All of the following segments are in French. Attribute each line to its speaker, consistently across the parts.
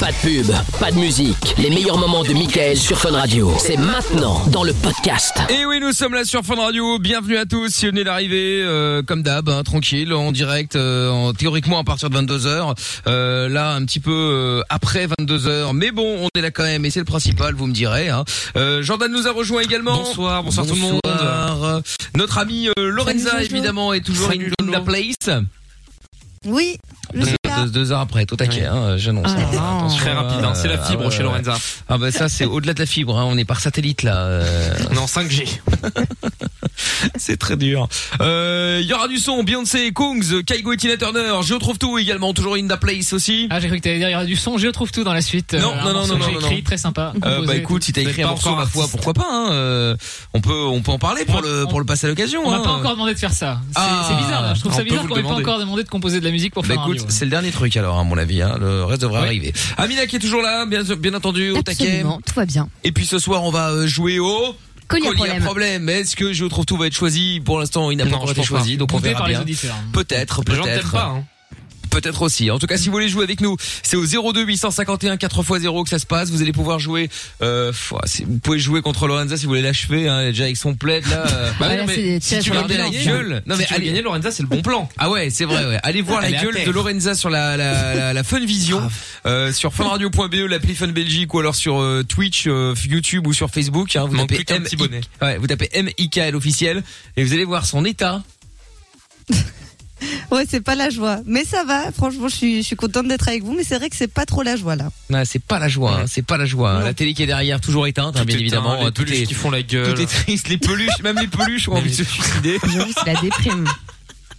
Speaker 1: Pas de pub, pas de musique. Les meilleurs moments de Michael sur Fun Radio. C'est maintenant dans le podcast.
Speaker 2: Et oui, nous sommes là sur Fun Radio. Bienvenue à tous. Si vous venez d'arriver, euh, comme d'hab, hein, tranquille, en direct, euh, en, théoriquement à partir de 22 h Là, un petit peu euh, après 22 h Mais bon, on est là quand même, et c'est le principal. Vous me direz. hein. Euh, Jordan nous a rejoint également. Bonsoir, bonsoir, tout le monde. Notre ami euh, Lorenza
Speaker 3: Salut, Jojo.
Speaker 2: évidemment est toujours
Speaker 3: Salut,
Speaker 2: in la place.
Speaker 3: Oui, je suis là.
Speaker 2: Deux, deux heures après, tout taquet, hein, j'annonce.
Speaker 3: Ah, non.
Speaker 4: Très rapide, hein, c'est la fibre chez Lorenza.
Speaker 2: Ah bah ça c'est au-delà de la fibre, hein, on est par satellite là. euh,
Speaker 4: Non, 5G.
Speaker 2: c'est très dur. Euh, Il y aura du son, Beyoncé, Kungs, Kaigo et Tina Turner, je trouve tout également, toujours in the place aussi.
Speaker 5: Ah, j'ai cru que t'allais dire, il y aura du son, je trouve tout dans la suite.
Speaker 2: Non,
Speaker 5: Euh,
Speaker 2: non,
Speaker 5: un
Speaker 2: non,
Speaker 5: morceau
Speaker 2: non,
Speaker 5: que
Speaker 2: non,
Speaker 5: J'ai
Speaker 2: non.
Speaker 5: écrit très sympa.
Speaker 2: Euh, bah
Speaker 5: composé et
Speaker 2: écoute, si t'as
Speaker 4: Vous
Speaker 2: écrit
Speaker 4: êtes
Speaker 2: un
Speaker 4: pas
Speaker 2: morceau,
Speaker 4: encore
Speaker 2: ma foi,
Speaker 4: artiste.
Speaker 2: pourquoi pas hein, euh, On peut, on peut en parler pour
Speaker 5: On-
Speaker 2: le, pour le passer à
Speaker 5: tout.
Speaker 2: l'occasion.
Speaker 5: On m'a
Speaker 2: hein.
Speaker 5: pas encore demandé de faire ça. C'est
Speaker 2: Ah,
Speaker 5: c'est bizarre, là. je trouve
Speaker 4: on
Speaker 5: ça
Speaker 4: peut
Speaker 5: bizarre
Speaker 4: vous
Speaker 5: qu'on m'ait
Speaker 4: le
Speaker 5: pas
Speaker 4: demander.
Speaker 5: encore demandé de composer de la musique pour
Speaker 2: Bah
Speaker 5: faire
Speaker 2: écoute,
Speaker 5: un radio.
Speaker 2: c'est le dernier truc alors à mon avis, hein. le reste devrait
Speaker 5: Oui.
Speaker 2: arriver. Amina qui est toujours là, bien, bien entendu, au taquet.
Speaker 6: Absolument, tout va bien.
Speaker 2: Et puis ce soir on va euh, jouer au...
Speaker 6: Collier à
Speaker 2: Collier à
Speaker 6: problème.
Speaker 2: problème. Est-ce que Je trouve tout va être choisi Pour l'instant, il n'a pas
Speaker 4: Non,
Speaker 2: encore
Speaker 4: je
Speaker 2: été
Speaker 4: pense
Speaker 2: choisi,
Speaker 4: pas.
Speaker 2: donc on
Speaker 5: Bouffé
Speaker 2: verra
Speaker 5: par les
Speaker 2: bien.
Speaker 5: auditeurs.
Speaker 2: Peut-être,
Speaker 4: hein. Les gens t'aiment
Speaker 2: peut-être,
Speaker 4: pas. Hein.
Speaker 2: peut-être aussi. En tout cas, si vous voulez jouer avec nous, c'est au 02 851 4x0 que ça se passe. Vous allez pouvoir jouer. Euh, pff, c'est- vous pouvez jouer contre Lorenza si vous voulez l'achever. Hein, elle est déjà avec son plaid là. euh.
Speaker 6: Bah, là, c'est-
Speaker 2: si
Speaker 6: tu
Speaker 2: tu
Speaker 6: vas
Speaker 2: regardais
Speaker 6: sur
Speaker 2: la
Speaker 6: la
Speaker 4: gueule.
Speaker 2: gueule, non mais
Speaker 4: si tu veux
Speaker 2: allez-
Speaker 4: gagner, Lorenza, c'est le bon plan.
Speaker 2: ah ouais, c'est vrai. Ouais. Allez voir
Speaker 4: Elle est
Speaker 2: la
Speaker 4: à
Speaker 2: gueule
Speaker 4: terre.
Speaker 2: de Lorenza sur la la, la, la Fun Vision, euh, sur funradio.be, l'appli Fun Belgique ou alors sur euh, Twitch, euh, YouTube ou sur Facebook. Hein, vous
Speaker 4: Manque
Speaker 2: tapez
Speaker 4: plus qu'un
Speaker 2: M
Speaker 4: petit bonnet.
Speaker 2: ouais, vous tapez M I K L officiel et vous allez voir son état.
Speaker 3: Ouais, c'est pas la joie. Mais ça va, franchement, je suis, je suis contente d'être avec vous, mais c'est vrai que c'est pas trop la joie là.
Speaker 2: Ouais, c'est pas la joie, hein, c'est pas la joie. hein.
Speaker 3: Non.
Speaker 2: La télé qui est derrière toujours éteinte, hein, bien
Speaker 4: Putain,
Speaker 2: évidemment.
Speaker 4: les
Speaker 2: hein, tout
Speaker 4: peluches
Speaker 2: est
Speaker 4: qui font la gueule.
Speaker 2: tout est triste, les peluches, même les peluches ont envie de se suicider.
Speaker 6: J'avoue, c'est la déprime,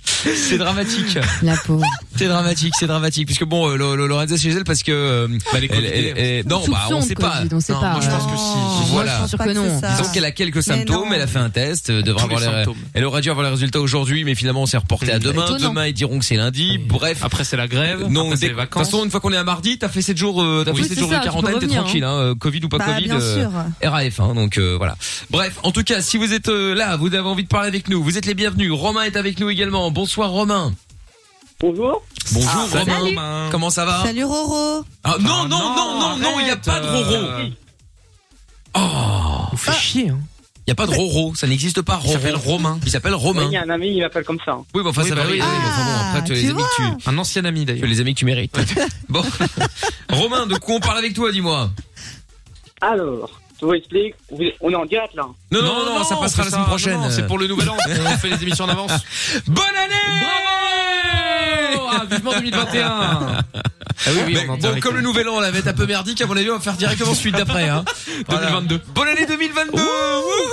Speaker 2: C'est dramatique.
Speaker 6: la pauvre.
Speaker 2: C'est dramatique, c'est dramatique. Puisque bon, euh, Lo- Lo- Lorenza c'est chez elle parce que euh,
Speaker 4: les
Speaker 2: elle-
Speaker 4: Covidés,
Speaker 2: elle- elle- non,
Speaker 6: Soupçon
Speaker 2: bah on
Speaker 6: de
Speaker 2: sait pas.
Speaker 6: Covid, on sait
Speaker 2: Non,
Speaker 6: pas,
Speaker 2: moi, je
Speaker 6: ouais.
Speaker 2: pense que
Speaker 3: Non,
Speaker 5: Oh,
Speaker 2: si. Voilà.
Speaker 3: moi, je pense
Speaker 6: Sûr
Speaker 3: pas
Speaker 6: que
Speaker 3: que
Speaker 6: non.
Speaker 3: c'est ça.
Speaker 2: Disons qu'elle a quelques
Speaker 3: Mais
Speaker 2: symptômes,
Speaker 3: non.
Speaker 2: elle a fait un test, euh, devrait
Speaker 4: Tous les
Speaker 2: avoir les-
Speaker 4: symptômes.
Speaker 2: elle aurait dû avoir les résultats aujourd'hui, mais finalement on s'est reporté à demain.
Speaker 6: Étonnant.
Speaker 2: Demain ils diront que c'est lundi. Bref,
Speaker 4: Après, c'est la grève.
Speaker 2: non,
Speaker 4: après,
Speaker 2: dès- de
Speaker 4: c'est les
Speaker 2: toute
Speaker 4: vacances.
Speaker 2: façon, une fois qu'on est à mardi, t'as fait 7 jours, euh, t'as
Speaker 6: Oui,
Speaker 2: fait
Speaker 6: c'est
Speaker 2: sept jours
Speaker 6: ça,
Speaker 2: de
Speaker 6: tu peux
Speaker 2: quarantaine, t'es
Speaker 6: revenir, hein.
Speaker 2: tranquille, hein, euh, Covid ou pas
Speaker 3: Bah,
Speaker 2: Covid.
Speaker 3: bien
Speaker 2: euh,
Speaker 3: sûr.
Speaker 2: RAF, hein, donc euh, voilà. Bref, en tout cas, si vous êtes euh, là, vous avez envie de parler avec nous, vous êtes les bienvenus. Romain est avec nous également. Bonsoir Romain.
Speaker 7: Bonjour.
Speaker 2: Bonjour
Speaker 4: Ah,
Speaker 2: Romain.
Speaker 4: salut. Romain.
Speaker 2: Comment ça va
Speaker 3: Salut Roro.
Speaker 2: Ah, Non, non,
Speaker 4: Ah,
Speaker 2: non, non, non, il n'y a
Speaker 4: arrête,
Speaker 2: pas de Roro.
Speaker 4: euh,
Speaker 2: Oh,
Speaker 4: On fait chier. Hein.
Speaker 2: il n'y a pas de Roro, ça n'existe pas. Roro. Il s'appelle Romain. Il s'appelle
Speaker 7: Oui,
Speaker 2: Romain.
Speaker 7: il y a un ami, il m'appelle comme ça. hein.
Speaker 2: Oui, mais enfin,
Speaker 4: Oui,
Speaker 2: ça
Speaker 4: bah
Speaker 2: va,
Speaker 4: oui,
Speaker 2: oui,
Speaker 4: ah,
Speaker 2: oui, mais enfin, bon, après, tu as
Speaker 3: tu
Speaker 2: les amis que tu,
Speaker 4: Un ancien ami
Speaker 2: tu as
Speaker 4: d'ailleurs.
Speaker 2: les amis que tu mérites. bon. Romain, de quoi on parle avec toi, dis-moi
Speaker 7: Alors, je vous explique. Vous- On est en direct là.
Speaker 2: non non, non, ça passera
Speaker 4: on fait
Speaker 2: la semaine prochaine. Ah
Speaker 4: non, non, C'est pour le nouvel an. On fait les émissions en avance.
Speaker 2: Bonne année
Speaker 4: Bravo Ah, Vivement 2021. Ah oui, oui,
Speaker 2: Mais
Speaker 4: on est en
Speaker 2: bon,
Speaker 4: direct.
Speaker 2: comme le nouvel an, on l'avait un peu merdique, à mon avis, on va faire directement celui d'après. Hein.
Speaker 4: 2022.
Speaker 2: Bonne année 2022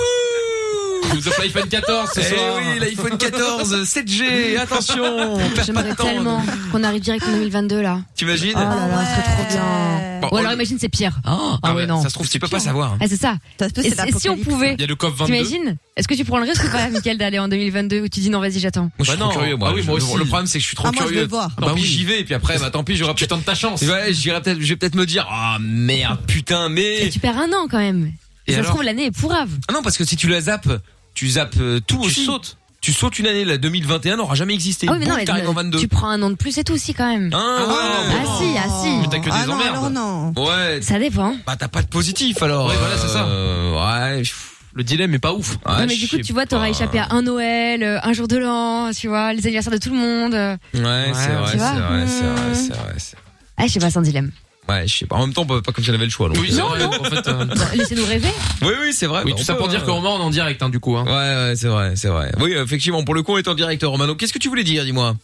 Speaker 2: Wouhou
Speaker 4: Nous offre l'iPhone 14 ce
Speaker 2: Eh
Speaker 4: soir.
Speaker 2: oui, l'iPhone 14, 7G, attention Perds pas de
Speaker 6: J'aimerais
Speaker 2: temps.
Speaker 6: tellement qu'on arrive direct en 2022 là.
Speaker 2: T'imagines
Speaker 6: Oh là là, ce serait trop bien.
Speaker 3: Ouais.
Speaker 2: Euh, Bon,
Speaker 6: Ou alors
Speaker 2: on-
Speaker 6: imagine c'est pire.
Speaker 2: Ah,
Speaker 6: Ah ouais,
Speaker 2: bah,
Speaker 6: non.
Speaker 2: Ça se trouve, tu peux pas savoir.
Speaker 6: Ah c'est ça.
Speaker 3: Ça se peut,
Speaker 6: Et,
Speaker 3: c'est
Speaker 6: si- et si on
Speaker 3: l'apocalypse.
Speaker 6: pouvait,
Speaker 4: Il y a le COP 22.
Speaker 6: t'imagines Est-ce que tu prends le risque ou pas, Michael, d'aller en 2022 où tu dis non vas-y j'attends
Speaker 2: Moi, je suis
Speaker 4: Bah non.
Speaker 2: trop curieux, moi.
Speaker 4: Ah oui, moi
Speaker 2: Je-
Speaker 4: aussi.
Speaker 2: Le problème, c'est que je suis trop
Speaker 3: Ah, moi, je vais
Speaker 2: curieux.
Speaker 3: le voir.
Speaker 2: Tant
Speaker 4: Bah
Speaker 2: pis,
Speaker 4: oui.
Speaker 2: j'y vais, et puis après, bah tant pis, j'aurai
Speaker 4: Tu
Speaker 2: peut-être.
Speaker 4: tentes ta chance.
Speaker 2: Ouais, j'irai peut-être, je vais peut-être me dire, ah merde, putain,
Speaker 6: Et
Speaker 2: mais.
Speaker 6: Tu perds un an quand même.
Speaker 2: Et
Speaker 6: ça se
Speaker 2: alors
Speaker 6: trouve l'année est pourrave.
Speaker 2: Ah non, parce que si tu la zappes, tu zappes euh, tout
Speaker 4: Tu
Speaker 2: aussi.
Speaker 4: sautes.
Speaker 2: Tu sautes une année, la 2021 n'aura jamais existé.
Speaker 6: Ah oui mais
Speaker 2: Boum,
Speaker 6: non mais
Speaker 2: t'arrives en 22.
Speaker 6: tu prends un an de plus et tout aussi quand même.
Speaker 2: Ah, ouais,
Speaker 4: Ah,
Speaker 2: ouais,
Speaker 6: ah si, ah si. Mais
Speaker 4: t'as que des
Speaker 3: ah, non,
Speaker 4: emmerdes.
Speaker 3: alors non.
Speaker 2: non. Ouais,
Speaker 6: Ça dépend.
Speaker 2: bah t'as pas de positif alors.
Speaker 4: Ouais, voilà, c'est ça.
Speaker 2: Euh, ouais. pff,
Speaker 4: Le dilemme est pas ouf.
Speaker 2: ouais,
Speaker 6: non mais
Speaker 2: Ah, je
Speaker 6: du coup
Speaker 2: sais
Speaker 6: tu vois t'auras
Speaker 2: pas.
Speaker 6: échappé à un Noël, euh, un jour de l'an, tu vois, les anniversaires de tout le monde.
Speaker 2: Ouais, c'est
Speaker 4: tu
Speaker 2: vrai, c'est
Speaker 6: vois.
Speaker 2: vrai, c'est vrai,
Speaker 6: Hmm.
Speaker 2: c'est vrai, c'est vrai.
Speaker 6: Ah je sais pas c'est un dilemme.
Speaker 2: Ouais, je sais pas. En même temps, bah, pas comme si on avait le choix. donc.
Speaker 4: Oui, c'est vrai. En fait, euh,
Speaker 6: Bon, Laissez-nous rêver.
Speaker 2: oui, oui, c'est vrai.
Speaker 4: oui,
Speaker 2: bah,
Speaker 4: tout
Speaker 2: on
Speaker 4: ça
Speaker 2: peut,
Speaker 4: pour dire
Speaker 2: hein.
Speaker 4: que Romain, on est en direct, hein, du coup. Hein.
Speaker 2: Ouais, ouais, c'est vrai, c'est vrai. Oui, effectivement, pour le coup, on est en direct, Romain. Donc, qu'est-ce que tu voulais dire, dis-moi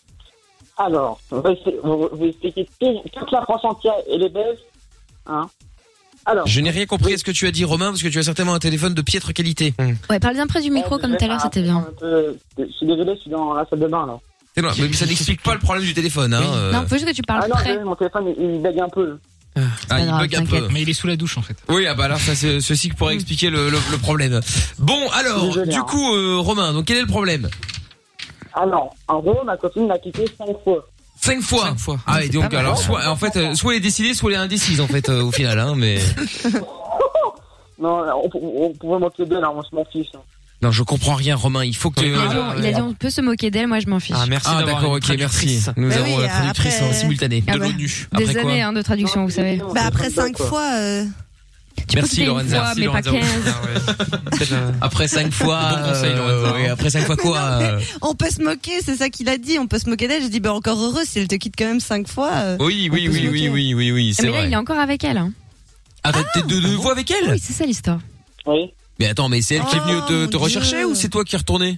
Speaker 7: Alors, on va essayer- on va vous expliquer tout- toute la France entière et les Belges. Hein Alors,
Speaker 2: Je n'ai rien compris à ce que tu as dit, Romain, parce que tu as certainement un téléphone de piètre qualité.
Speaker 4: Hmm.
Speaker 6: Ouais parle bien près du micro
Speaker 7: euh,
Speaker 6: comme tout à l'heure c'était bien.
Speaker 7: un peu- euh, Je suis désolé, je suis dans la salle de bain là.
Speaker 2: C'est loin, mais ça n'explique pas le problème du téléphone. Hein, euh.
Speaker 6: Non faut juste que tu
Speaker 7: Ah
Speaker 6: parles
Speaker 7: non,
Speaker 6: près.
Speaker 7: désolé, mon téléphone il, il bug un peu.
Speaker 2: Ah,
Speaker 6: pas
Speaker 2: il
Speaker 6: grave,
Speaker 2: bug un peu.
Speaker 6: t'inquiète.
Speaker 5: Mais il est sous la douche en fait.
Speaker 2: Oui, ah bah alors ça, c'est ceci qui pourrait expliquer le, le- le problème. Bon, alors,
Speaker 7: Désolé,
Speaker 2: du
Speaker 7: hein.
Speaker 2: coup, euh, Romain, donc quel est le problème
Speaker 7: Alors, Ah en gros, ma copine m'a quitté 5 fois.
Speaker 2: Cinq fois.
Speaker 4: Cinq fois.
Speaker 2: Ah, et donc
Speaker 5: mal.
Speaker 2: alors, soit, en fait, euh, soit elle est décidée, soit elle est indécise, en fait, euh, au final, hein, mais.
Speaker 7: Non, on, on, on pouvait manquer d'elle, hein, on se m'en fiche. hein.
Speaker 2: Non, je comprends rien, Romain. Il faut que.
Speaker 6: Il a dit, on- il a dit, on peut se moquer d'elle, moi je m'en fiche.
Speaker 4: Ah, merci
Speaker 2: Ah,
Speaker 4: d'avoir
Speaker 2: d'accord,
Speaker 4: une
Speaker 2: ok, merci.
Speaker 4: traductrice.
Speaker 2: Nous
Speaker 3: Bah
Speaker 2: avons
Speaker 3: oui,
Speaker 2: la traductrice euh,
Speaker 3: après-
Speaker 2: en simultané
Speaker 6: Ah
Speaker 2: de
Speaker 6: bah.
Speaker 2: l'ONU. Après
Speaker 6: Des
Speaker 2: quoi
Speaker 6: années hein, de traduction, vous savez.
Speaker 7: Non,
Speaker 3: Bah
Speaker 7: c'est
Speaker 3: après
Speaker 7: comme ça,
Speaker 3: cinq
Speaker 7: quoi.
Speaker 3: fois, euh,
Speaker 6: Tu
Speaker 2: Merci,
Speaker 6: peux te dire une
Speaker 2: Lorenza.
Speaker 6: fois,
Speaker 4: Merci,
Speaker 6: mais pas
Speaker 4: Lorenza.
Speaker 6: 15.
Speaker 4: Ouais. Peut-être, euh,
Speaker 2: Après cinq fois.
Speaker 4: Bon conseil,
Speaker 2: euh,
Speaker 4: Lorenza.
Speaker 2: oui, après cinq fois quoi euh,
Speaker 3: on peut se moquer, c'est ça qu'il a dit. On peut se moquer d'elle. Je dis bah encore heureux si elle te quitte quand même cinq fois. euh.
Speaker 2: Oui, oui,
Speaker 3: On peut
Speaker 2: oui,
Speaker 3: se
Speaker 2: oui,
Speaker 3: moquer.
Speaker 2: oui, oui, oui,
Speaker 6: Ah, Mais
Speaker 2: c'est
Speaker 6: là,
Speaker 2: vrai.
Speaker 6: il est encore avec elle. hein.
Speaker 2: Ah, t'es de de nouveau avec elle
Speaker 6: Oui, c'est ça l'histoire.
Speaker 7: Oui,
Speaker 2: Mais attends, mais c'est elle qui est venue
Speaker 3: Oh,
Speaker 2: te,
Speaker 3: mon
Speaker 2: te
Speaker 3: Dieu.
Speaker 2: rechercher ou c'est toi qui es retourné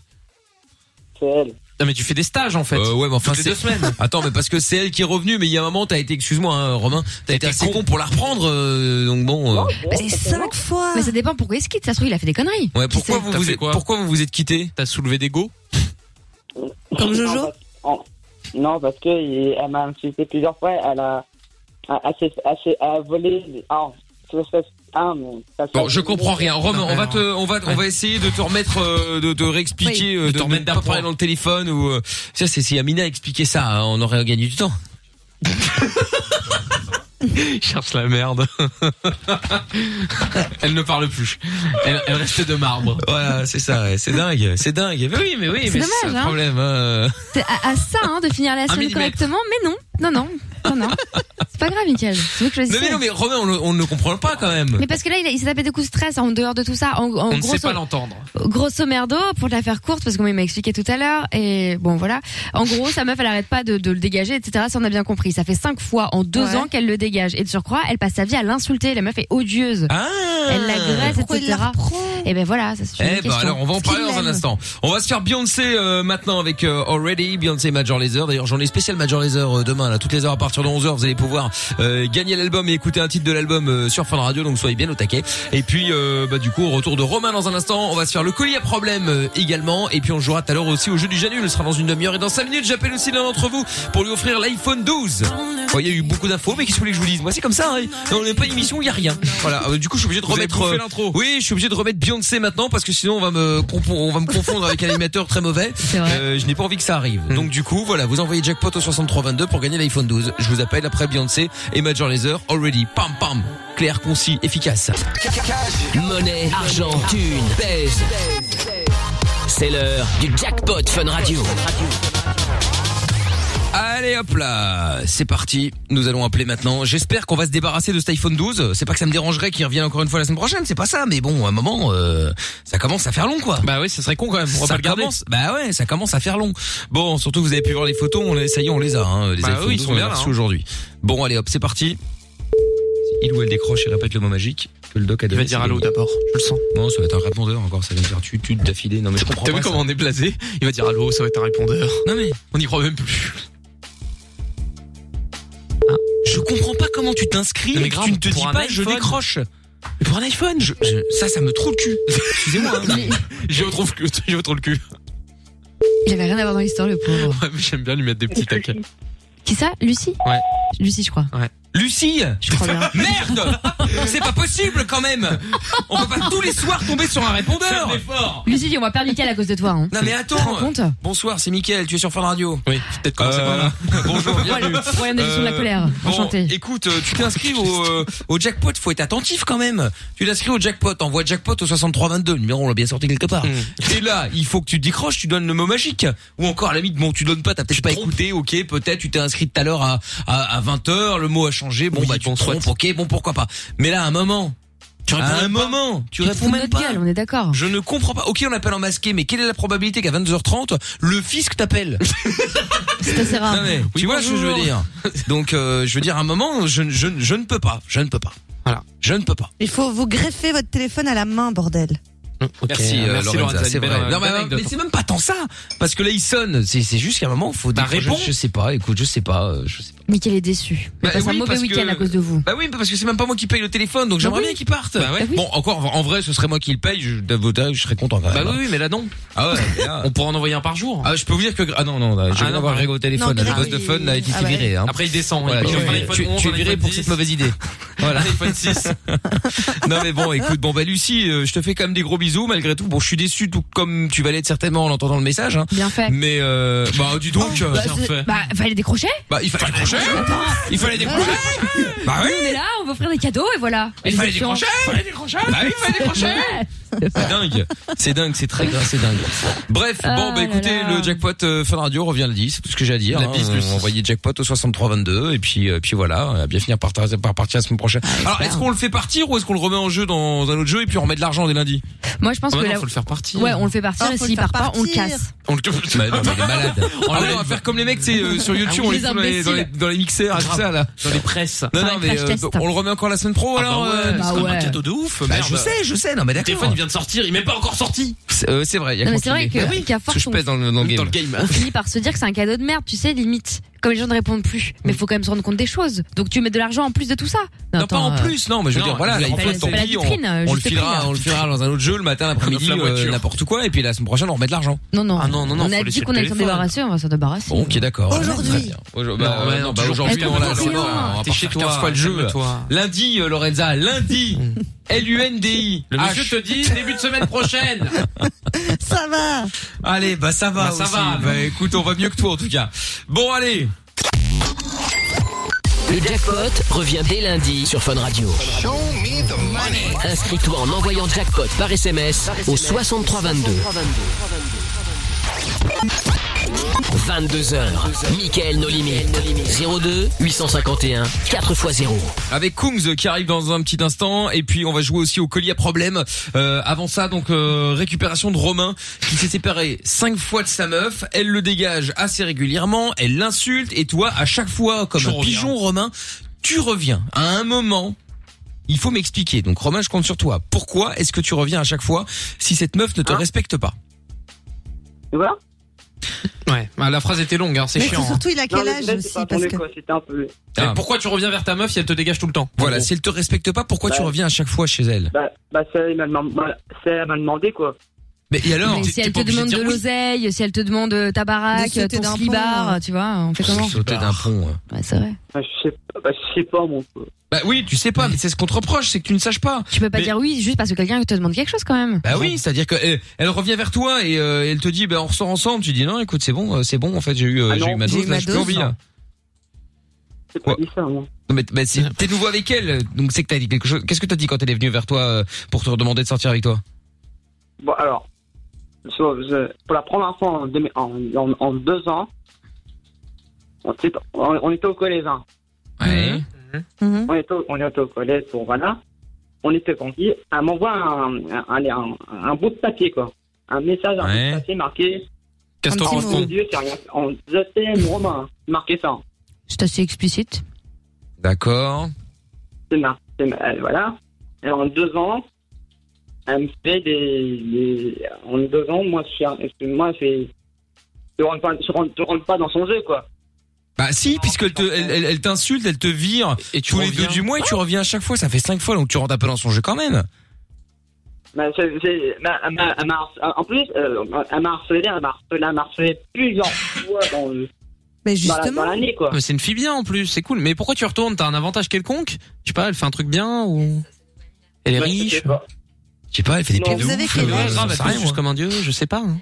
Speaker 7: c'est elle.
Speaker 4: Non, mais tu fais des stages en fait.
Speaker 2: Euh, ouais, mais enfin,
Speaker 4: Toutes les
Speaker 2: c'est.
Speaker 4: deux semaines.
Speaker 2: Attends, mais parce que c'est elle qui est revenue, mais il y a un moment, t'as été, excuse-moi, hein, Romain, t'as été assez con pour la reprendre, euh, donc bon. euh,
Speaker 6: Bah,
Speaker 7: Ouais,
Speaker 3: Mais
Speaker 7: c'est bon.
Speaker 3: cinq fois.
Speaker 6: Mais ça dépend pourquoi il se quitte. Ça se trouve, il a fait des conneries.
Speaker 2: Ouais,
Speaker 6: Qui
Speaker 2: pourquoi
Speaker 6: sait
Speaker 2: vous
Speaker 4: T'as
Speaker 2: vous
Speaker 4: fait
Speaker 2: êtes,
Speaker 4: quoi
Speaker 2: pourquoi vous vous êtes quitté
Speaker 4: T'as soulevé des go
Speaker 7: Euh,
Speaker 3: Comme Jojo
Speaker 7: Non, parce- en- Non, parce que il- elle m'a insulté plusieurs fois. Elle a, a, a, s'est- a, s'est- a volé. Ah, ça, ça- ah, mais ça-
Speaker 2: Bon,
Speaker 7: ça-
Speaker 2: je comprends rien. Romain,
Speaker 4: Non,
Speaker 2: on va
Speaker 4: non.
Speaker 2: te, on va, on va essayer de te remettre, euh, de te réexpliquer, euh,
Speaker 4: De
Speaker 2: de
Speaker 4: te
Speaker 2: te
Speaker 4: remettre
Speaker 2: remettre pas
Speaker 4: d'apprendre.
Speaker 2: parler dans le téléphone ou. euh, Ça, c'est si Amina expliquait ça, hein, on aurait gagné du temps.
Speaker 4: Il cherche la merde. elle ne parle plus. Elle, elle reste de marbre.
Speaker 2: Voilà, c'est ça, ouais, c'est dingue, c'est dingue. Mais oui, mais oui,
Speaker 6: C'est
Speaker 2: mais
Speaker 6: dommage,
Speaker 2: c'est ça le
Speaker 6: hein.
Speaker 2: problème. hein.
Speaker 6: C'est à, à ça hein, de finir la semaine
Speaker 2: millimètre.
Speaker 6: correctement, mais non, non, non, non, non. C'est pas grave, Michael. C'est vous que je
Speaker 2: Non, mais non, mais Romain, on, le- on ne comprend pas quand même.
Speaker 6: Mais parce que là, il, a- il s'est tapé des coups de stress en dehors de tout ça. En, en
Speaker 4: On ne
Speaker 6: grosso,
Speaker 4: sait pas l'entendre.
Speaker 6: grosso merdo, pour te la faire courte, parce qu'on m'a expliqué tout à l'heure, et bon voilà. En gros, sa meuf, elle arrête pas de, de le dégager, etc. Ça, on a bien compris. Ça fait cinq fois en deux
Speaker 3: Ouais.
Speaker 6: ans qu'elle le dégage. Et de surcroît, elle passe sa vie à l'insulter. La meuf est odieuse.
Speaker 2: Ah
Speaker 6: Elle l'agresse,
Speaker 3: Pourquoi il la
Speaker 6: etc.
Speaker 3: reprend
Speaker 6: Et ben voilà, ça c'est une
Speaker 2: Eh
Speaker 6: question.
Speaker 2: ben alors on va en
Speaker 6: Parce qu'il
Speaker 2: parler dans un
Speaker 6: l'aime.
Speaker 2: instant. On va se faire Beyoncé euh, maintenant avec euh, Already, Beyoncé Major Laser. D'ailleurs j'en ai spécial Major Laser euh, demain, là toutes les heures à partir de 11h vous allez pouvoir euh, gagner l'album et écouter un titre de l'album euh, sur Fun Radio, donc soyez bien au taquet. Et puis euh, bah, du coup retour de Romain dans un instant, on va se faire le colis à problème euh, également. Et puis on jouera tout à l'heure aussi au jeu du Janul, ce sera dans une demi-heure et dans 5 minutes j'appelle aussi l'un d'entre vous pour lui offrir l'iPhone 12. Bon, Il y a eu beaucoup d'infos mais qu'est-ce que vous voulez que je vous dise Moi c'est comme ça, hein. on n'est pas une émission, il y a rien. Voilà, Euh, du coup je suis obligé de
Speaker 4: Vous avez
Speaker 2: remettre...
Speaker 4: bouffé
Speaker 2: euh,
Speaker 4: l'intro.
Speaker 2: oui, je suis obligé de remettre Beyoncé maintenant parce que sinon on va me compo- on va me confondre avec un animateur très mauvais.
Speaker 6: C'est vrai. Mm.
Speaker 2: Euh, je n'ai pas envie que ça arrive. Donc du coup, voilà, vous envoyez jackpot au 6322 pour gagner l'iPhone 12. Je vous appelle après Beyoncé et Major Laser already. Pam pam. Clair, concis, efficace.
Speaker 1: Monnaie, argent, thune, pèse. C'est l'heure du jackpot Fun Radio.
Speaker 2: Allez hop là, c'est parti. Nous allons appeler maintenant. J'espère qu'on va se débarrasser de cet iPhone 12. C'est pas que ça me dérangerait qu'il revienne encore une fois la semaine prochaine, c'est pas ça, mais bon, à un moment euh, ça commence à faire long quoi.
Speaker 4: Bah oui, ça serait con quand même. On va
Speaker 2: ça
Speaker 4: pas le garder.
Speaker 2: commence, bah ouais, ça commence à faire long. Bon, surtout vous avez pu voir les photos, on les, ça y est, on les a. Hein, les
Speaker 4: Bah
Speaker 2: iPhones
Speaker 4: oui, ils
Speaker 2: 12,
Speaker 4: sont
Speaker 2: on les
Speaker 4: bien
Speaker 2: a
Speaker 4: là,
Speaker 2: reçus
Speaker 4: hein.
Speaker 2: aujourd'hui. Bon, allez, hop, c'est parti. Il ou elle décroche et répète le mot magique que le doc a
Speaker 4: Il
Speaker 2: donné.
Speaker 4: va dire
Speaker 2: c'est
Speaker 4: allô
Speaker 2: gagné.
Speaker 4: d'abord. Je le sens.
Speaker 2: Non, ça va être un répondeur encore. Ça va me dire tu, tu d'affilée. Non mais je comprends
Speaker 4: T'as
Speaker 2: pas.
Speaker 4: vu comment on est blasé Il va dire allô, ça va être un répondeur.
Speaker 2: ça. Non mais
Speaker 4: On n'y croit même plus. Ah.
Speaker 2: je comprends pas comment tu t'inscris.
Speaker 4: Non, mais
Speaker 2: et que
Speaker 4: grave,
Speaker 2: tu ne te dis
Speaker 4: pour un
Speaker 2: pas je
Speaker 4: iPhone.
Speaker 2: décroche. Mais pour un iPhone, je- je- ça, ça me trouve le cul. Excusez-moi. hein.
Speaker 6: Mais
Speaker 4: Je retrouve que je retrouve le cul.
Speaker 6: Il avait rien à voir dans l'histoire, le pauvre.
Speaker 4: Ouais, mais J'aime bien lui mettre des petits taquets.
Speaker 6: Qui ça Lucie
Speaker 4: Ouais.
Speaker 6: Lucie, je crois.
Speaker 2: Lucie,
Speaker 6: Je crois bien.
Speaker 2: merde, c'est pas possible quand même. On peut pas tous les soirs tomber sur un répondeur.
Speaker 6: Lucie, dit, on va perdre Michael à cause de toi. Hein.
Speaker 2: Non mais
Speaker 6: Tu te rends
Speaker 2: attends.
Speaker 6: compte
Speaker 2: Bonsoir, c'est Mickaël, tu es sur Fun Radio. Euh,
Speaker 4: Oui, peut-être commencer par là.
Speaker 2: Bonjour, bienvenue.
Speaker 6: Problème de gestion de la
Speaker 2: Euh,
Speaker 6: colère.
Speaker 2: Bon,
Speaker 6: Enchanté.
Speaker 2: écoute, euh, tu t'inscris au, euh, au jackpot, faut être attentif quand même. Tu t'inscris au jackpot, envoie jackpot au 6322, le numéro on l'a bien sorti quelque
Speaker 4: Mm.
Speaker 2: part. Et là, il faut que tu décroches, tu donnes le mot magique. Ou encore, à la limite, bon, tu donnes pas, t'as peut-être pas écouté, ok, peut-être, tu t'es inscrit tout à l'heure à, à, à 20h, le mot a changé, bon,
Speaker 4: Oui,
Speaker 2: bah, tu
Speaker 4: bon,
Speaker 2: te
Speaker 4: soit.
Speaker 2: trompes, ok, bon, pourquoi pas. Mais là, à un moment,
Speaker 4: Tu réponds
Speaker 2: à un
Speaker 4: même pas.
Speaker 2: moment, tu
Speaker 6: Tu te
Speaker 2: réponds
Speaker 6: fous de
Speaker 2: même
Speaker 6: notre
Speaker 2: pas.
Speaker 6: gueule, on est d'accord.
Speaker 2: Je ne comprends pas. Ok, on appelle en masqué, mais quelle est la probabilité qu'à 22h30, le fisc t'appelle
Speaker 6: C'est assez rare.
Speaker 2: Non, mais,
Speaker 4: Oui,
Speaker 2: tu vois ce que je veux
Speaker 4: bonjour.
Speaker 2: dire. Donc, euh, je veux dire, à un moment, je, je, je ne peux pas. Je ne peux pas.
Speaker 4: Voilà.
Speaker 2: Je ne peux pas.
Speaker 3: Il faut vous greffer votre téléphone à la main, bordel.
Speaker 2: Merci, euh,
Speaker 4: merci
Speaker 2: Lorenza,
Speaker 4: Lorenza.
Speaker 2: c'est vrai. Non, mais, mais c'est même pas tant ça. Parce que là, il sonne. C'est, c'est juste qu'à un moment, faut
Speaker 4: Bah,
Speaker 2: décrocher.
Speaker 4: réponds.
Speaker 2: Je, sais pas. Écoute, je sais pas. euh, Je sais pas.
Speaker 6: Michael est déçu. Il
Speaker 2: Bah
Speaker 6: passe un
Speaker 2: oui,
Speaker 6: mauvais
Speaker 2: parce
Speaker 6: week-end
Speaker 2: que-
Speaker 6: à cause de vous.
Speaker 2: Bah oui, parce que c'est même pas moi qui paye le téléphone, donc j'aimerais
Speaker 6: oui.
Speaker 2: bien qu'il parte.
Speaker 4: Bah ouais.
Speaker 6: oui.
Speaker 2: Bon, encore, en vrai, ce serait moi qui le paye. Je, d'avocat, je serais content quand
Speaker 4: Bah
Speaker 2: même. hein.
Speaker 4: oui, oui, mais là non.
Speaker 2: Ah ouais. mais là-
Speaker 4: On pourra en envoyer un par jour.
Speaker 2: Ah, je peux vous dire que ah non non, là, je
Speaker 4: Ah
Speaker 2: viens
Speaker 4: non,
Speaker 2: d'avoir
Speaker 4: bah,
Speaker 2: Greg au téléphone,
Speaker 3: non,
Speaker 2: là, le boss
Speaker 3: Greg,
Speaker 2: de fun
Speaker 3: il-
Speaker 2: là, a été
Speaker 3: ah ouais.
Speaker 2: viré. Hein.
Speaker 4: Après il descend.
Speaker 2: Voilà,
Speaker 4: il
Speaker 2: tu,
Speaker 4: prend un
Speaker 2: tu-
Speaker 4: iPhone
Speaker 2: tu-
Speaker 4: 11,
Speaker 2: tu es
Speaker 4: un
Speaker 2: viré
Speaker 4: iPhone
Speaker 2: pour cette
Speaker 4: 10,
Speaker 2: mauvaise idée.
Speaker 4: un
Speaker 2: Voilà.
Speaker 4: iPhone 6.
Speaker 2: Non mais bon, écoute, bon bah Lucie, euh, je te fais quand même des gros bisous malgré tout. Bon, je suis déçu tout comme tu vas l'être certainement en entendant le message. Hein.
Speaker 6: Bien fait.
Speaker 2: Mais euh, bah dis donc, euh,
Speaker 6: Bah,
Speaker 2: bien
Speaker 6: c'est-
Speaker 2: fait.
Speaker 6: bah, fallait décrocher.
Speaker 2: Bah, il fallait décrocher. Il fallait décrocher. Bah oui.
Speaker 6: On est là, on va offrir des cadeaux et voilà.
Speaker 2: Il fallait
Speaker 6: Réalisation.
Speaker 2: décrocher. Bah oui, il fallait décrocher.
Speaker 6: Ouais.
Speaker 2: C'est dingue. C'est dingue, c'est très grave, c'est dingue. Bref,
Speaker 6: Ah
Speaker 2: bon, bah
Speaker 6: là
Speaker 2: écoutez,
Speaker 6: là.
Speaker 2: le jackpot euh, Fun Radio revient le 10, c'est tout ce que j'ai à dire.
Speaker 5: La
Speaker 2: hein.
Speaker 5: bise,
Speaker 2: Euh,
Speaker 5: Lucie.
Speaker 2: Envoyez jackpot au 6322 et puis euh, puis voilà, on va bien finir par, tar- par partir la semaine prochaine.
Speaker 6: Ah, Bah
Speaker 2: Alors, est-ce qu'on le fait partir ou est-ce qu'on le remet en jeu dans un autre jeu et puis on remet de l'argent dès lundi
Speaker 6: Moi, je pense
Speaker 2: Ah,
Speaker 6: que
Speaker 2: maintenant,
Speaker 6: là.
Speaker 2: faut le faire partir.
Speaker 6: Ouais, on le fait partir
Speaker 3: Ah,
Speaker 6: et
Speaker 3: faut
Speaker 6: s'il
Speaker 3: le faire
Speaker 6: part pas, on le
Speaker 3: partir.
Speaker 6: casse.
Speaker 2: On le mais non, mais il est malade. On, va faire comme les mecs, c'est sur YouTube, on les
Speaker 6: Ah les
Speaker 2: fout dans les, dans les-
Speaker 6: imbéciles.
Speaker 2: dans les mixeurs et tout
Speaker 5: Grave.
Speaker 2: ça là.
Speaker 5: Dans les presses. Ah
Speaker 2: Non,
Speaker 6: Enfin,
Speaker 2: non,
Speaker 6: un
Speaker 2: mais
Speaker 6: crash
Speaker 2: euh,
Speaker 6: test.
Speaker 2: on le remet encore la semaine pro alors. euh,
Speaker 6: Bah
Speaker 5: c'est quand même un
Speaker 6: ouais.
Speaker 5: cadeau de ouf.
Speaker 2: bah,
Speaker 5: merde.
Speaker 2: je sais, je sais, non mais
Speaker 5: Le
Speaker 2: d'accord.
Speaker 5: téléphone il vient de sortir, il est même pas encore sorti.
Speaker 2: C'est euh, c'est vrai, il y a
Speaker 6: Non,
Speaker 2: que
Speaker 6: mais
Speaker 2: moi
Speaker 6: c'est
Speaker 2: qui
Speaker 6: vrai
Speaker 2: l'ai.
Speaker 6: que-
Speaker 2: Parce
Speaker 6: qu'à force,
Speaker 2: que je pèse dans le, dans le
Speaker 5: Dans le
Speaker 2: game.
Speaker 5: game.
Speaker 6: on finit par se dire que c'est un cadeau de merde, tu sais, limite. Comme les gens ne répondent plus. Mais faut quand même se rendre compte des choses. Donc tu mets de l'argent en plus de tout ça.
Speaker 2: Mm. Non,
Speaker 6: attends,
Speaker 2: pas en
Speaker 6: euh,
Speaker 2: plus, non, mais je veux
Speaker 5: non,
Speaker 2: dire, voilà,
Speaker 5: je
Speaker 2: là, il
Speaker 5: vais
Speaker 2: faut
Speaker 5: pas
Speaker 2: le
Speaker 5: la-
Speaker 2: temps
Speaker 6: la
Speaker 2: pis,
Speaker 6: vitrine, euh,
Speaker 2: on, on le
Speaker 6: juste le
Speaker 2: filera,
Speaker 6: prix.
Speaker 2: on le filera dans un autre jeu le matin, l'après-midi,
Speaker 5: La
Speaker 2: euh,
Speaker 5: voiture.
Speaker 2: n'importe quoi, et puis la semaine prochaine, on remet de l'argent.
Speaker 6: Non, non.
Speaker 5: Ah non, non, non,
Speaker 6: On
Speaker 5: faut
Speaker 6: a
Speaker 5: laisser
Speaker 6: dit
Speaker 5: le
Speaker 6: qu'on allait s'en
Speaker 5: téléphone.
Speaker 6: débarrasser, on va s'en débarrasser.
Speaker 2: Bon, ok, d'accord.
Speaker 3: Aujourd'hui.
Speaker 2: Très bien. Aujourd'hui, bah,
Speaker 5: Non,
Speaker 2: euh,
Speaker 5: ouais,
Speaker 2: non,
Speaker 5: non,
Speaker 2: bah,
Speaker 5: tu-
Speaker 2: aujourd'hui,
Speaker 6: Attends,
Speaker 2: on l'a,
Speaker 6: attends,
Speaker 2: on l'a-
Speaker 6: attends.
Speaker 2: on va
Speaker 5: T'es
Speaker 2: pas
Speaker 5: chez
Speaker 2: faire 15
Speaker 5: toi,
Speaker 2: fois le jeu.
Speaker 5: calme-toi.
Speaker 2: Lundi, euh, Lorenza, lundi, L-U-N-D-I.
Speaker 5: Le monsieur
Speaker 2: H.
Speaker 5: te dit début de semaine prochaine.
Speaker 3: Ça va.
Speaker 2: Allez, bah ça va.
Speaker 5: Bah, ça
Speaker 2: aussi.
Speaker 5: va.
Speaker 2: Bah écoute, on va mieux que toi en tout cas. Bon, allez.
Speaker 8: Le jackpot revient dès lundi sur Fun Radio. Inscris-toi en envoyant jackpot par SMS au 6322. 22h, Mickaël No Limit. 02 851 4x0.
Speaker 2: Avec Kungs qui arrive dans un petit instant et puis on va jouer aussi au collier à problème. Euh, avant ça donc euh, récupération de Romain qui s'est séparé cinq fois de sa meuf, elle le dégage assez régulièrement, elle l'insulte et toi à chaque fois comme
Speaker 5: Je
Speaker 2: un
Speaker 5: reviens.
Speaker 2: pigeon Romain, tu reviens à un moment il faut m'expliquer. Donc Romain, je compte sur toi. Pourquoi est-ce que tu reviens à chaque fois si cette meuf ne te
Speaker 4: Hein
Speaker 2: respecte pas
Speaker 4: Tu vois
Speaker 5: Ouais, bah, la phrase était longue, hein, c'est
Speaker 3: Mais
Speaker 5: chiant.
Speaker 3: c'est
Speaker 5: hein.
Speaker 3: surtout, il a quel
Speaker 4: mais
Speaker 3: âge
Speaker 4: peut-être
Speaker 3: aussi
Speaker 4: c'est pas
Speaker 3: parce
Speaker 4: attendu,
Speaker 3: que...
Speaker 4: quoi, C'était un peu.
Speaker 2: Ah.
Speaker 5: Et Pourquoi tu reviens vers ta meuf si elle te dégage tout le temps
Speaker 2: Voilà,
Speaker 5: En gros.
Speaker 2: si elle te respecte pas, pourquoi tu
Speaker 3: Bah,
Speaker 4: Ouais.
Speaker 2: reviens à chaque fois chez elle
Speaker 4: Bah, bah ça, elle m'a demandé, voilà, ça, elle m'a demandé, quoi.
Speaker 2: Mais et alors
Speaker 6: Mais
Speaker 5: t'es-
Speaker 6: si
Speaker 5: t'es
Speaker 6: elle
Speaker 5: pas
Speaker 6: te
Speaker 5: obligé de
Speaker 6: demande
Speaker 5: dire
Speaker 6: de
Speaker 5: oui.
Speaker 6: l'oseille, si elle te demande euh, ta baraque,
Speaker 3: sauter
Speaker 6: ton
Speaker 3: d'un
Speaker 6: slibard,
Speaker 3: pont,
Speaker 6: euh, tu vois,
Speaker 2: Oh,
Speaker 6: on fait comment
Speaker 2: Sauter d'un pont. hein.
Speaker 6: Ouais, c'est vrai.
Speaker 4: Bah, je sais pas, bah, je sais pas, mon peu.
Speaker 2: Bah oui, tu sais pas, mais c'est ce qu'on te reproche, c'est que tu ne saches pas.
Speaker 6: Tu peux pas
Speaker 2: Mais-
Speaker 6: dire oui juste parce que quelqu'un te demande quelque chose quand même.
Speaker 2: Bah oui, c'est-à-dire que elle, elle revient vers toi et euh, elle te dit bah on ressort ensemble, tu dis non, écoute, c'est bon, euh, c'est bon en fait, j'ai eu euh,
Speaker 4: Ah non,
Speaker 2: j'ai eu ma
Speaker 3: j'ai
Speaker 2: dose,
Speaker 3: eu
Speaker 2: là,
Speaker 3: ma
Speaker 2: je peux
Speaker 3: dose,
Speaker 2: envie, là.
Speaker 4: C'est pas
Speaker 2: Ouais.
Speaker 4: dit ça, moi.
Speaker 2: Non mais, mais c'est- t'es nouveau avec elle, donc c'est que t'as dit quelque chose. Qu'est-ce que t'as dit quand elle est venue vers toi euh, pour te demander de sortir avec toi
Speaker 4: Bon, alors, sur- je- pour la première fois en, deux- en, en- en deux ans, on, était- on- on était au collège. hein.
Speaker 2: Ouais.
Speaker 3: Mhm.
Speaker 4: On, était, au- on était au collège, bon, voilà. On était conquis. Elle m'envoie un, un, un- un- un bout de papier, quoi. Un message, un
Speaker 2: Ouais.
Speaker 4: bout de papier marqué
Speaker 5: Castor
Speaker 3: Un
Speaker 5: en
Speaker 3: petit
Speaker 4: Mon
Speaker 5: con.
Speaker 3: mot.
Speaker 4: Dieu, c'est rien. On, je t'aime, Romain. hein, Marqué ça.
Speaker 6: C'est assez explicite.
Speaker 2: D'accord.
Speaker 4: C'est ma, c'est ma- elle, voilà. Et en deux ans, elle me fait des, des- en deux ans, moi, je suis, un- je- moi, c'est, je rentre pas, je rentre, je rentre pas dans son jeu, quoi.
Speaker 2: Bah si, puisque elle te- elle, elle- elle t'insulte, elle te vire
Speaker 5: Et tu
Speaker 2: tous les deux
Speaker 5: reviens.
Speaker 2: du mois et tu reviens à chaque fois, ça fait cinq fois, donc tu rentres un peu dans son jeu quand même.
Speaker 4: Bah, c'est- c'est- bah, elle m'a- elle m'a harce- en plus, euh, elle m'a harcelé, elle m'a harcelé, elle m'a harcelé plusieurs fois dans, le-
Speaker 3: Mais
Speaker 4: dans la- dans
Speaker 3: justement,
Speaker 4: l'année, quoi.
Speaker 5: Mais c'est une fille bien en plus, c'est cool. Mais pourquoi tu retournes T'as un avantage quelconque Je sais pas, elle fait un truc bien ou elle est
Speaker 4: Ouais, je
Speaker 5: riche
Speaker 4: sais pas.
Speaker 2: Je sais pas, elle fait des
Speaker 4: Non,
Speaker 2: pieds de
Speaker 3: vous avez
Speaker 2: ouf.
Speaker 3: quel
Speaker 2: euh,
Speaker 3: âge
Speaker 2: j'en sais
Speaker 5: grave, elle
Speaker 2: rien,
Speaker 5: pousse
Speaker 2: moi.
Speaker 5: juste comme un dieu, je sais pas. hein.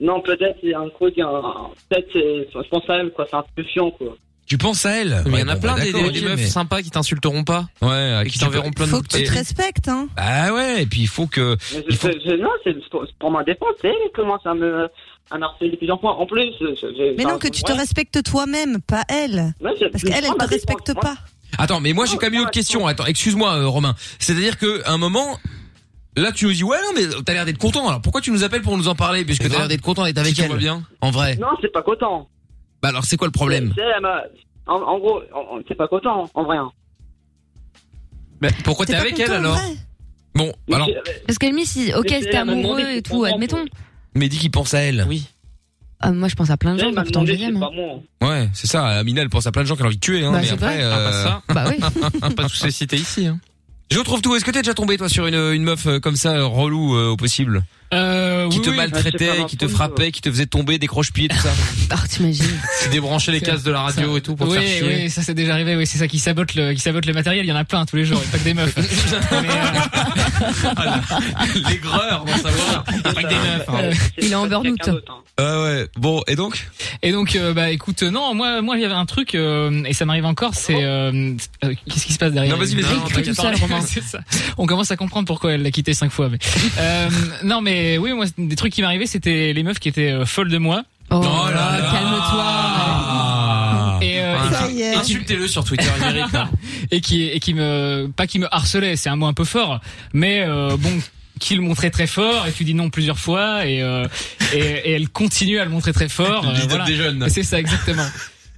Speaker 4: Non, peut-être, c'est un truc, un- peut-être, c'est- je pense à elle, quoi, c'est un peu chiant, quoi.
Speaker 2: Tu penses à elle
Speaker 5: mais il
Speaker 2: Ouais,
Speaker 5: y en a
Speaker 2: bon,
Speaker 5: plein
Speaker 2: bah,
Speaker 5: des,
Speaker 2: d'accord,
Speaker 5: des
Speaker 2: ok,
Speaker 5: meufs
Speaker 2: mais-
Speaker 5: sympas qui t'insulteront pas
Speaker 2: Ouais, à
Speaker 5: et qui t'enverront plein de
Speaker 3: faut que tu
Speaker 5: bouteilles.
Speaker 3: te respectes, hein.
Speaker 2: Bah ouais, et puis il faut que.
Speaker 4: Mais
Speaker 2: Il
Speaker 4: je,
Speaker 2: faut-
Speaker 4: je- je- non, c'est c'est pour, c'est pour ma défense, c'est elle qui commence à me, à me harceler plusieurs fois. En plus, je- je-
Speaker 3: Mais
Speaker 4: enfin,
Speaker 3: non, que tu te
Speaker 4: ouais.
Speaker 3: respectes toi-même, pas elle.
Speaker 4: Ouais, je-
Speaker 3: Parce
Speaker 4: je
Speaker 3: qu'elle, elle
Speaker 4: prends ma
Speaker 3: te respecte
Speaker 4: défense, moi.
Speaker 3: pas.
Speaker 2: Attends, mais moi j'ai
Speaker 4: Non,
Speaker 2: quand même une
Speaker 4: non,
Speaker 2: autre
Speaker 4: attends.
Speaker 2: question. Attends, excuse-moi, euh, Romain. C'est-à-dire que à un moment. Là, tu nous dis ouais, non, mais t'as l'air d'être content. Alors pourquoi tu nous appelles pour nous en parler puisque
Speaker 5: C'est
Speaker 2: t'as l'air
Speaker 5: grave.
Speaker 2: d'être content d'être avec
Speaker 5: Si tout va
Speaker 2: elle
Speaker 5: bien.
Speaker 2: En vrai.
Speaker 4: Non, c'est pas content.
Speaker 2: Bah alors, c'est quoi le problème
Speaker 4: C'est- c'est- elle m'a- En, en gros, on- on- c'est pas content, en vrai. hein.
Speaker 5: Mais pourquoi t'es
Speaker 3: pas
Speaker 5: avec
Speaker 3: content,
Speaker 5: elle alors
Speaker 3: en vrai
Speaker 2: Bon,
Speaker 4: Mais
Speaker 2: alors,
Speaker 4: c'est-
Speaker 6: Parce qu'elle me dit si, ok,
Speaker 4: Mais
Speaker 6: c'était
Speaker 4: elle m'a demandé
Speaker 6: amoureux
Speaker 4: si
Speaker 6: et
Speaker 4: c'était
Speaker 6: tout,
Speaker 4: vraiment
Speaker 6: admettons.
Speaker 2: mais dis qu'il pense à elle.
Speaker 5: Oui.
Speaker 6: Ah, moi, je pense à plein de gens,
Speaker 4: elle m'a
Speaker 6: donc tant
Speaker 4: demandé
Speaker 6: que
Speaker 4: si
Speaker 6: j'aime.
Speaker 4: c'est
Speaker 6: hein.
Speaker 4: pas moi.
Speaker 2: Ouais, c'est ça. Amina, elle pense à plein de gens qu'elle a envie de tuer. Hein,
Speaker 6: Bah,
Speaker 2: mais
Speaker 6: c'est
Speaker 2: après,
Speaker 6: vrai.
Speaker 2: euh,
Speaker 5: Ah bah ça,
Speaker 6: Bah oui.
Speaker 5: pas tous les cités ici. Hein.
Speaker 2: Je trouve tout. Est-ce que t'es déjà tombé toi sur une, une meuf euh, comme ça euh, relou euh, au possible qui te
Speaker 5: oui, oui.
Speaker 7: Ah, c'est
Speaker 2: maltraitait,
Speaker 7: pas
Speaker 2: qui te
Speaker 7: un
Speaker 2: frappait, qui te faisait tomber des croche-pieds, tout ça.
Speaker 6: Oh,
Speaker 3: Ah,
Speaker 6: t'imagines.
Speaker 2: Tu débranchais les cases de la radio
Speaker 5: Ça-
Speaker 2: et tout pour te
Speaker 5: oui,
Speaker 2: faire chier.
Speaker 5: Oui, ça c'est déjà arrivé, oui, c'est ça qui sabote le qui sabote le matériel, il y en a plein tous les jours, et pas que des meufs. Mais, euh,
Speaker 2: Ah L'aigreur, on va savoir. Avec des meufs. hein.
Speaker 5: euh,
Speaker 7: C'est
Speaker 6: Il est en
Speaker 7: pas
Speaker 6: burn-out.
Speaker 7: quelqu'un d'autre, hein.
Speaker 2: Ah ouais. Bon, et donc
Speaker 5: et donc euh, bah écoute, euh, non, moi moi il y avait un truc euh, et ça m'arrive encore, c'est euh, euh, qu'est-ce qui se passe derrière
Speaker 2: Non, vas-y,
Speaker 5: les-
Speaker 2: vas-y,
Speaker 5: Non,
Speaker 2: écris
Speaker 5: t'inquiète
Speaker 6: tout seul,
Speaker 5: pas.
Speaker 6: Romain.
Speaker 5: C'est ça. On commence à comprendre pourquoi elle l'a quitté cinq fois mais euh, non mais oui, moi des trucs qui m'arrivaient, c'était les meufs qui étaient euh, folles de moi.
Speaker 6: Oh,
Speaker 2: Oh là là.
Speaker 6: calme-toi.
Speaker 2: Ah.
Speaker 5: Et, euh,
Speaker 2: Ah.
Speaker 3: Ça y est.
Speaker 2: Insultez-le sur Twitter, il mérite. hein.
Speaker 5: et qui et qui me pas qui me harcelait, c'est un mot un peu fort, mais euh, bon qui le montrait très fort et tu dis non plusieurs fois et euh, et, et elle continue à le montrer très fort. euh,
Speaker 2: Lead up
Speaker 5: voilà.
Speaker 2: des jeunes.
Speaker 5: C'est ça exactement.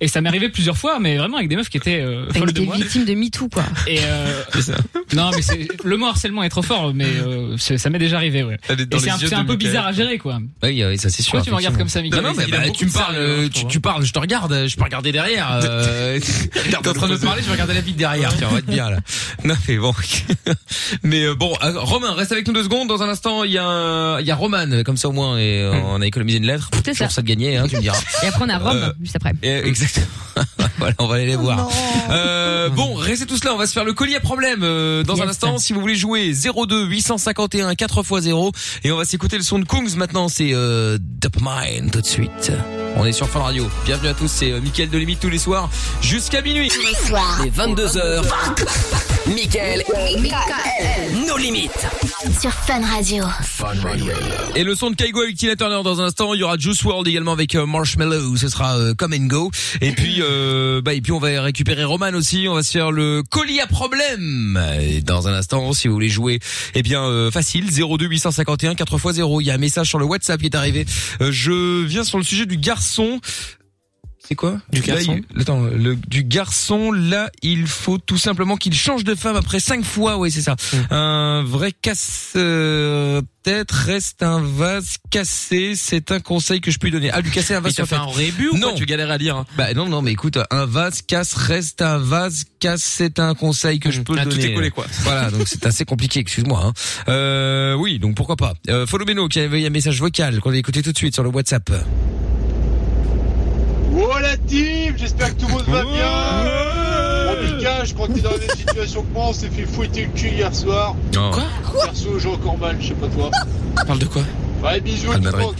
Speaker 5: Et ça m'est arrivé plusieurs fois, mais vraiment avec des meufs qui étaient euh,
Speaker 6: T'as
Speaker 5: folles de
Speaker 6: été
Speaker 5: moi.
Speaker 6: victime de MeToo, quoi.
Speaker 5: Et euh, non, mais c'est- le mot harcèlement est trop fort, mais euh, c'est- ça m'est déjà arrivé. Ouais.
Speaker 2: Elle est dans
Speaker 5: Et
Speaker 2: les
Speaker 5: c'est un,
Speaker 2: yeux
Speaker 5: c'est
Speaker 2: de
Speaker 5: un peu
Speaker 2: Michael.
Speaker 5: bizarre à gérer, quoi.
Speaker 2: Oui,
Speaker 4: euh,
Speaker 2: oui, ça c'est sûr.
Speaker 5: Pourquoi tu me regardes comme ça,
Speaker 2: Non,
Speaker 5: Michael
Speaker 2: non, mais
Speaker 4: Il
Speaker 2: bah,
Speaker 4: a beaucoup
Speaker 2: tu me
Speaker 4: de
Speaker 2: parles,
Speaker 4: sérieux, hein,
Speaker 2: euh,
Speaker 4: je
Speaker 2: tu,
Speaker 4: trouve.
Speaker 2: tu parles, je te regarde, euh, je peux regarder derrière. Euh, T'es en train de me parler, je vais regarder la vie de derrière. Tiens, on va être bien là. Non, mais bon. mais euh, bon, euh, Romain, reste avec nous deux secondes. Dans un instant, il y a, un- il y a Roman, comme ça au moins, et
Speaker 5: Hmm.
Speaker 2: euh, on a économisé une lettre.
Speaker 6: C'est
Speaker 2: Toujours
Speaker 6: ça.
Speaker 2: ça de gagner, hein, tu me diras.
Speaker 6: Et après, on a Rome,
Speaker 2: Euh,
Speaker 6: juste après. Oh
Speaker 2: Et, euh, exactement. voilà, on va aller les voir.
Speaker 3: Non.
Speaker 2: Euh, bon, restez tous là, on va se faire le colis à problème euh, dans un
Speaker 6: Yes.
Speaker 2: instant. Si vous voulez jouer 02 851 4x0 et on va s'écouter le son de Kungs maintenant, c'est euh, Dopamine tout de suite. On est sur Fun Radio. Bienvenue à tous, c'est euh, Mickaël de Limite tous les soirs jusqu'à minuit.
Speaker 1: Les 22h. Michael. Nos limites.
Speaker 9: Sur Fun Radio.
Speaker 2: Et le son de Kaigo avec Tina Turner dans un instant. Il y aura Juice World également avec euh, Marshmallow. Ce sera euh, Come and Go. Et puis, euh, bah, et puis on va récupérer Roman aussi. On va se faire le colis à problème. Et dans un instant, si vous voulez jouer, eh bien, euh, facile. 02 851 4x0. Il y a un message sur le WhatsApp qui est arrivé. Euh, je viens sur le sujet du garçon. C'est quoi
Speaker 4: Du
Speaker 2: Là,
Speaker 4: garçon
Speaker 2: il- Attends, le, du garçon, là, il faut tout simplement qu'il change de femme après cinq fois, oui, c'est ça.
Speaker 4: Mm.
Speaker 2: Un vrai casse-tête reste un vase cassé, c'est un conseil que je peux lui donner. Ah, lui casser un
Speaker 4: Mais
Speaker 2: vase
Speaker 4: t'as
Speaker 2: sur
Speaker 4: fait
Speaker 2: tête.
Speaker 4: un rébut ou
Speaker 2: Non.
Speaker 4: quoi Tu galères à lire. hein
Speaker 2: Bah non, non, mais écoute, un vase casse reste un vase casse, Ah, c'est un conseil que je peux
Speaker 4: Ah,
Speaker 2: lui
Speaker 4: tout
Speaker 2: donner.
Speaker 4: est collé quoi.
Speaker 2: Voilà, donc c'est assez compliqué, excuse-moi. hein. Euh, oui, donc pourquoi pas. Euh, Follow Beno qui a envoyé un message vocal qu'on a écouté tout de suite sur le WhatsApp.
Speaker 10: Oh la team, j'espère que tout le monde va bien. Bon, Mika, je crois que t'es dans la même situation que moi, on s'est fait fouetter le cul hier soir.
Speaker 2: Quoi
Speaker 10: Perso, j'ai encore mal, je sais pas toi.
Speaker 4: Parle de quoi
Speaker 10: Ouais, bisous
Speaker 2: Real
Speaker 10: tout le
Speaker 2: Madrid.
Speaker 10: monde.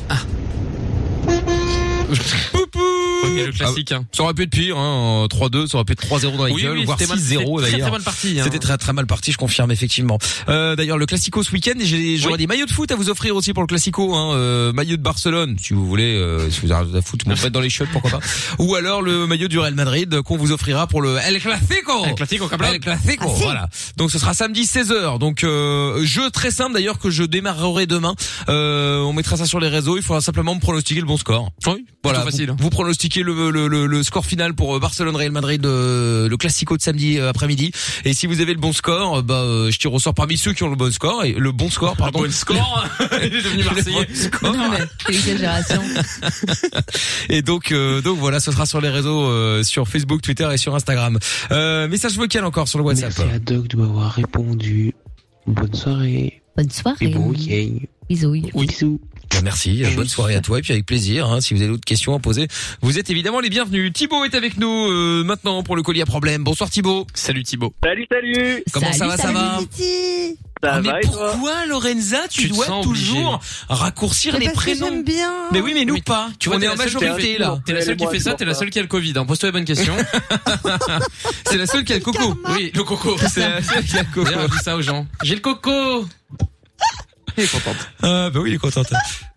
Speaker 2: Poupou
Speaker 4: Le classique. hein.
Speaker 2: ah, Ça aurait pu être pire, hein, en 3-2, ça aurait pu être 3-0 dans la gueule, voire
Speaker 4: c'était mal-
Speaker 2: 6-0
Speaker 4: c'était Très
Speaker 2: d'ailleurs.
Speaker 4: très bonne partie. hein.
Speaker 2: C'était très très mal parti, je confirme effectivement. Euh, D'ailleurs, le Classico ce week-end, j'ai- j'aurai des maillots de foot à vous offrir aussi pour le Classico. Hein, euh, maillot de Barcelone, si vous voulez, euh, si vous avez de foot, vous faites dans les chiottes, pourquoi pas. Ou alors le maillot du Real Madrid qu'on vous offrira pour le El Clasico.
Speaker 4: Avec classique au Cablan.
Speaker 2: El Clasico,
Speaker 3: Ah, si.
Speaker 2: Eh, voilà. Donc ce sera samedi 16h. Donc euh, jeu très simple d'ailleurs que je démarrerai demain. Euh, on mettra ça sur les réseaux. Il faudra simplement me pronostiquer le bon score.
Speaker 4: Oui,
Speaker 2: Voilà,
Speaker 4: plutôt facile.
Speaker 2: Vous, vous pronostiquez le, le, le, le score final pour euh, Barcelone-Real Madrid, euh, le Classico de samedi euh, après-midi. Et si vous avez le bon score, euh, bah, euh, je tire au sort parmi ceux qui ont le bon score et le bon score, pardon.
Speaker 4: Bon score. Il est devenu marseillais.
Speaker 6: Non, mais quelle exagération.
Speaker 2: Et donc, euh, donc voilà, ce sera sur les réseaux, euh, sur Facebook, Twitter et sur Instagram. Euh, message vocal encore sur le WhatsApp.
Speaker 11: Merci à Doc de m'avoir répondu. Bonne soirée
Speaker 6: Bonne
Speaker 11: et
Speaker 6: soirée.
Speaker 11: bon week-end.
Speaker 6: Bisous.
Speaker 11: Bisous.
Speaker 2: Bah, merci, euh, bonne soirée à toi et puis avec plaisir. hein, si vous avez d'autres questions à poser, vous êtes évidemment les bienvenus. Thibaut est avec nous euh, maintenant pour le colis à problème. Bonsoir Thibaut.
Speaker 4: Salut Thibaut.
Speaker 7: Salut, salut
Speaker 2: Comment ça
Speaker 6: Salut,
Speaker 2: va, ça
Speaker 6: salut.
Speaker 2: va
Speaker 3: Titi.
Speaker 7: Ça
Speaker 2: Ah,
Speaker 7: va
Speaker 2: mais
Speaker 7: et toi
Speaker 2: pourquoi Lorenza, tu,
Speaker 4: Tu te
Speaker 2: dois
Speaker 4: sens
Speaker 2: toujours raccourcir
Speaker 3: Mais
Speaker 2: les
Speaker 3: parce que
Speaker 2: prénoms
Speaker 3: J'aime bien.
Speaker 2: Mais oui, mais nous pas. Tu vois,
Speaker 4: On
Speaker 2: t'es
Speaker 4: est
Speaker 2: la
Speaker 4: en majorité,
Speaker 2: majorité là.
Speaker 4: T'es la seule qui fait ça, t'es la seule qui a le Covid. hein. Pose-toi les bonnes questions.
Speaker 2: C'est la seule qui a le coco.
Speaker 4: Oui, le coco.
Speaker 2: C'est la seule qui a le coco.
Speaker 4: D'ailleurs, on dit ça aux gens. J'ai le coco. Elle est contente.
Speaker 2: Ah bah oui, il est content.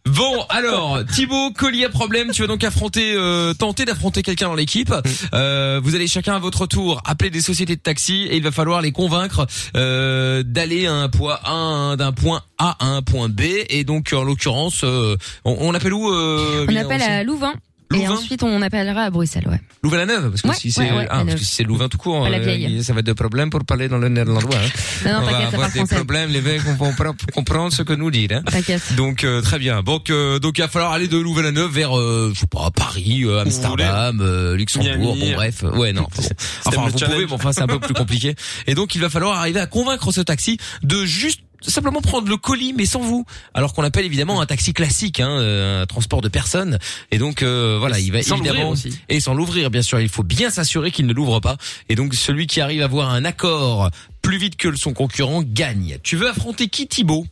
Speaker 2: Bon, alors Thibaut, collier à problème, tu vas donc affronter, euh, tenter d'affronter quelqu'un dans l'équipe. Euh, vous allez chacun à votre tour appeler des sociétés de taxi et il va falloir les convaincre euh, d'aller à un point A, d'un point A à un point B. Et donc en l'occurrence, euh, on, on appelle où euh,
Speaker 6: On
Speaker 2: Mila,
Speaker 6: appelle
Speaker 2: sait
Speaker 6: à Louvain. Et
Speaker 2: Louvain
Speaker 6: ensuite, on appellera à Bruxelles, ouais.
Speaker 2: Louvain-la-Neuve, parce que
Speaker 6: Ouais,
Speaker 2: si c'est
Speaker 6: ouais, ouais,
Speaker 2: ah, parce
Speaker 6: la
Speaker 2: que si c'est Louvain tout court,
Speaker 6: À la
Speaker 2: euh,
Speaker 6: vieille.
Speaker 2: ça va être de problème pour parler dans le néerlandois. hein.
Speaker 6: Non, non,
Speaker 2: On va
Speaker 6: t'inquiète, ça
Speaker 2: avoir
Speaker 6: parle
Speaker 2: des
Speaker 6: français.
Speaker 2: problèmes, les mecs vont pas comprendre ce que nous dire. Hein.
Speaker 6: T'inquiète.
Speaker 2: Donc euh, très bien. Donc euh, donc il va falloir aller de Louvain-la-Neuve vers euh, je sais pas Paris, euh, Amsterdam, euh, Luxembourg,
Speaker 4: Miami.
Speaker 2: bon bref. Euh, Ouais non. enfin, bon.
Speaker 4: un
Speaker 2: Enfin vous
Speaker 4: challenge.
Speaker 2: pouvez, mais enfin c'est un peu plus compliqué. Et donc il va falloir arriver à convaincre ce taxi de juste simplement prendre le colis, mais sans vous. Alors qu'on appelle évidemment un taxi classique, hein, euh, un transport de personnes. Et donc euh, voilà, il va
Speaker 4: Sans l'ouvrir
Speaker 2: évidemment
Speaker 4: aussi.
Speaker 2: et sans l'ouvrir, bien sûr. Il faut bien s'assurer qu'il ne l'ouvre pas. Et donc celui qui arrive à avoir un accord plus vite que son concurrent gagne. Tu veux affronter qui, Thibaut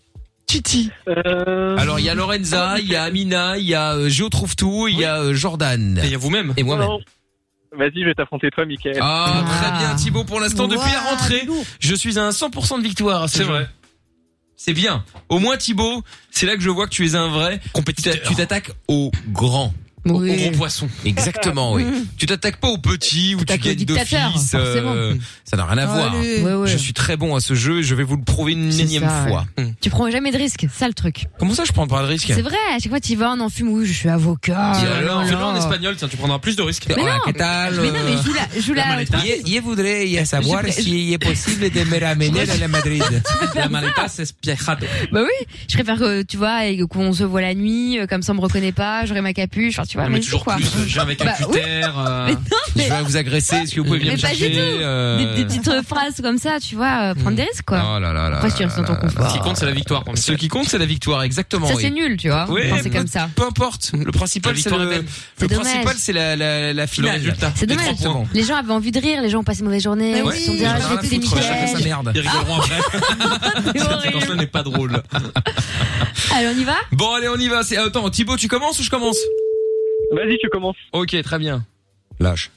Speaker 2: Titi.
Speaker 9: Euh,
Speaker 2: Alors il y a Lorenza, il y a Amina, il y a euh, Gio trouve tout, il y a euh, Jordan.
Speaker 4: Et il y a vous-même.
Speaker 2: Et moi-même.
Speaker 9: Non. Vas-y, je vais t'affronter toi, Mickaël.
Speaker 2: Ah, très bien Thibaut pour l'instant depuis la
Speaker 3: Ouah,
Speaker 2: rentrée.
Speaker 3: lourd.
Speaker 2: Je suis à un 100% de victoire.
Speaker 4: C'est vrai.
Speaker 2: C'est bien. Au moins Thibaut, c'est là que je vois que tu es un vrai compétiteur. Tu t'attaques au grand.
Speaker 4: Au- Au
Speaker 6: Oui.
Speaker 4: gros poisson.
Speaker 2: Exactement, oui.
Speaker 3: Mmh.
Speaker 2: Tu t'attaques pas au petit ou tu
Speaker 6: T'attaques au
Speaker 2: gagnes
Speaker 6: dictateur,
Speaker 2: d'office. euh, ça n'a rien à voir.
Speaker 3: Allez.
Speaker 6: Ouais, ouais.
Speaker 2: Je suis très bon à ce jeu et je vais vous le prouver une
Speaker 6: C'est
Speaker 2: énième
Speaker 6: ça, Mmh.
Speaker 2: fois.
Speaker 6: Tu prends jamais de risque, ça le truc.
Speaker 2: Comment ça je prends pas de risque
Speaker 6: C'est vrai, à chaque fois tu vas, on en fume, oui, je suis avocat.
Speaker 2: Et
Speaker 6: oh là
Speaker 2: alors,
Speaker 6: là.
Speaker 4: Fais-le en espagnol, tiens, tu prendras plus de risques.
Speaker 6: Mais
Speaker 2: Hola,
Speaker 6: non.
Speaker 2: ¿qué tal?
Speaker 6: Mais non, mais joue la, joue la,
Speaker 2: Je, voudrais y savoir
Speaker 6: Je- je-
Speaker 2: s'il est possible de me ramener à la Madrid.
Speaker 4: La maleta, c'est spiejado.
Speaker 6: Bah oui, je préfère que tu vois et qu'on se voit la nuit, euh, comme ça on me reconnaît pas, j'aurai ma capuche, enfin tu vois,
Speaker 4: Mais
Speaker 6: mais
Speaker 4: toujours
Speaker 6: quoi.
Speaker 4: plus. J'ai avec un
Speaker 6: Bah oui.
Speaker 4: cutter. euh,
Speaker 6: Mais non,
Speaker 2: Je
Speaker 6: mais
Speaker 2: vais vous agresser. Est-ce que vous pouvez venir
Speaker 6: Mais
Speaker 2: me
Speaker 6: pas du
Speaker 2: chercher
Speaker 6: tout.
Speaker 2: euh,
Speaker 6: des, des petites euh, phrases comme ça, tu vois, euh, prendre des risques quoi.
Speaker 2: Oh là là là.
Speaker 6: Après si tu restes dans ton confort.
Speaker 4: Ce qui compte, c'est la victoire. pour
Speaker 2: euh, Ce
Speaker 4: Mickaël.
Speaker 2: qui compte, c'est la victoire, exactement.
Speaker 6: Ça
Speaker 2: oui.
Speaker 6: c'est nul, tu vois,
Speaker 2: Oui,
Speaker 6: quand c'est
Speaker 2: mais-
Speaker 6: comme ça.
Speaker 2: Peu importe. Le principal,
Speaker 4: La
Speaker 2: c'est
Speaker 4: victoire est
Speaker 2: le,
Speaker 4: belle.
Speaker 2: le
Speaker 6: Ben. C'est dommage.
Speaker 2: principal, c'est la, la, la
Speaker 4: Le
Speaker 2: finale.
Speaker 4: résultat.
Speaker 6: C'est
Speaker 2: Les
Speaker 6: dommage.
Speaker 2: trois points.
Speaker 6: Les gens avaient envie de rire, les gens ont passé une mauvaise journée,
Speaker 3: Mais
Speaker 6: ils
Speaker 3: Bah oui,
Speaker 6: se sont dit
Speaker 3: ils en
Speaker 6: ah,
Speaker 3: ont
Speaker 6: je
Speaker 3: rien
Speaker 6: vais
Speaker 3: à
Speaker 6: péter
Speaker 3: foutre,
Speaker 2: Chacun sa
Speaker 6: Mickaël.
Speaker 2: merde.
Speaker 4: Ils rigoleront après.
Speaker 6: C'est
Speaker 4: Cette
Speaker 6: horrible.
Speaker 4: personne n'est pas drôle.
Speaker 6: Allez, on y va
Speaker 2: Bon, allez, on y va. C'est- Attends, Thibaut, tu commences ou je commence
Speaker 9: Vas-y, tu commences.
Speaker 2: Ok, très bien. Lâche.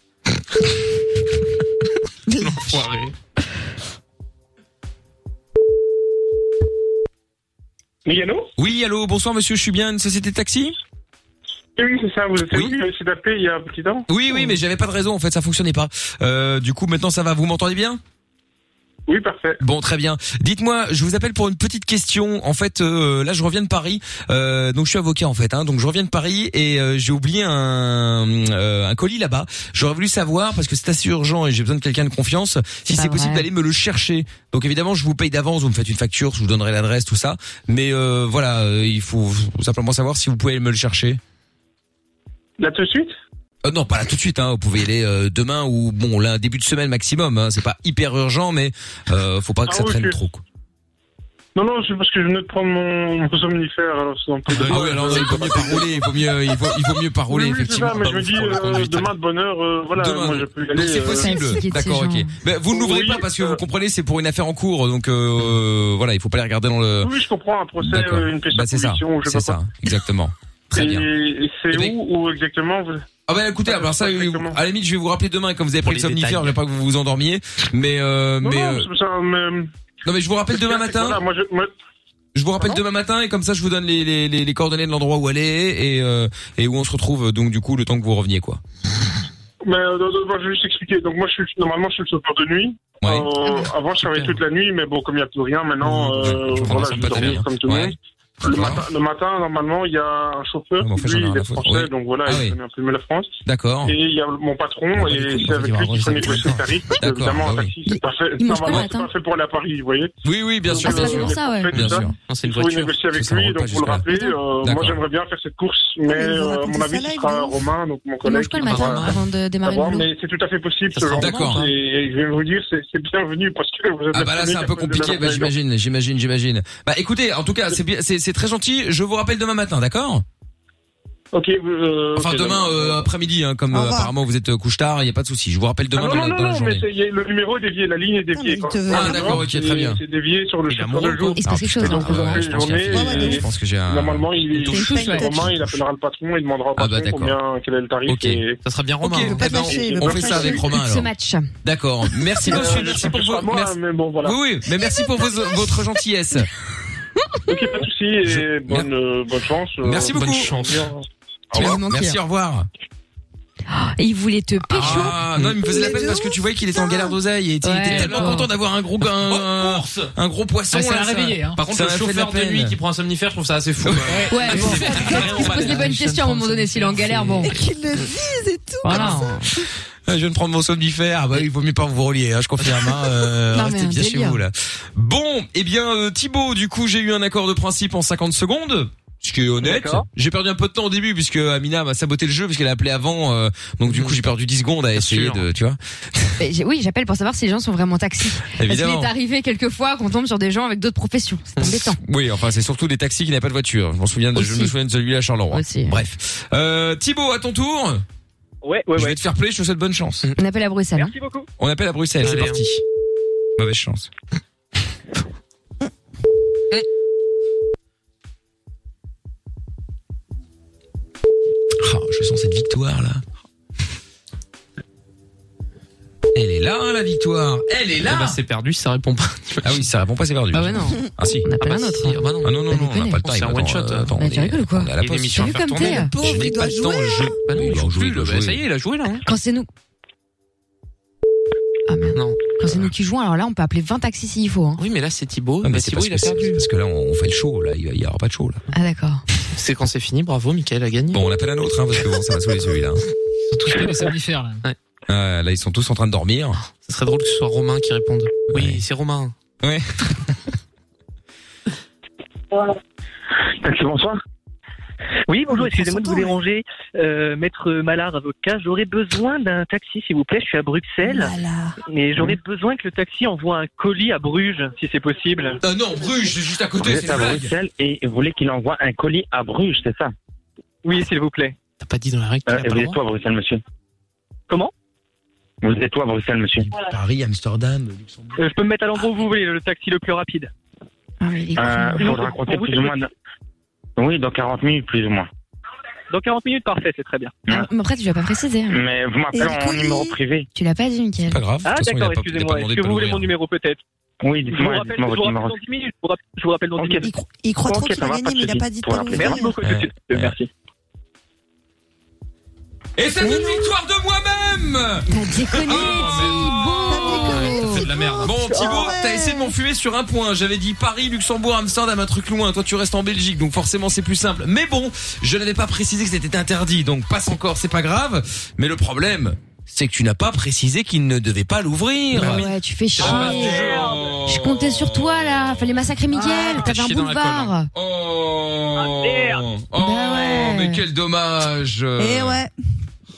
Speaker 4: Foiré.
Speaker 9: Migano
Speaker 2: Oui, allô, bonsoir, monsieur. Je suis bien une société de taxi
Speaker 9: Oui, c'est ça, vous êtes euh,
Speaker 2: Oui.
Speaker 9: vous qui m'avez tapé il y a un petit temps
Speaker 2: Oui, oui, mais j'avais pas de raison. En fait, ça fonctionnait pas. Euh, du coup, maintenant, ça va. Vous m'entendez bien
Speaker 9: Oui, parfait.
Speaker 2: Bon, très bien. Dites-moi, je vous appelle pour une petite question. En fait, euh, là, je reviens de Paris. Euh, donc, je suis avocat, en fait. Hein, donc, je reviens de Paris et euh, j'ai oublié un, euh, un colis là-bas. J'aurais voulu savoir, parce que c'est assez urgent et j'ai besoin de quelqu'un de confiance, si
Speaker 6: pas
Speaker 2: c'est possible
Speaker 6: vrai.
Speaker 2: d'aller me le chercher. Donc, évidemment, je vous paye d'avance, vous me faites une facture, je vous donnerai l'adresse, tout ça. Mais euh, voilà, euh, il faut simplement savoir si vous pouvez aller me le chercher.
Speaker 9: Là tout de suite
Speaker 2: Euh, non, pas là tout de suite. Hein, vous pouvez y aller euh, demain ou bon, là, début de semaine maximum. Hein, c'est pas hyper urgent, mais euh, faut pas que
Speaker 9: Ah,
Speaker 2: ça traîne
Speaker 9: ok.
Speaker 2: trop. quoi.
Speaker 9: Non, non, c'est parce que je venais de prendre mon, mon somnifère, alors c'est un peu...
Speaker 2: Ah oui, alors il vaut mieux pas rouler, il vaut mieux, il vaut, il vaut mieux pas rouler,
Speaker 9: oui, oui, c'est
Speaker 2: effectivement.
Speaker 9: ça, mais je me dis,
Speaker 2: Pour la
Speaker 9: euh,
Speaker 2: conduite.
Speaker 9: demain de bonne heure, euh, voilà,
Speaker 2: Demain,
Speaker 9: moi
Speaker 2: donc.
Speaker 9: je peux y aller.
Speaker 2: Donc c'est
Speaker 9: euh,
Speaker 2: possible.
Speaker 6: Fatigué de
Speaker 2: D'accord,
Speaker 6: ces
Speaker 2: ok.
Speaker 6: gens.
Speaker 2: Ben, vous ne l'ouvrez
Speaker 9: Oui,
Speaker 2: pas parce que
Speaker 9: euh,
Speaker 2: vous comprenez, c'est pour une affaire en cours, donc euh, voilà, il faut pas les regarder dans le.
Speaker 9: Oui, je comprends, un procès,
Speaker 2: D'accord.
Speaker 9: euh, une pêche
Speaker 2: Bah,
Speaker 9: à
Speaker 2: c'est ça,
Speaker 9: conviction, ou je sais
Speaker 2: c'est
Speaker 9: pas quoi.
Speaker 2: ça, exactement. Très bien.
Speaker 9: Et et c'est
Speaker 2: Eh ben-
Speaker 9: où, où exactement vous...
Speaker 2: Ah bah écoutez, alors ça, euh,
Speaker 9: Exactement.
Speaker 2: à la limite, je vais vous rappeler demain quand vous avez
Speaker 4: Pour
Speaker 2: pris le
Speaker 4: les
Speaker 2: somnifère, je vais pas que vous vous endormiez, mais euh,
Speaker 9: Non,
Speaker 2: mais
Speaker 9: non,
Speaker 2: euh,
Speaker 9: c'est ça, mais...
Speaker 2: non mais je vous rappelle demain
Speaker 9: c'est que, voilà,
Speaker 2: matin.
Speaker 9: moi, je, moi,
Speaker 2: Je vous rappelle
Speaker 9: Pardon
Speaker 2: demain matin et comme ça, je vous donne les les les, les coordonnées de l'endroit où aller et euh, et où on se retrouve. Donc du coup, le temps que vous reveniez quoi.
Speaker 9: mais, euh, non, non, moi, je vais juste expliquer. Donc, moi, je suis, normalement, je suis le chauffeur de nuit.
Speaker 2: Ouais.
Speaker 9: Euh, avant, je travaillais
Speaker 4: Super.
Speaker 9: toute la nuit, mais bon, comme il n'y a plus rien, maintenant,
Speaker 2: Je
Speaker 9: euh,
Speaker 2: comprends,
Speaker 9: voilà,
Speaker 2: ça me
Speaker 9: je vais
Speaker 2: pas très bien.
Speaker 9: dormir comme tout le
Speaker 2: Ouais.
Speaker 9: monde. Le matin, le matin, normalement, il y a un chauffeur,
Speaker 2: Ouais, mais en fait,
Speaker 9: lui,
Speaker 2: j'en ai rien
Speaker 9: il
Speaker 2: à
Speaker 9: est
Speaker 2: foutre.
Speaker 9: français,
Speaker 2: Oui.
Speaker 9: donc voilà,
Speaker 2: Ah
Speaker 9: il
Speaker 2: oui.
Speaker 9: connaît un peu mieux la France.
Speaker 2: D'accord.
Speaker 9: Et il y a mon patron,
Speaker 2: Ah, bah, du
Speaker 9: et
Speaker 2: coup,
Speaker 9: c'est
Speaker 2: il
Speaker 9: avec
Speaker 2: va
Speaker 9: lui
Speaker 2: arranger
Speaker 9: qu'il
Speaker 2: ça.
Speaker 9: faut négocier le tarif. parce que,
Speaker 2: D'accord,
Speaker 9: Évidemment, un
Speaker 2: bah oui.
Speaker 9: taxi, c'est pas fait,
Speaker 6: Il mange pas le
Speaker 9: normalement, c'est
Speaker 6: matin.
Speaker 9: pas fait pour aller à Paris, vous voyez.
Speaker 2: Oui oui, bien
Speaker 9: Donc,
Speaker 2: sûr,
Speaker 6: Ah,
Speaker 2: bien
Speaker 6: c'est
Speaker 2: sûr.
Speaker 6: pour ça, ouais.
Speaker 9: Tout
Speaker 2: Bien
Speaker 9: ça.
Speaker 2: sûr.
Speaker 4: Non, c'est
Speaker 9: Il
Speaker 4: une
Speaker 9: faut
Speaker 4: voiture.
Speaker 9: négocier avec
Speaker 2: Ça, ça
Speaker 9: lui, donc vous
Speaker 2: remonte pas
Speaker 9: le
Speaker 2: jusque-là.
Speaker 9: rappelez. euh,
Speaker 2: D'accord.
Speaker 9: moi, j'aimerais bien faire cette course, mais
Speaker 3: Ah, mais vous
Speaker 9: euh, à
Speaker 3: racontez
Speaker 9: mon
Speaker 3: ça
Speaker 9: avis,
Speaker 3: là,
Speaker 9: ce sera
Speaker 3: évidemment.
Speaker 9: Romain, donc mon
Speaker 6: Il
Speaker 9: collègue.
Speaker 6: mange quoi le
Speaker 9: qui
Speaker 6: matin
Speaker 9: va-
Speaker 6: avant de démarrer le
Speaker 9: savoir,
Speaker 6: boulot
Speaker 9: mais c'est tout à fait possible.
Speaker 4: Ça
Speaker 9: ce
Speaker 4: sera
Speaker 9: genre de
Speaker 2: d'accord.
Speaker 9: chose, Et je vais vous dire, c'est c'est bienvenu parce que vous êtes
Speaker 2: Ah
Speaker 9: la
Speaker 2: bah
Speaker 9: première
Speaker 2: là c'est
Speaker 9: personne
Speaker 2: un peu
Speaker 9: de la
Speaker 2: compliqué, bah,
Speaker 9: journée.
Speaker 2: j'imagine, j'imagine, j'imagine. Bah écoutez, en tout cas c'est bien- c'est c'est très gentil. Je vous rappelle demain matin, d'accord
Speaker 9: Ok, euh,
Speaker 2: Enfin
Speaker 9: ok,
Speaker 2: demain
Speaker 9: d'accord.
Speaker 2: euh, après-midi, hein, comme
Speaker 3: Au
Speaker 2: euh,
Speaker 3: revoir.
Speaker 2: apparemment vous êtes euh, couche tard, il y a pas de souci. Je vous rappelle demain
Speaker 9: Ah,
Speaker 2: dans,
Speaker 9: non,
Speaker 2: la,
Speaker 9: non,
Speaker 2: dans
Speaker 9: non,
Speaker 2: la
Speaker 9: non, mais
Speaker 2: journée.
Speaker 9: c'est- il y a- le numéro est dévié, la ligne est
Speaker 3: Ah, mais
Speaker 9: déviée.
Speaker 3: il
Speaker 9: quoi.
Speaker 3: te veut.
Speaker 2: Ah, d'accord, ok, très bien.
Speaker 9: C'est dévié sur le
Speaker 4: Il a
Speaker 9: chauffeur de
Speaker 4: mon
Speaker 9: jour.
Speaker 6: Il se passe quelque
Speaker 2: Ah,
Speaker 6: chose.
Speaker 2: putain,
Speaker 9: donc,
Speaker 2: ouais,
Speaker 9: euh,
Speaker 2: je pense qu'il y a-
Speaker 9: journée,
Speaker 3: Ouais, ouais,
Speaker 2: je pense que j'ai un.
Speaker 9: Normalement, il,
Speaker 3: C'est une touche,
Speaker 9: il-
Speaker 3: ouais.
Speaker 9: Romain, il appellera le patron, il demandera au
Speaker 2: Ah, bah,
Speaker 9: patron
Speaker 2: d'accord.
Speaker 9: combien, quel est le tarif.
Speaker 2: Ok.
Speaker 9: et-
Speaker 4: Ça sera bien
Speaker 2: Ok,
Speaker 4: Romain. hein.
Speaker 3: pas
Speaker 2: eh ben,
Speaker 3: lâcher,
Speaker 2: on-
Speaker 3: il veut
Speaker 2: on,
Speaker 3: pas
Speaker 2: fait ça
Speaker 3: lâcher.
Speaker 2: avec Romain
Speaker 6: Ce
Speaker 2: alors.
Speaker 6: match.
Speaker 2: D'accord. Merci
Speaker 9: Euh,
Speaker 2: monsieur,
Speaker 9: je
Speaker 2: merci
Speaker 9: sais
Speaker 2: pour
Speaker 9: pas
Speaker 2: vos
Speaker 9: moi,
Speaker 2: merci.
Speaker 9: Mais bon, voilà.
Speaker 2: Oui oui, mais merci pour vos, votre gentillesse.
Speaker 9: Ok, pas de souci et bonne, euh, bonne chance. euh,
Speaker 2: Merci beaucoup.
Speaker 4: Bonne chance.
Speaker 9: bien.
Speaker 6: Tu vas nous mentir.
Speaker 2: Merci, au revoir.
Speaker 6: Et Oh, il voulait te pécho.
Speaker 2: Ah non, il me faisait la
Speaker 3: Mais
Speaker 2: peine
Speaker 3: de
Speaker 2: parce que tu voyais qu'il était en galère d'oseille et il
Speaker 6: Ouais,
Speaker 2: était tellement
Speaker 6: d'accord.
Speaker 2: content d'avoir un gros un, un-
Speaker 4: Course
Speaker 2: un gros poisson
Speaker 5: Ah, ça
Speaker 2: là,
Speaker 5: l'a
Speaker 2: ça-
Speaker 5: réveillé, hein.
Speaker 4: Par contre,
Speaker 2: Ça
Speaker 4: le
Speaker 2: m'a fait de la
Speaker 4: chauffeur de
Speaker 2: peine.
Speaker 4: nuit qui prend un somnifère, je trouve ça assez fou.
Speaker 2: hein.
Speaker 4: Ouais.
Speaker 6: Ouais, bon, il se pose les bonnes questions à un moment donné s'il est en galère, bon.
Speaker 3: Et qu'ils le disent et tout.
Speaker 6: Voilà.
Speaker 2: Ah, Je viens de prendre mon somnifère. Ah bah, il vaut mieux pas vous relier, hein, je confirme. Hein, euh,
Speaker 6: Non, mais
Speaker 2: restez
Speaker 6: un
Speaker 2: bien chez
Speaker 6: délire.
Speaker 2: vous là. Bon, eh bien euh, Thibaut, du coup j'ai eu un accord de principe en 50 secondes. ce qui est honnête.
Speaker 7: D'accord.
Speaker 2: J'ai perdu un peu de temps au début puisque Amina m'a saboté le jeu puisqu'elle a appelé avant, euh, donc
Speaker 12: Mm.
Speaker 2: du coup j'ai perdu 10 secondes à essayer
Speaker 6: sûr.
Speaker 2: de, tu vois.
Speaker 6: Mais j'ai- Oui, j'appelle pour savoir si les gens sont vraiment taxis.
Speaker 2: Évidemment.
Speaker 6: Parce qu'il est arrivé quelquefois qu'on tombe sur des gens avec d'autres professions. C'est embêtant.
Speaker 2: Oui, enfin c'est surtout des taxis qui n'avaient pas de voiture. Je m'en souviens, de, je me souviens de celui-là à Charleroi. Bref, euh, Thibaut, à ton tour.
Speaker 12: Ouais, ouais,
Speaker 2: Je vais te faire play. Je te souhaite bonne chance.
Speaker 6: On appelle hein. à Bruxelles.
Speaker 12: Merci beaucoup.
Speaker 2: On appelle à Bruxelles. C'est
Speaker 12: Allez.
Speaker 2: parti.
Speaker 4: hein.
Speaker 2: Mauvaise chance. Ah, je sens cette victoire là. Elle est là, la victoire. Elle est là.
Speaker 4: Ah bah, c'est perdu, ça répond pas.
Speaker 2: Ah oui, ça répond pas, c'est perdu.
Speaker 6: Ah ouais, non.
Speaker 2: Ah si.
Speaker 6: On appelle
Speaker 2: ah,
Speaker 6: un autre.
Speaker 2: si, ah bah non. Ah non, non, non, on n'a pas le temps.
Speaker 4: C'est un
Speaker 3: Bah,
Speaker 2: attends,
Speaker 4: one-shot,
Speaker 2: euh, Ah
Speaker 4: hein.
Speaker 2: attends,
Speaker 4: Mais
Speaker 2: on
Speaker 4: tu
Speaker 2: est-
Speaker 4: rigoles ou quoi
Speaker 2: on est à la
Speaker 4: Il y a une
Speaker 2: poste.
Speaker 4: émission à T'as vu
Speaker 6: hein.
Speaker 4: faire comme
Speaker 2: Je
Speaker 4: tourner, t'es, là. euh, pauvre,
Speaker 2: n'ai
Speaker 4: il
Speaker 2: hein. pas
Speaker 4: doit
Speaker 2: le temps,
Speaker 4: jouer,
Speaker 2: je-
Speaker 4: hein.
Speaker 2: Bah non, il doit
Speaker 4: joue
Speaker 2: jouer,
Speaker 4: plus,
Speaker 2: il doit
Speaker 4: le-
Speaker 2: jouer.
Speaker 4: ça y est, il a joué, là, hein.
Speaker 6: Quand c'est nous. Ah merde. Quand c'est nous qui jouons, alors là, on peut appeler 20 taxis s'il faut. hein.
Speaker 4: Oui, mais là, c'est Thibaut.
Speaker 2: Ah, mais
Speaker 4: Bah,
Speaker 2: c'est
Speaker 4: Thibaut,
Speaker 2: parce
Speaker 4: il
Speaker 2: que
Speaker 4: a
Speaker 2: c'est-
Speaker 4: perdu.
Speaker 2: Parce que là, on fait le show. Là, il n'y aura pas de show. Là.
Speaker 6: Ah d'accord.
Speaker 4: C'est quand c'est fini, bravo, Mickaël a gagné.
Speaker 2: Bon, on appelle un autre, hein, parce que bon, ça va saouler celui-là.
Speaker 5: Tous les somnifères, là.
Speaker 2: hein. Ah, là, ils sont tous en train de dormir.
Speaker 4: Ce serait drôle que ce soit Romain qui réponde. Oui, c'est Romain.
Speaker 2: Ouais.
Speaker 12: bonsoir. Oui, bonjour, excusez-moi de vous déranger. Euh, Maître Malard, avocat, j'aurais besoin d'un taxi, s'il vous plaît. Je suis à Bruxelles. Mais j'aurais besoin que le taxi envoie un colis à Bruges, si c'est possible.
Speaker 2: Ah non, Bruges, c'est juste à
Speaker 12: côté, c'est une blague.
Speaker 13: et vous voulez qu'il envoie un colis à Bruges, c'est ça
Speaker 12: Oui, s'il vous plaît.
Speaker 4: T'as pas dit dans la règle
Speaker 13: Euh, Vous êtes où à Bruxelles, monsieur
Speaker 12: Comment
Speaker 13: Vous êtes où à Bruxelles, monsieur
Speaker 2: Paris, Amsterdam,
Speaker 12: Euh, je peux me mettre à l'endroit où vous voulez, le taxi le plus rapide.
Speaker 13: Euh, faudra compter
Speaker 12: Pour vous,
Speaker 13: plus
Speaker 12: c'est
Speaker 13: ou moins.
Speaker 12: possible.
Speaker 13: dans- Oui, dans 40 minutes, plus ou moins.
Speaker 12: Dans 40 minutes, parfait, c'est très bien.
Speaker 6: Ah, mais après, tu l'as pas précisé. hein.
Speaker 13: Mais vous m'appelez en numéro privé.
Speaker 6: Tu l'as pas dit, Mickaël.
Speaker 2: Pas grave.
Speaker 12: Ah, d'accord, excusez-moi. Est-ce que vous voulez mon numéro peut-être
Speaker 13: Oui,
Speaker 12: Je
Speaker 13: dites-moi,
Speaker 12: vous rappelle, je
Speaker 13: dites-moi
Speaker 12: vous
Speaker 13: votre
Speaker 12: rappelle
Speaker 13: numéro.
Speaker 12: dans 10 minutes. Je vous rapp- je vous rappelle dans 10 minutes.
Speaker 3: Il croit trop
Speaker 13: Ok,
Speaker 3: qu'il
Speaker 13: ça
Speaker 3: a
Speaker 13: va,
Speaker 3: gagné,
Speaker 13: pas de
Speaker 3: mais il a
Speaker 13: souci.
Speaker 3: pas dit de
Speaker 13: Pour la
Speaker 3: ton
Speaker 13: plaisir.
Speaker 3: numéro.
Speaker 12: Beaucoup de succès. Merci.
Speaker 2: Et c'est une victoire de moi-même
Speaker 6: T'as déconné,
Speaker 4: Ah,
Speaker 6: Thibaut
Speaker 2: C'est de la merde. Bon, Thibaut, t'as essayé de m'enfumer sur un point. J'avais dit Paris, Luxembourg, Amsterdam, un truc loin. Toi, tu restes en Belgique, donc forcément, c'est plus simple. Mais bon, je n'avais pas précisé que c'était interdit, donc passe encore, c'est pas grave. Mais le problème, c'est que tu n'as pas précisé qu'il ne devait pas l'ouvrir.
Speaker 6: Bah ouais, tu fais chier.
Speaker 2: Ah,
Speaker 6: Je comptais sur toi là. Fallait massacrer Mickaël. T'avais un
Speaker 2: chié dans la colle,
Speaker 6: boulevard.
Speaker 4: Ah,
Speaker 2: Oh, oh, mais quel dommage.
Speaker 6: Bah Eh ouais.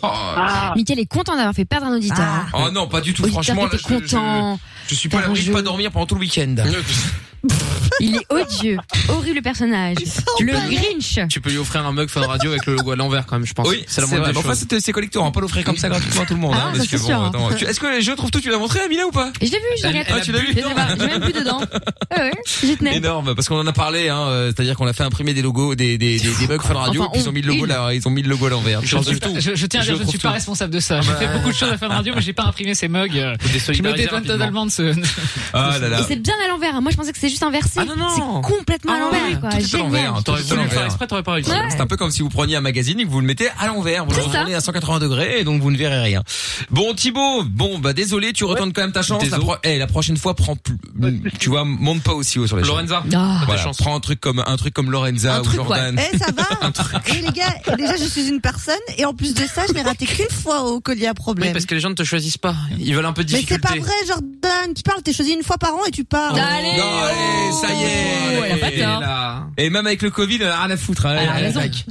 Speaker 2: Oh,
Speaker 12: Ah.
Speaker 6: Mickaël est content d'avoir fait perdre un auditeur. hein.
Speaker 2: Oh non, pas du tout,
Speaker 6: Auditeur
Speaker 2: franchement.
Speaker 6: qui
Speaker 2: là,
Speaker 6: était
Speaker 2: je- je-
Speaker 6: content.
Speaker 2: Je suis pas à l'abri de pas dormir pendant tout le week-end.
Speaker 6: Il est odieux. Horrible personnage. Le Grinch.
Speaker 4: Tu peux lui offrir un mug Fun Radio avec le logo à l'envers, quand même, je pense.
Speaker 2: Oui,
Speaker 4: c'est la
Speaker 2: vrai.
Speaker 4: moindre des
Speaker 2: Bon, Enfin,
Speaker 4: choses.
Speaker 2: c'était- c'est collector, on va pas l'offrir comme ça gratuitement à tout le monde.
Speaker 4: Ah,
Speaker 2: hein,
Speaker 4: ça,
Speaker 2: parce
Speaker 4: c'est
Speaker 2: que bon,
Speaker 4: sûr.
Speaker 2: attends, tu- Est-ce que je trouve tout, tu l'as montré, Amina, ou pas
Speaker 6: Je l'ai vu, je l'ai
Speaker 2: Elle-
Speaker 6: regardé.
Speaker 2: Ah, tu l'as vu
Speaker 6: Je l'ai pas- J'ai même plus dedans. Ah Ouais, ouais, j'y tenais.
Speaker 2: Énorme, parce qu'on en a parlé, hein, euh, c'est-à-dire qu'on a fait imprimer des logos, des, des, des, des bugs Fun Radio,
Speaker 5: Enfin,
Speaker 2: puis ils ont mis le logo
Speaker 5: une.
Speaker 2: là, ils ont mis le logo à l'envers.
Speaker 5: Je, suis- je- je tiens à dire, je ne suis pas responsable de ça. J'ai
Speaker 2: Ah bah.
Speaker 5: fait beaucoup de choses à Fun Radio, mais j'ai pas imprimé ces mugs. euh, Je me
Speaker 2: désolidariser
Speaker 5: détonne
Speaker 2: rapidement.
Speaker 5: totalement de ce.
Speaker 2: Ah là Ah,
Speaker 6: Et
Speaker 2: là.
Speaker 6: c'est bien à l'envers. hein. Moi, je pensais que c'était juste inversé. C'est complètement à l'envers, quoi.
Speaker 2: Ah, Tout est à l'envers, hein,
Speaker 6: Génial.
Speaker 2: tout est
Speaker 4: T'aurais
Speaker 2: à
Speaker 4: voulu le faire
Speaker 2: l'envers.
Speaker 4: exprès, t'aurais pas réussi.
Speaker 6: Ouais.
Speaker 2: C'est un peu comme si vous preniez un magazine et que vous le mettez à l'envers. Vous le
Speaker 6: C'est ça.
Speaker 2: retournez à 180 degrés et donc vous ne verrez rien. Bon, Thibaut, bon, bah désolé, tu retournes quand même ta chance. La, pro- eh, la prochaine fois, prends plus, tu vois, monte pas aussi haut sur les
Speaker 4: Lorenza,
Speaker 6: Ah.
Speaker 2: Voilà, prends un truc comme, un truc comme Lorenza ou Jordan.
Speaker 3: Eh, ça va Eh, les gars, déjà, je suis une personne, et en plus de ça, je n'ai raté qu'une fois au collier à problème.
Speaker 4: Oui, parce que les gens ne te choisissent pas. Ils veulent un peu de
Speaker 3: Mais c'est
Speaker 4: difficulté.
Speaker 3: pas vrai, Jordan. Tu parles, t'es choisi une fois par an et tu pars.
Speaker 6: Allez, Oh,
Speaker 2: Non, allez, ça y est.
Speaker 6: elle a pas tort.
Speaker 4: Là.
Speaker 2: Et même avec le Covid, elle a rien à foutre. hein,
Speaker 6: Elle a
Speaker 2: elle
Speaker 6: raison.
Speaker 2: attaque.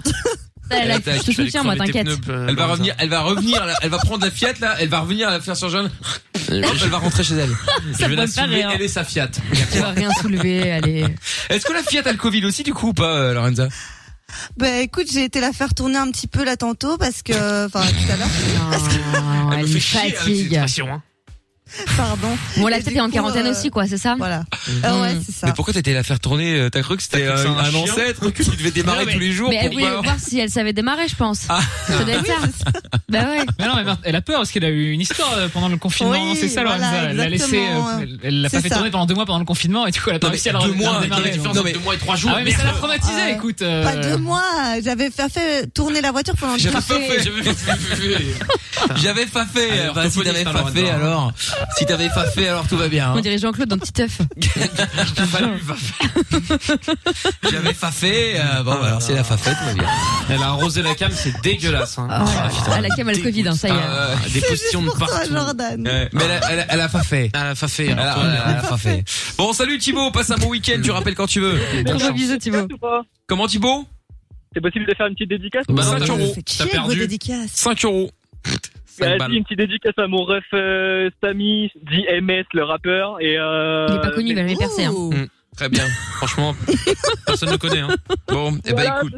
Speaker 6: Elle a-
Speaker 2: Elle attaque.
Speaker 6: Je te soutiens, moi, t'inquiète.
Speaker 2: Elle va revenir, elle va revenir, là, elle va prendre la Fiat là, elle va revenir, elle va faire sur Jeanne. Hop, elle va rentrer chez elle.
Speaker 6: Ça
Speaker 2: Je vais la
Speaker 6: pourrait me faire
Speaker 2: soulever,
Speaker 6: rire.
Speaker 2: elle et sa Fiat.
Speaker 6: Tu vas rien soulever, allez.
Speaker 2: Est-ce que la Fiat a le Covid aussi du coup ou pas, euh, Lorenza
Speaker 3: Bah écoute, j'ai été la faire tourner un petit peu là tantôt parce que, enfin tout à l'heure,
Speaker 6: Non, elle me fatigue.
Speaker 3: pardon.
Speaker 6: Bon, là,
Speaker 3: Et
Speaker 6: peut-être
Speaker 3: du
Speaker 6: t'es en
Speaker 3: coup,
Speaker 6: quarantaine
Speaker 3: euh,
Speaker 6: aussi, quoi, c'est ça
Speaker 3: Voilà. Ah ouais, c'est ça.
Speaker 2: Mais pourquoi t'étais la faire tourner euh, T'as cru que c'était
Speaker 4: T'as cru que
Speaker 2: euh,
Speaker 4: c'est un
Speaker 2: un
Speaker 4: chien
Speaker 2: ancêtre qui devait démarrer tous les jours
Speaker 6: Mais elle
Speaker 2: pour
Speaker 6: voulait
Speaker 2: voir
Speaker 6: voir si elle savait démarrer, je pense.
Speaker 2: Ah.
Speaker 6: Ça
Speaker 3: Ah
Speaker 6: doit être ça. Bah ouais.
Speaker 5: Mais non, mais Marthe, elle a peur parce qu'elle a eu une histoire euh, pendant le confinement.
Speaker 3: Oui,
Speaker 5: c'est ça,
Speaker 3: voilà,
Speaker 5: Lorenza. Elle l'a laissé.
Speaker 3: exactement.
Speaker 5: euh, elle- Elle l'a pas
Speaker 3: C'est
Speaker 5: fait
Speaker 3: ça.
Speaker 5: tourner pendant deux mois pendant le confinement et du coup, elle a pas
Speaker 2: Non,
Speaker 5: réussi
Speaker 2: mais
Speaker 5: à la
Speaker 2: deux mois, quelle est la différence
Speaker 5: Non, mais
Speaker 2: entre deux mois et trois jours
Speaker 5: Ah ouais, mais ça l'a
Speaker 2: Merde.
Speaker 5: traumatisé,
Speaker 3: Ah,
Speaker 5: écoute.
Speaker 3: Pas
Speaker 5: euh,
Speaker 3: deux mois. J'avais fait, fait tourner la voiture pendant
Speaker 2: J'avais
Speaker 3: trois
Speaker 2: pas fait, j'avais pas fait. J'avais pas fait.
Speaker 4: Alors,
Speaker 2: Bah, si
Speaker 4: orthophoniste,
Speaker 2: t'avais
Speaker 4: alors,
Speaker 2: pas fait,
Speaker 4: Lorenza.
Speaker 2: alors. Si t'avais pas fait, alors tout va bien.
Speaker 6: On
Speaker 2: hein.
Speaker 6: dirait Jean-Claude dans Petit œuf. Oh,
Speaker 2: J'avais pas fait. euh, Bon, bah, alors si elle a pas fait, tout va bien.
Speaker 4: Elle a arrosé la cam, c'est dégueulasse. Hein.
Speaker 6: Ah, à la cam, elle Covid, hein, ça y est.
Speaker 2: Euh,
Speaker 4: Des postillons de
Speaker 3: Pour toi,
Speaker 4: partout.
Speaker 3: Ah, Jordan.
Speaker 2: Ouais, mais elle a, elle a- elle a pas fait.
Speaker 4: Elle a pas fait.
Speaker 2: Elle a,
Speaker 4: alors toi,
Speaker 2: elle a pas fait. Bon, salut Thibaut, passe un bon week-end, tu rappelles quand tu veux.
Speaker 6: Gros bisous, Thibaut.
Speaker 2: Comment Thibaut
Speaker 12: C'est possible de faire une petite dédicace
Speaker 4: Bah, non, 5 euros. T'as perdu. 5 euros.
Speaker 12: Vas-y,
Speaker 4: balles.
Speaker 12: une petite dédicace à mon ref euh, Samy, dit MS, le rappeur. Et, euh,
Speaker 6: Il est pas connu, il va jamais percer. Hein.
Speaker 2: Hmm,
Speaker 4: Mm, Très bien. Franchement, personne ne connaît. Hein.
Speaker 2: Bon, et bah écoute.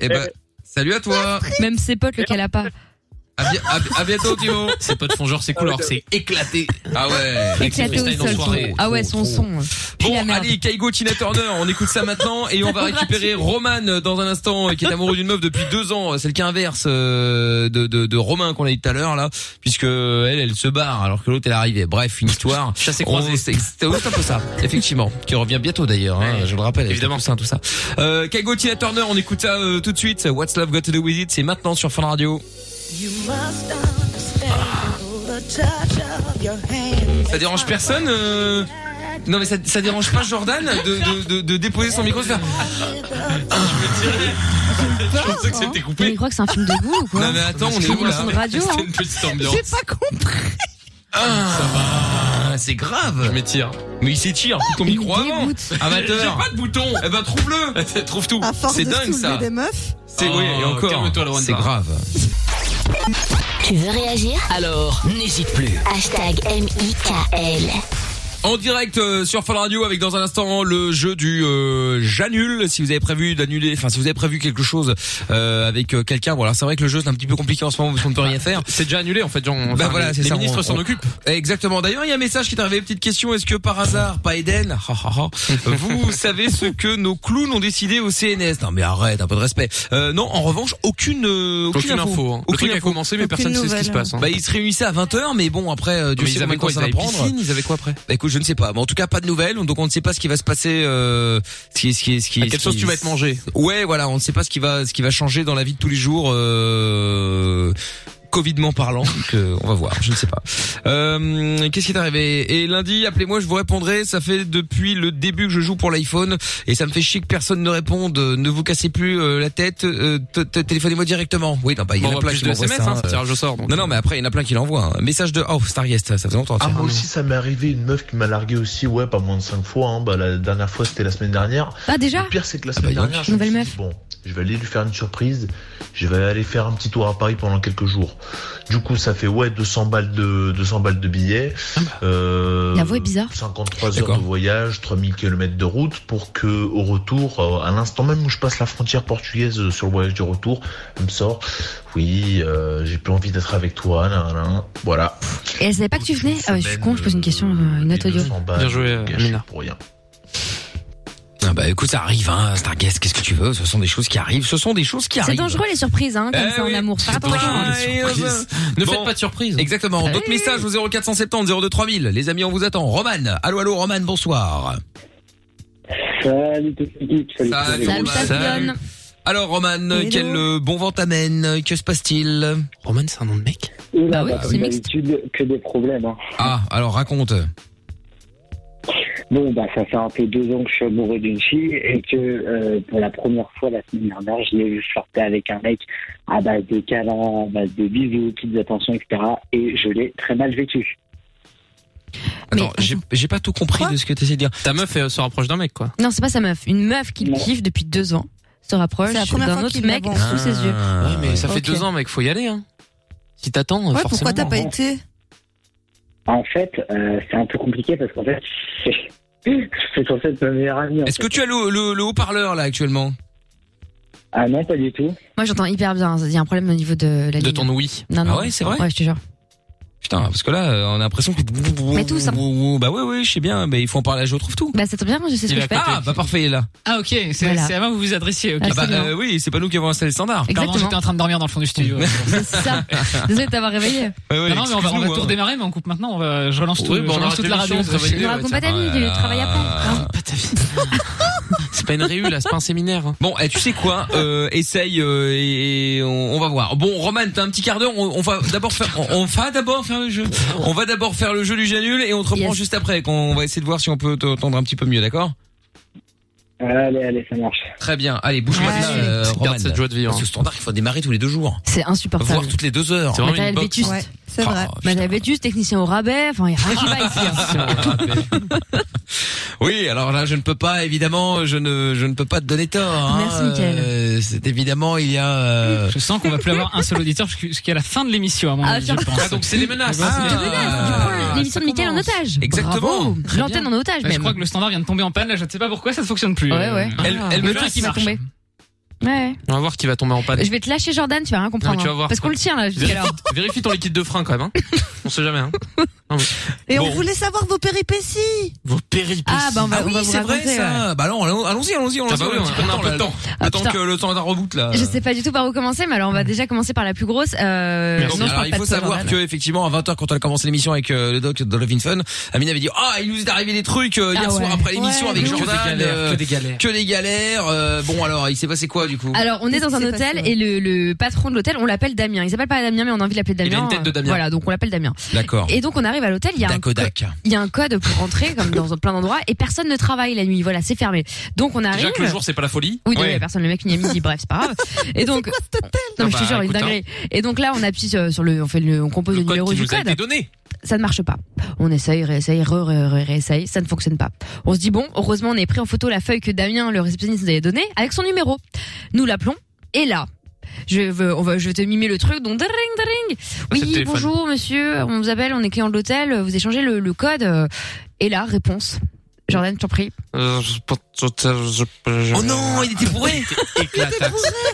Speaker 2: Eh ben, salut à toi.
Speaker 6: Même ses potes, le qu'elle a pas.
Speaker 2: À, bi- à- à bientôt, Kimo.
Speaker 4: C'est pas de font genre
Speaker 12: Ah,
Speaker 4: c'est cool, alors que c'est éclaté.
Speaker 2: Ah ouais.
Speaker 6: Éclaté au sol. son. Ah ouais, son son.
Speaker 2: Bon, allez, Kaigo, Tina Turner, on écoute ça maintenant et on va récupérer Roman dans un instant, euh, qui est amoureux d'une meuf depuis deux ans. C'est le cas inverse euh, de, de, de Romain qu'on a dit tout à l'heure, là, puisque euh, elle, elle se barre alors que l'autre, elle est arrivée. Bref, une histoire. Chassé
Speaker 4: croisé.
Speaker 2: C'est c'est- ouais, c'est un peu ça, effectivement, qui revient bientôt d'ailleurs, hein, je le rappelle. Évidemment, ça, tout ça. Euh, Kaigo, Tina Turner, on écoute ça euh, tout de suite. What's Love Got to Do With It, c'est maintenant sur Fun Radio.
Speaker 14: You must understand the touch of your hand.
Speaker 2: Ça dérange personne euh, Non mais ça, ça dérange pas Jordan de, de, de, de déposer son micro et de faire
Speaker 4: Je pensais que c'était coupé.
Speaker 6: Il croit que c'est un film de goût ou quoi
Speaker 2: Non mais attends, on est
Speaker 6: C'est une
Speaker 2: où là
Speaker 6: émission de radio.
Speaker 4: C'était
Speaker 6: hein.
Speaker 4: une petite ambiance.
Speaker 6: pas compris.
Speaker 2: Ah, c'est grave. Je m'étire. Mais il s'étire. Coupe ton micro avant. Amateur.
Speaker 4: J'ai pas de bouton.
Speaker 2: Eh ben trouve-le.
Speaker 4: Trouve tout.
Speaker 2: C'est dingue ça. Oh,
Speaker 3: meufs.
Speaker 2: C'est oui, et encore.
Speaker 4: calme-toi, Lorenza.
Speaker 2: C'est grave.
Speaker 1: Tu veux réagir Alors, n'hésite plus.
Speaker 15: Hashtag M-I-K-L.
Speaker 2: En direct euh, sur Fun Radio avec dans un instant le jeu du euh, j'annule si vous avez prévu d'annuler enfin si vous avez prévu quelque chose euh, avec euh, quelqu'un voilà c'est vrai que le jeu c'est un petit peu compliqué en ce moment parce qu'on ne peut rien faire
Speaker 4: C'est déjà annulé en fait. Genre,
Speaker 2: Bah
Speaker 4: enfin,
Speaker 2: voilà,
Speaker 4: les-
Speaker 2: c'est
Speaker 4: les
Speaker 2: ça,
Speaker 4: ministres
Speaker 2: on-
Speaker 4: s'en
Speaker 2: on-
Speaker 4: occupent.
Speaker 2: Exactement. D'ailleurs, il y a un message qui est arrivé. Petite question. Est-ce que par hasard, pas Eden, ha, ha, ha, vous savez ce que nos clowns ont décidé au CNS Non, mais arrête, un peu de respect. Euh, non, en revanche, aucune euh, aucune,
Speaker 4: Aucune info, hein. Le truc a commencé, mais Aucune personne ne sait ce qui se nouvelle. passe, hein.
Speaker 2: Bah, ils se réunissaient à 20 h mais bon, après, euh, Dieu
Speaker 4: Mais
Speaker 2: sait
Speaker 4: ils avaient
Speaker 2: combien de temps
Speaker 4: quoi Ils
Speaker 2: ça va
Speaker 4: avaient
Speaker 2: prendre.
Speaker 4: piscine Ils avaient quoi après
Speaker 2: Bah, écoute, je ne sais pas. Mais en tout cas, pas de nouvelles. Donc, on ne sait pas ce qui va se passer. Euh, ce qui, ce qui, ce qui,
Speaker 4: À quelle
Speaker 2: ce
Speaker 4: sauce
Speaker 2: qui-
Speaker 4: tu vas être mangé
Speaker 2: Ouais, voilà. On ne sait pas ce qui va, ce qui va changer dans la vie de tous les jours. Euh, Covidement parlant, donc euh, on va voir. Je ne sais pas. Euh, Qu'est-ce qui est arrivé Et lundi, appelez-moi, je vous répondrai. Ça fait depuis le début que je joue pour l'iPhone et ça me fait chier que personne ne réponde. Ne vous cassez plus euh, la tête. euh, t- t- Téléphonez-moi directement. Oui, non, bah, il y en
Speaker 4: Bon,
Speaker 2: a
Speaker 4: bah,
Speaker 2: plein
Speaker 4: plus
Speaker 2: qui
Speaker 4: de
Speaker 2: m'envoient
Speaker 4: SMS,
Speaker 2: ça, euh.
Speaker 4: hein, c'est tirage au sort, donc.
Speaker 2: Non, non, mais après il y en a plein qui l'envoient. Un Message de oh Starguest, ça faisait longtemps.
Speaker 16: Ah,
Speaker 2: tiens.
Speaker 16: moi aussi, ça m'est arrivé. Une meuf qui m'a largué aussi, ouais, pas moins de 5 fois. hein. Bah, la dernière fois, c'était la semaine dernière.
Speaker 6: Ah déjà
Speaker 16: Le pire, c'est que la semaine dernière, je me suis dit, bon, je vais aller lui faire une surprise. Je vais aller faire un petit tour à Paris pendant quelques jours. Du coup, ça fait, ouais, 200 balles de, 200 balles de billets. Euh,
Speaker 6: Ah, bah. La voix est bizarre.
Speaker 16: 53 heures de voyage, 3000 km de route pour que, au retour, euh, à l'instant même où je passe la frontière portugaise euh, sur le voyage du retour, elle me sort, oui, euh, j'ai plus envie d'être avec toi, nan, nan, nan. Voilà.
Speaker 6: Et elle savait pas que tu venais Ah ouais, je suis con, je pose une question, euh, une autre audio.
Speaker 16: Bien joué, Amina. Pour rien.
Speaker 2: Ah bah écoute, ça arrive, hein, Starguest, qu'est-ce que tu veux Ce sont des choses qui arrivent, ce sont des choses qui
Speaker 6: C'est
Speaker 2: arrivent.
Speaker 6: dangereux les surprises, hein, comme
Speaker 2: Eh
Speaker 6: ça en
Speaker 2: oui.
Speaker 6: amour. Par rapport à
Speaker 2: Ne faites pas de surprise. Exactement. D'autres messages au 0470 02 3000. Les amis, on vous attend. Roman. Allô, allô, Roman, bonsoir.
Speaker 7: Salut toute l'équipe, salut.
Speaker 2: Salut, Roman. Salut. Alors, Roman,
Speaker 7: Hello.
Speaker 2: quel euh, bon vent t'amène Que se passe-t-il Roman, c'est un nom de mec
Speaker 7: Bah oui, c'est d'habitude que des problèmes. hein.
Speaker 2: Ah, alors raconte.
Speaker 7: Bon, bah ça fait un peu deux ans que je suis amoureux d'une fille et que euh, pour la première fois la semaine dernière, je l'ai vu flirter avec un mec à base de câlins, à base de bisous, petites attentions, etc. Et je l'ai très mal vécu.
Speaker 2: Attends, j'ai j'ai pas tout compris de ce que t'essayes de dire.
Speaker 4: Ta meuf euh, se rapproche d'un mec, quoi.
Speaker 6: Non, c'est pas sa meuf. Une meuf qui le kiffe depuis deux ans se rapproche
Speaker 3: C'est la première
Speaker 6: d'un
Speaker 3: fois
Speaker 6: autre
Speaker 3: qu'il
Speaker 6: mec
Speaker 3: l'avance.
Speaker 6: sous ses yeux.
Speaker 2: Ah.
Speaker 4: Ouais, mais ça fait
Speaker 6: Ok.
Speaker 4: deux ans, mec. Faut y aller, hein. Si t'attends, euh,
Speaker 3: Ouais,
Speaker 4: forcément.
Speaker 3: pourquoi t'as pas été
Speaker 7: En fait, euh, c'est un peu compliqué parce qu'en fait, c'est censé être ma meilleure amie. hein. en
Speaker 2: Est-ce que
Speaker 7: fait.
Speaker 2: tu as le, le- le haut-parleur là actuellement
Speaker 7: Ah non, pas du tout.
Speaker 6: Moi, j'entends hyper bien. Il y a un problème au niveau de la
Speaker 2: De
Speaker 6: ligne.
Speaker 2: ton oui.
Speaker 6: Non, non.
Speaker 2: Ah ouais, c'est vrai
Speaker 6: Ouais, je te jure.
Speaker 2: Putain, parce que là, euh, on a l'impression que.
Speaker 6: Mais tous, hein.
Speaker 2: Bah ouais, ouais, je sais bien. Mais il faut en parler. à Je trouve tout.
Speaker 6: Bah, ça tombe bien, je sais ce que je fais.
Speaker 2: Ah, bah parfait, il est là.
Speaker 5: Ah ok, c'est
Speaker 6: Voilà.
Speaker 5: c'est à moi que vous vous adressiez. ok.
Speaker 2: Ah bah, euh, oui, c'est pas nous qui avons installé le standard.
Speaker 5: Pardon, j'étais en train de dormir dans le fond du studio.
Speaker 6: C'est ça. Désolé de t'avoir réveillé.
Speaker 2: Ouais, ouais,
Speaker 5: non, non, mais on va, on va
Speaker 2: excuse-nous,
Speaker 5: tout
Speaker 2: hein.
Speaker 5: redémarrer, mais on coupe maintenant. On va, je relance, tout,
Speaker 4: Oui, bah,
Speaker 5: je
Speaker 4: on
Speaker 5: relance
Speaker 4: arrête
Speaker 5: toute la radio. Ah,
Speaker 4: l'émission, on se réveille.
Speaker 6: Ne raconte pas ta vie,
Speaker 2: Oh
Speaker 6: il travaille à plein. hein.
Speaker 2: C'est pas une réu, là, c'est pas un séminaire. Bon, eh, tu sais quoi euh, Essaye euh, et, et on, on va voir. Bon, Roman, t'as un petit quart d'heure. On, on va d'abord faire. On, on va d'abord faire le jeu. On va d'abord faire le jeu du Janul et on te reprend juste après. Qu'on on va essayer de voir si on peut t'entendre un petit peu mieux, d'accord
Speaker 7: Allez, allez, ça marche.
Speaker 2: Très bien. Allez, bouge-moi
Speaker 7: Allez.
Speaker 2: ça, euh,
Speaker 4: Garde
Speaker 2: Roman.
Speaker 4: cette joie de vivre.
Speaker 2: Parce que standard, il faut démarrer tous les deux jours.
Speaker 6: C'est insupportable.
Speaker 2: Voir toutes les deux heures.
Speaker 6: Matériel vétuste.
Speaker 3: c'est vrai.
Speaker 6: Matériel vétuste, technicien au rabais, enfin, il n'y a rien qui va ici. hein.
Speaker 2: Oui, alors là, je ne peux pas, évidemment, je ne, je ne peux pas te donner tort. hein.
Speaker 5: Merci, Mickaël.
Speaker 2: Euh, C'est évidemment, il y a. euh,
Speaker 5: Je sens qu'on va plus avoir un seul auditeur jusqu'à la fin de l'émission, à mon
Speaker 6: Ah,
Speaker 5: avis,
Speaker 6: tiens.
Speaker 5: je pense.
Speaker 2: Ah, donc c'est des menaces.
Speaker 5: Ah,
Speaker 2: Ah,
Speaker 5: c'est des
Speaker 6: Ah, L'émission de Mickaël en otage. Bravo. L'antenne en otage,
Speaker 5: Ouais, Ah, Bah, Je
Speaker 6: même.
Speaker 5: crois que le standard vient de tomber en panne, là, je ne sais pas pourquoi, ça ne fonctionne plus. euh,
Speaker 6: Ouais, ouais.
Speaker 5: Elle,
Speaker 6: Ah. Le truc qui
Speaker 5: qui
Speaker 6: va
Speaker 5: marche.
Speaker 6: tomber. Ouais.
Speaker 4: On va voir qui va tomber en panne.
Speaker 2: Bah,
Speaker 6: Je vais te lâcher, Jordan, tu vas rien
Speaker 4: Non,
Speaker 6: comprendre.
Speaker 4: mais tu vas
Speaker 6: hein.
Speaker 4: voir.
Speaker 6: Parce qu'on le tient, là, jusqu'à
Speaker 4: Vérifie,
Speaker 6: l'heure.
Speaker 4: vérifie ton liquide de frein quand même. Hein. On sait jamais. Hein. Non, mais-
Speaker 3: Et on
Speaker 4: Bon.
Speaker 3: voulait savoir vos péripéties.
Speaker 4: Vos péripéties.
Speaker 3: Ah, bah, on va-
Speaker 2: Ah
Speaker 3: on
Speaker 2: oui,
Speaker 3: va vous
Speaker 2: c'est vrai
Speaker 3: raconter,
Speaker 2: ça. Bah non, allons- allons-y, allons-y, allons-y.
Speaker 4: Ah bah oui,
Speaker 2: on a un petit peu
Speaker 4: on a
Speaker 2: de
Speaker 4: un
Speaker 2: temps,
Speaker 4: peu
Speaker 2: là,
Speaker 4: de temps.
Speaker 2: Le
Speaker 6: Ah,
Speaker 2: temps
Speaker 6: putain.
Speaker 2: que le temps est en reboot là.
Speaker 6: Je sais pas du tout par où commencer, mais alors on va déjà commencer par la plus grosse. Euh,
Speaker 2: Donc,
Speaker 6: sinon, je
Speaker 2: alors,
Speaker 6: parle
Speaker 2: il
Speaker 6: pas
Speaker 2: faut
Speaker 6: de toi,
Speaker 2: savoir
Speaker 6: Jordan.
Speaker 2: que effectivement à 20h quand on a commencé l'émission avec euh, le doc de Love in Fun, Amine avait dit "Ah, il nous est arrivé des trucs euh, hier
Speaker 6: Ah
Speaker 2: soir
Speaker 6: ouais.
Speaker 2: après l'émission
Speaker 6: Ouais,
Speaker 2: avec
Speaker 6: de ouf.
Speaker 2: Jordan,
Speaker 4: Que des galères,
Speaker 2: euh,
Speaker 4: que des galères.
Speaker 2: que des galères. euh, bon alors, il s'est passé quoi du coup
Speaker 6: Alors, on est dans un hôtel et le, le patron de l'hôtel, on l'appelle Damien. Il s'appelle pas Damien, mais on a envie de l'appeler Damien.
Speaker 2: Il a une tête de
Speaker 6: Euh,
Speaker 2: Damien.
Speaker 6: Voilà, donc on l'appelle Damien.
Speaker 2: D'accord.
Speaker 6: Et donc on arrive à l'hôtel, il y a un
Speaker 2: Dakodak.
Speaker 6: il y a un code pour rentrer comme dans plein d'endroits et personne ne travaille la nuit. Voilà, c'est fermé. Donc on arrive.
Speaker 4: Déjà que le jour c'est pas la folie.
Speaker 6: Oui, ouais. personne, le mec il est midi, bref, c'est pas grave. Et donc, non, mais je
Speaker 4: Ah bah,
Speaker 6: te jure, une
Speaker 4: écoute,
Speaker 6: dinguerie. Et donc là, on appuie sur, sur le, on fait le, on compose le, numéro
Speaker 4: qui
Speaker 6: du
Speaker 4: nous a
Speaker 6: code.
Speaker 4: été donné.
Speaker 6: Ça ne marche pas. On essaye, réessaye, re, re, re- réessaye, ça ne fonctionne pas. On se dit bon, heureusement, on est pris en photo la feuille que Damien, le réceptionniste, nous avait donnée avec son numéro. Nous l'appelons et là. Je veux, on va, je vais te mimer le truc, donc dring, dring.
Speaker 4: Ah, c'est le
Speaker 6: Oui,
Speaker 4: téléphone.
Speaker 6: bonjour monsieur, on vous appelle, on est client de l'hôtel, vous échangez le, le code. euh, Et là, réponse. Jordan, je t'en prie.
Speaker 4: Euh, je- je- je- je-
Speaker 2: Oh non, il était bourré. Oh,
Speaker 4: Éclataxe. Non,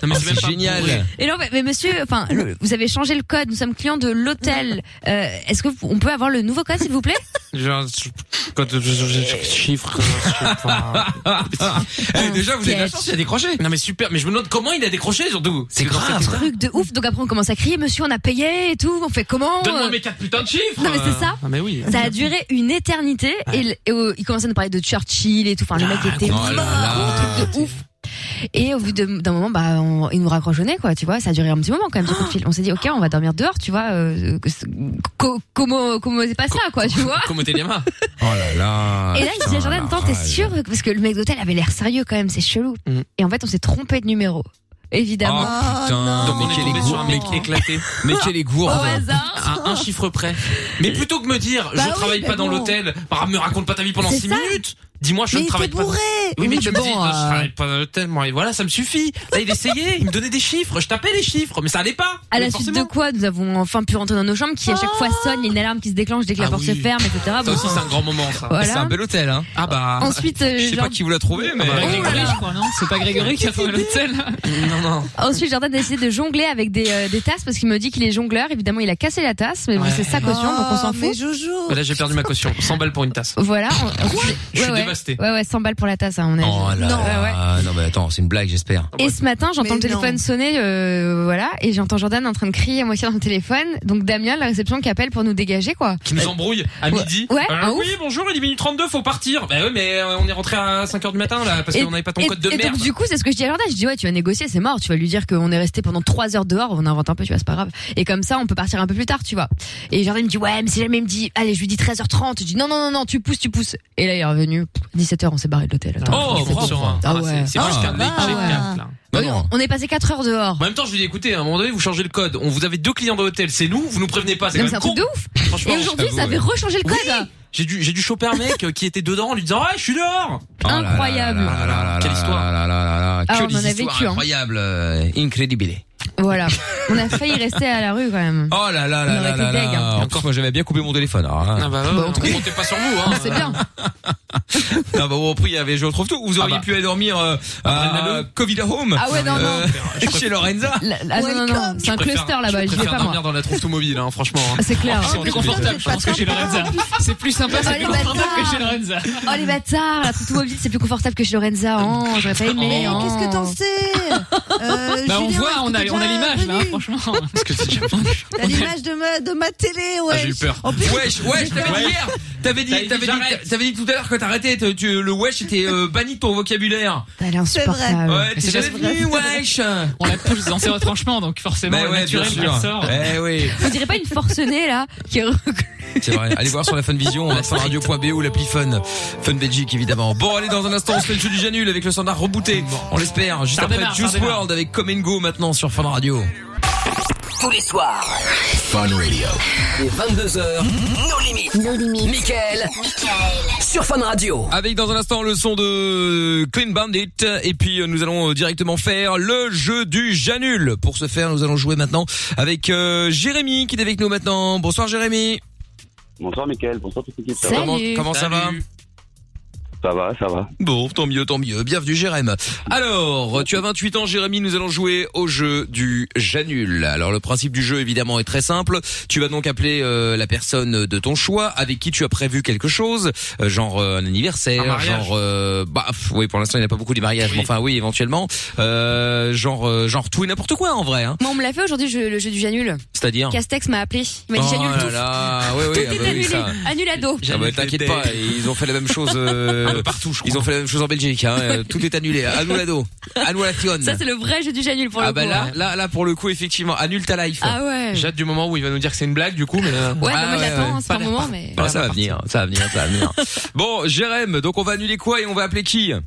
Speaker 4: mais c'est même pas bourré.
Speaker 6: Et là, on fait, mais monsieur, enfin, le- vous avez changé le code. Nous sommes clients de l'hôtel. Euh, Est-ce que vous- on peut avoir le nouveau code, s'il vous plaît
Speaker 4: Genre, je- Quand je- je- je- je- chiffre. euh, je-
Speaker 2: enfin. Eh, Déjà, vous avez de la chance, il a décroché.
Speaker 4: Non, mais super. Mais je me demande comment il a décroché surtout. C'est grave.
Speaker 6: Truc de ouf. Donc après, on commence à crier, monsieur, on a payé et tout. On fait comment
Speaker 4: Donne-moi
Speaker 6: euh,
Speaker 4: mes quatre putains de chiffres.
Speaker 6: Non, mais c'est ça.
Speaker 4: Ah, mais oui.
Speaker 6: Ça a duré une éternité. Et, le- et, euh, il commençait à nous parler de Churchill et tout. Enfin, le mec
Speaker 4: Ah,
Speaker 6: était mort, un truc de ouf. Et au bout de- d'un moment, bah, on- il nous raccroche au nez, quoi. Tu vois, ça a duré un petit moment quand même. ce coup de fil. On s'est dit, ok, on va dormir dehors, tu vois. euh, que- co- comment, comment c'est pas ça, quoi, tu vois
Speaker 4: Comme au Téléma.
Speaker 2: Oh là là.
Speaker 4: Ah,
Speaker 6: Et là, je disais à Jordan, attends, t'es sûr Parce que le mec d'hôtel avait l'air sérieux quand même, c'est chelou. Et en fait, on s'est trompé de numéro. Évidemment.
Speaker 4: Oh, Ah,
Speaker 6: Oh,
Speaker 2: putain,
Speaker 4: Donc on
Speaker 2: mais
Speaker 4: est
Speaker 2: quel
Speaker 4: tombé
Speaker 2: égout-
Speaker 4: sur un mec éclaté.
Speaker 2: Mais quelle est gourde.
Speaker 6: Au hasard.
Speaker 4: À un chiffre près. Mais plutôt que me dire,
Speaker 6: Bah
Speaker 4: je
Speaker 6: oui,
Speaker 4: travaille
Speaker 6: mais
Speaker 4: pas dans
Speaker 6: bon.
Speaker 4: l'hôtel, bah, me raconte pas ta vie pendant
Speaker 6: C'est
Speaker 4: 6
Speaker 6: ça.
Speaker 4: minutes. Dis-moi, je
Speaker 6: Mais
Speaker 4: ne
Speaker 6: il
Speaker 4: travaille
Speaker 6: était
Speaker 4: pas.
Speaker 6: bourré.
Speaker 4: Oui, mais
Speaker 6: Oui,
Speaker 4: tu
Speaker 6: mais
Speaker 4: me dis,
Speaker 6: bon,
Speaker 4: non,
Speaker 6: euh,
Speaker 4: je travaille pas dans l'hôtel, moi. Et voilà, ça me suffit. Là, il essayait, il me donnait des chiffres, je tapais les chiffres, mais ça allait pas.
Speaker 6: À
Speaker 4: Mais
Speaker 6: la suite de
Speaker 4: forcément.
Speaker 6: quoi, nous avons enfin pu rentrer dans nos chambres qui à chaque fois sonne, il y a une alarme qui se déclenche dès que la
Speaker 4: Ah
Speaker 6: porte se
Speaker 4: oui.
Speaker 6: ferme, etc.
Speaker 4: Ça
Speaker 6: Bon.
Speaker 4: aussi, c'est un grand moment, ça.
Speaker 6: Voilà. C'est un
Speaker 2: bel hôtel, hein.
Speaker 4: Ah bah.
Speaker 6: Ensuite, euh,
Speaker 2: je sais
Speaker 6: genre-
Speaker 2: pas qui vous l'a trouvé, mais.
Speaker 4: Ah
Speaker 6: Oh
Speaker 4: bah,
Speaker 5: Grégory, je crois, non C'est pas Grégory qui a fait l'hôtel
Speaker 4: Non, non.
Speaker 6: Ensuite, Jordan a essayé de jongler avec des, euh, des tasses parce qu'il me dit qu'il est jongleur. Évidemment, il a cassé la tasse, mais bon,
Speaker 4: Ouais.
Speaker 6: c'est sa caution, donc on s'en fout.
Speaker 4: Bah Là, j'ai perdu ma caution. 100 balles pour une tasse.
Speaker 6: Voilà. on-
Speaker 4: Je suis
Speaker 6: ouais.
Speaker 4: dévasté.
Speaker 6: Ouais, ouais, 100 balles pour la tasse, hein, on est.
Speaker 2: Oh là
Speaker 6: Ouais, ouais.
Speaker 2: là. Non, mais attends, c'est une blague,
Speaker 4: Ah,
Speaker 2: j'espère.
Speaker 4: bah,
Speaker 6: Et ce matin, j'entends le téléphone sonner, euh, voilà, et j'entends Jordan en train de crier à moitié dans le téléphone. Donc Damien, la réception, qui appelle pour nous dégager, quoi.
Speaker 4: Qui nous embrouille à midi.
Speaker 6: Ouais,
Speaker 4: Euh,
Speaker 6: un
Speaker 4: oui, bonjour, il est minuit 32, faut partir. Bah ouais, mais euh, on est rentré à 5h du matin là, parce
Speaker 6: Et-
Speaker 4: qu'on n'avait pas ton
Speaker 6: et-
Speaker 4: code de
Speaker 6: et
Speaker 4: merde.
Speaker 6: donc du coup, c'est ce que je dis à Jordan. Je dis ouais, tu vas négocier, c'est mort. Tu vas lui dire qu'on est resté pendant trois heures dehors. On invente un peu, tu vois, c'est pas grave. Et comme ça, on peut partir un peu plus tard, tu vois. Et Jordan me dit ouais, mais si jamais il me dit, allez, je lui dis 13h30. Je dis non, non, non, non, tu pousses, tu pousses. Et là, il est revenu. 17h, on s'est barré de l'hôtel. Attends,
Speaker 4: Oh,
Speaker 6: 17h.
Speaker 4: bravo.
Speaker 6: Ah
Speaker 4: Ah,
Speaker 6: ouais.
Speaker 4: c'est- C'est plus
Speaker 6: Ah
Speaker 4: qu'un leak, j'ai
Speaker 6: ouais.
Speaker 4: quatre, là.
Speaker 6: Oui,
Speaker 4: Ah.
Speaker 6: on est passé 4 heures dehors.
Speaker 4: En même temps, je lui dis écoutez, à un moment donné, vous changez le code. On vous avez deux clients dans l'hôtel, c'est nous, vous nous prévenez pas, Ah, c'est
Speaker 6: Non,
Speaker 4: quand
Speaker 6: mais
Speaker 4: même
Speaker 6: c'est un
Speaker 4: con.
Speaker 6: truc de ouf.
Speaker 4: Franchement,
Speaker 6: Et
Speaker 4: je
Speaker 6: aujourd'hui,
Speaker 4: t'avoue,
Speaker 6: ça avait
Speaker 4: ouais.
Speaker 6: rechangé le code.
Speaker 4: J'ai dû j'ai dû choper un mec euh, qui était dedans en lui disant "Ah, je suis dehors."
Speaker 6: Incroyable.
Speaker 2: Quelle histoire. Là, là, là, là, là.
Speaker 6: Ah,
Speaker 2: Que
Speaker 6: on en
Speaker 2: des
Speaker 6: a
Speaker 2: histoires
Speaker 6: vécu, hein.
Speaker 2: incroyables, euh, incredible.
Speaker 6: Voilà. On a failli rester à la rue quand même.
Speaker 2: Oh là là
Speaker 6: On
Speaker 2: là
Speaker 6: aurait
Speaker 2: là
Speaker 6: été
Speaker 2: là
Speaker 6: deg, hein.
Speaker 2: là. En plus, moi j'aimais bien couper mon téléphone. alors, hein.
Speaker 4: Ah bah ouais, on comptait pas sur vous hein.
Speaker 6: C'est bien.
Speaker 2: Ah bah bon, après il y avait je retrouve tout. Vous
Speaker 4: Ah bah.
Speaker 2: auriez pu aller dormir euh, à Covid Home. Euh,
Speaker 6: Ah ouais, non, non.
Speaker 2: chez Lorenza.
Speaker 6: La- Ah non, non, non, c'est un cluster là-bas, je vais pas moi.
Speaker 4: dormir dans la trouve tout mobile hein, franchement. hein.
Speaker 6: Ah, C'est clair.
Speaker 4: C'est plus confortable, je pense que chez Lorenza.
Speaker 5: C'est plus sympa,
Speaker 6: Oh,
Speaker 5: c'est
Speaker 6: les
Speaker 5: plus confortable
Speaker 6: bâtards.
Speaker 5: que chez Lorenza.
Speaker 6: Oh les bâtards, la troupe mobile c'est plus confortable que chez Lorenza. Oh, j'aurais pas aimé.
Speaker 3: Mais
Speaker 6: oh.
Speaker 3: qu'est-ce que t'en sais Euh,
Speaker 5: Bah, on
Speaker 3: Julien,
Speaker 5: voit,
Speaker 3: est-ce
Speaker 5: on
Speaker 3: que
Speaker 5: a-
Speaker 3: t'es
Speaker 5: on a
Speaker 3: déjà
Speaker 5: l'image, là,
Speaker 3: venu
Speaker 5: franchement.
Speaker 3: T'as l'image de ma, de ma télé, ouais.
Speaker 2: Ah, j'ai eu peur.
Speaker 3: En plus-
Speaker 2: Wesh, wesh, t'avais dit hier. T'avais dit, t'avais dit, t'avais dit tout à l'heure que t'arrêtais tête. Tu, le wesh était euh, banni de ton vocabulaire.
Speaker 6: Elle est insupportable.
Speaker 2: Ouais, t'es jamais venu, wesh.
Speaker 5: On la pousse dans ses retranchements, donc forcément,
Speaker 2: Bah
Speaker 5: le
Speaker 2: ouais,
Speaker 5: naturel
Speaker 2: bien
Speaker 5: qui
Speaker 2: sûr.
Speaker 5: ressort.
Speaker 2: Eh oui.
Speaker 6: On dirait pas une forcenée là qui re-
Speaker 2: C'est vrai. Allez voir sur la Funvision, hein, funradio.be ou l'appli Fun. Fun Belgique, évidemment. Bon, allez, dans un instant, on se fait le jeu du Janul avec le standard rebooté. On l'espère. Juste
Speaker 1: Ça
Speaker 2: après
Speaker 1: redémarre, ça
Speaker 2: Juice
Speaker 1: redémarre.
Speaker 2: World avec Come and Go maintenant sur Fun Radio.
Speaker 1: Tous les soirs,
Speaker 2: Fun Radio.
Speaker 1: les 22h, nos limites. Nos limites. Michael. Sur Fun Radio.
Speaker 2: Avec dans un instant le son de Clean Bandit et puis euh, nous allons euh, directement faire le jeu du Janul. Pour ce faire, nous allons jouer maintenant avec euh, Jérémy qui est avec nous maintenant. Bonsoir Jérémy.
Speaker 17: Bonsoir Mickaël, bonsoir toute l'équipe.
Speaker 2: Comment, comment ça va
Speaker 17: Ça va, ça va.
Speaker 2: Bon, tant mieux, tant mieux. Bienvenue, Jérém. Alors, tu as 28 ans, Jérémy. Nous allons jouer au jeu du Janul. Alors, le principe du jeu, évidemment, est très simple. Tu vas donc appeler euh, la personne de ton choix avec qui tu as prévu quelque chose, euh, genre euh, un anniversaire,
Speaker 4: Un mariage.
Speaker 2: genre... euh, bah, pff, oui, pour l'instant, il n'y a pas beaucoup des mariages, mais enfin, oui, éventuellement. Euh, genre, euh, genre tout et n'importe quoi, en vrai. Hein.
Speaker 6: Moi, on me l'a fait aujourd'hui je- le jeu du Janul.
Speaker 2: C'est-à-dire
Speaker 6: Castex m'a appelé. Il m'a dit
Speaker 2: Oh
Speaker 6: Janul
Speaker 2: là
Speaker 6: tout.
Speaker 2: là, oui, oui,
Speaker 6: Tout
Speaker 2: ah
Speaker 6: est
Speaker 2: bah oui,
Speaker 6: annulé.
Speaker 2: ça.
Speaker 6: Annulado.
Speaker 2: Ah bah, t'inquiète pas, ils ont fait la même chose euh, partout. Ils ont fait la même chose en Belgique. Hein, euh, tout est annulé. Annulado, annulation.
Speaker 6: Ça, c'est le vrai jeu du Janul pour
Speaker 2: Ah
Speaker 6: le
Speaker 2: bah
Speaker 6: coup.
Speaker 2: là,
Speaker 6: hein.
Speaker 2: là, là pour le coup effectivement, annule ta life.
Speaker 6: Ah ouais.
Speaker 4: J'ai hâte du moment où il va nous dire que c'est une blague, du coup, mais. euh,
Speaker 6: Ouais,
Speaker 2: Ah
Speaker 6: non, mais
Speaker 2: ouais,
Speaker 6: j'attends,
Speaker 2: ouais.
Speaker 6: hein, c'est pas un moment, mais.
Speaker 2: Ah, ça va venir, ça va venir, ça va venir. bon, Jérém, donc on va annuler quoi et on va appeler qui
Speaker 17: Euh,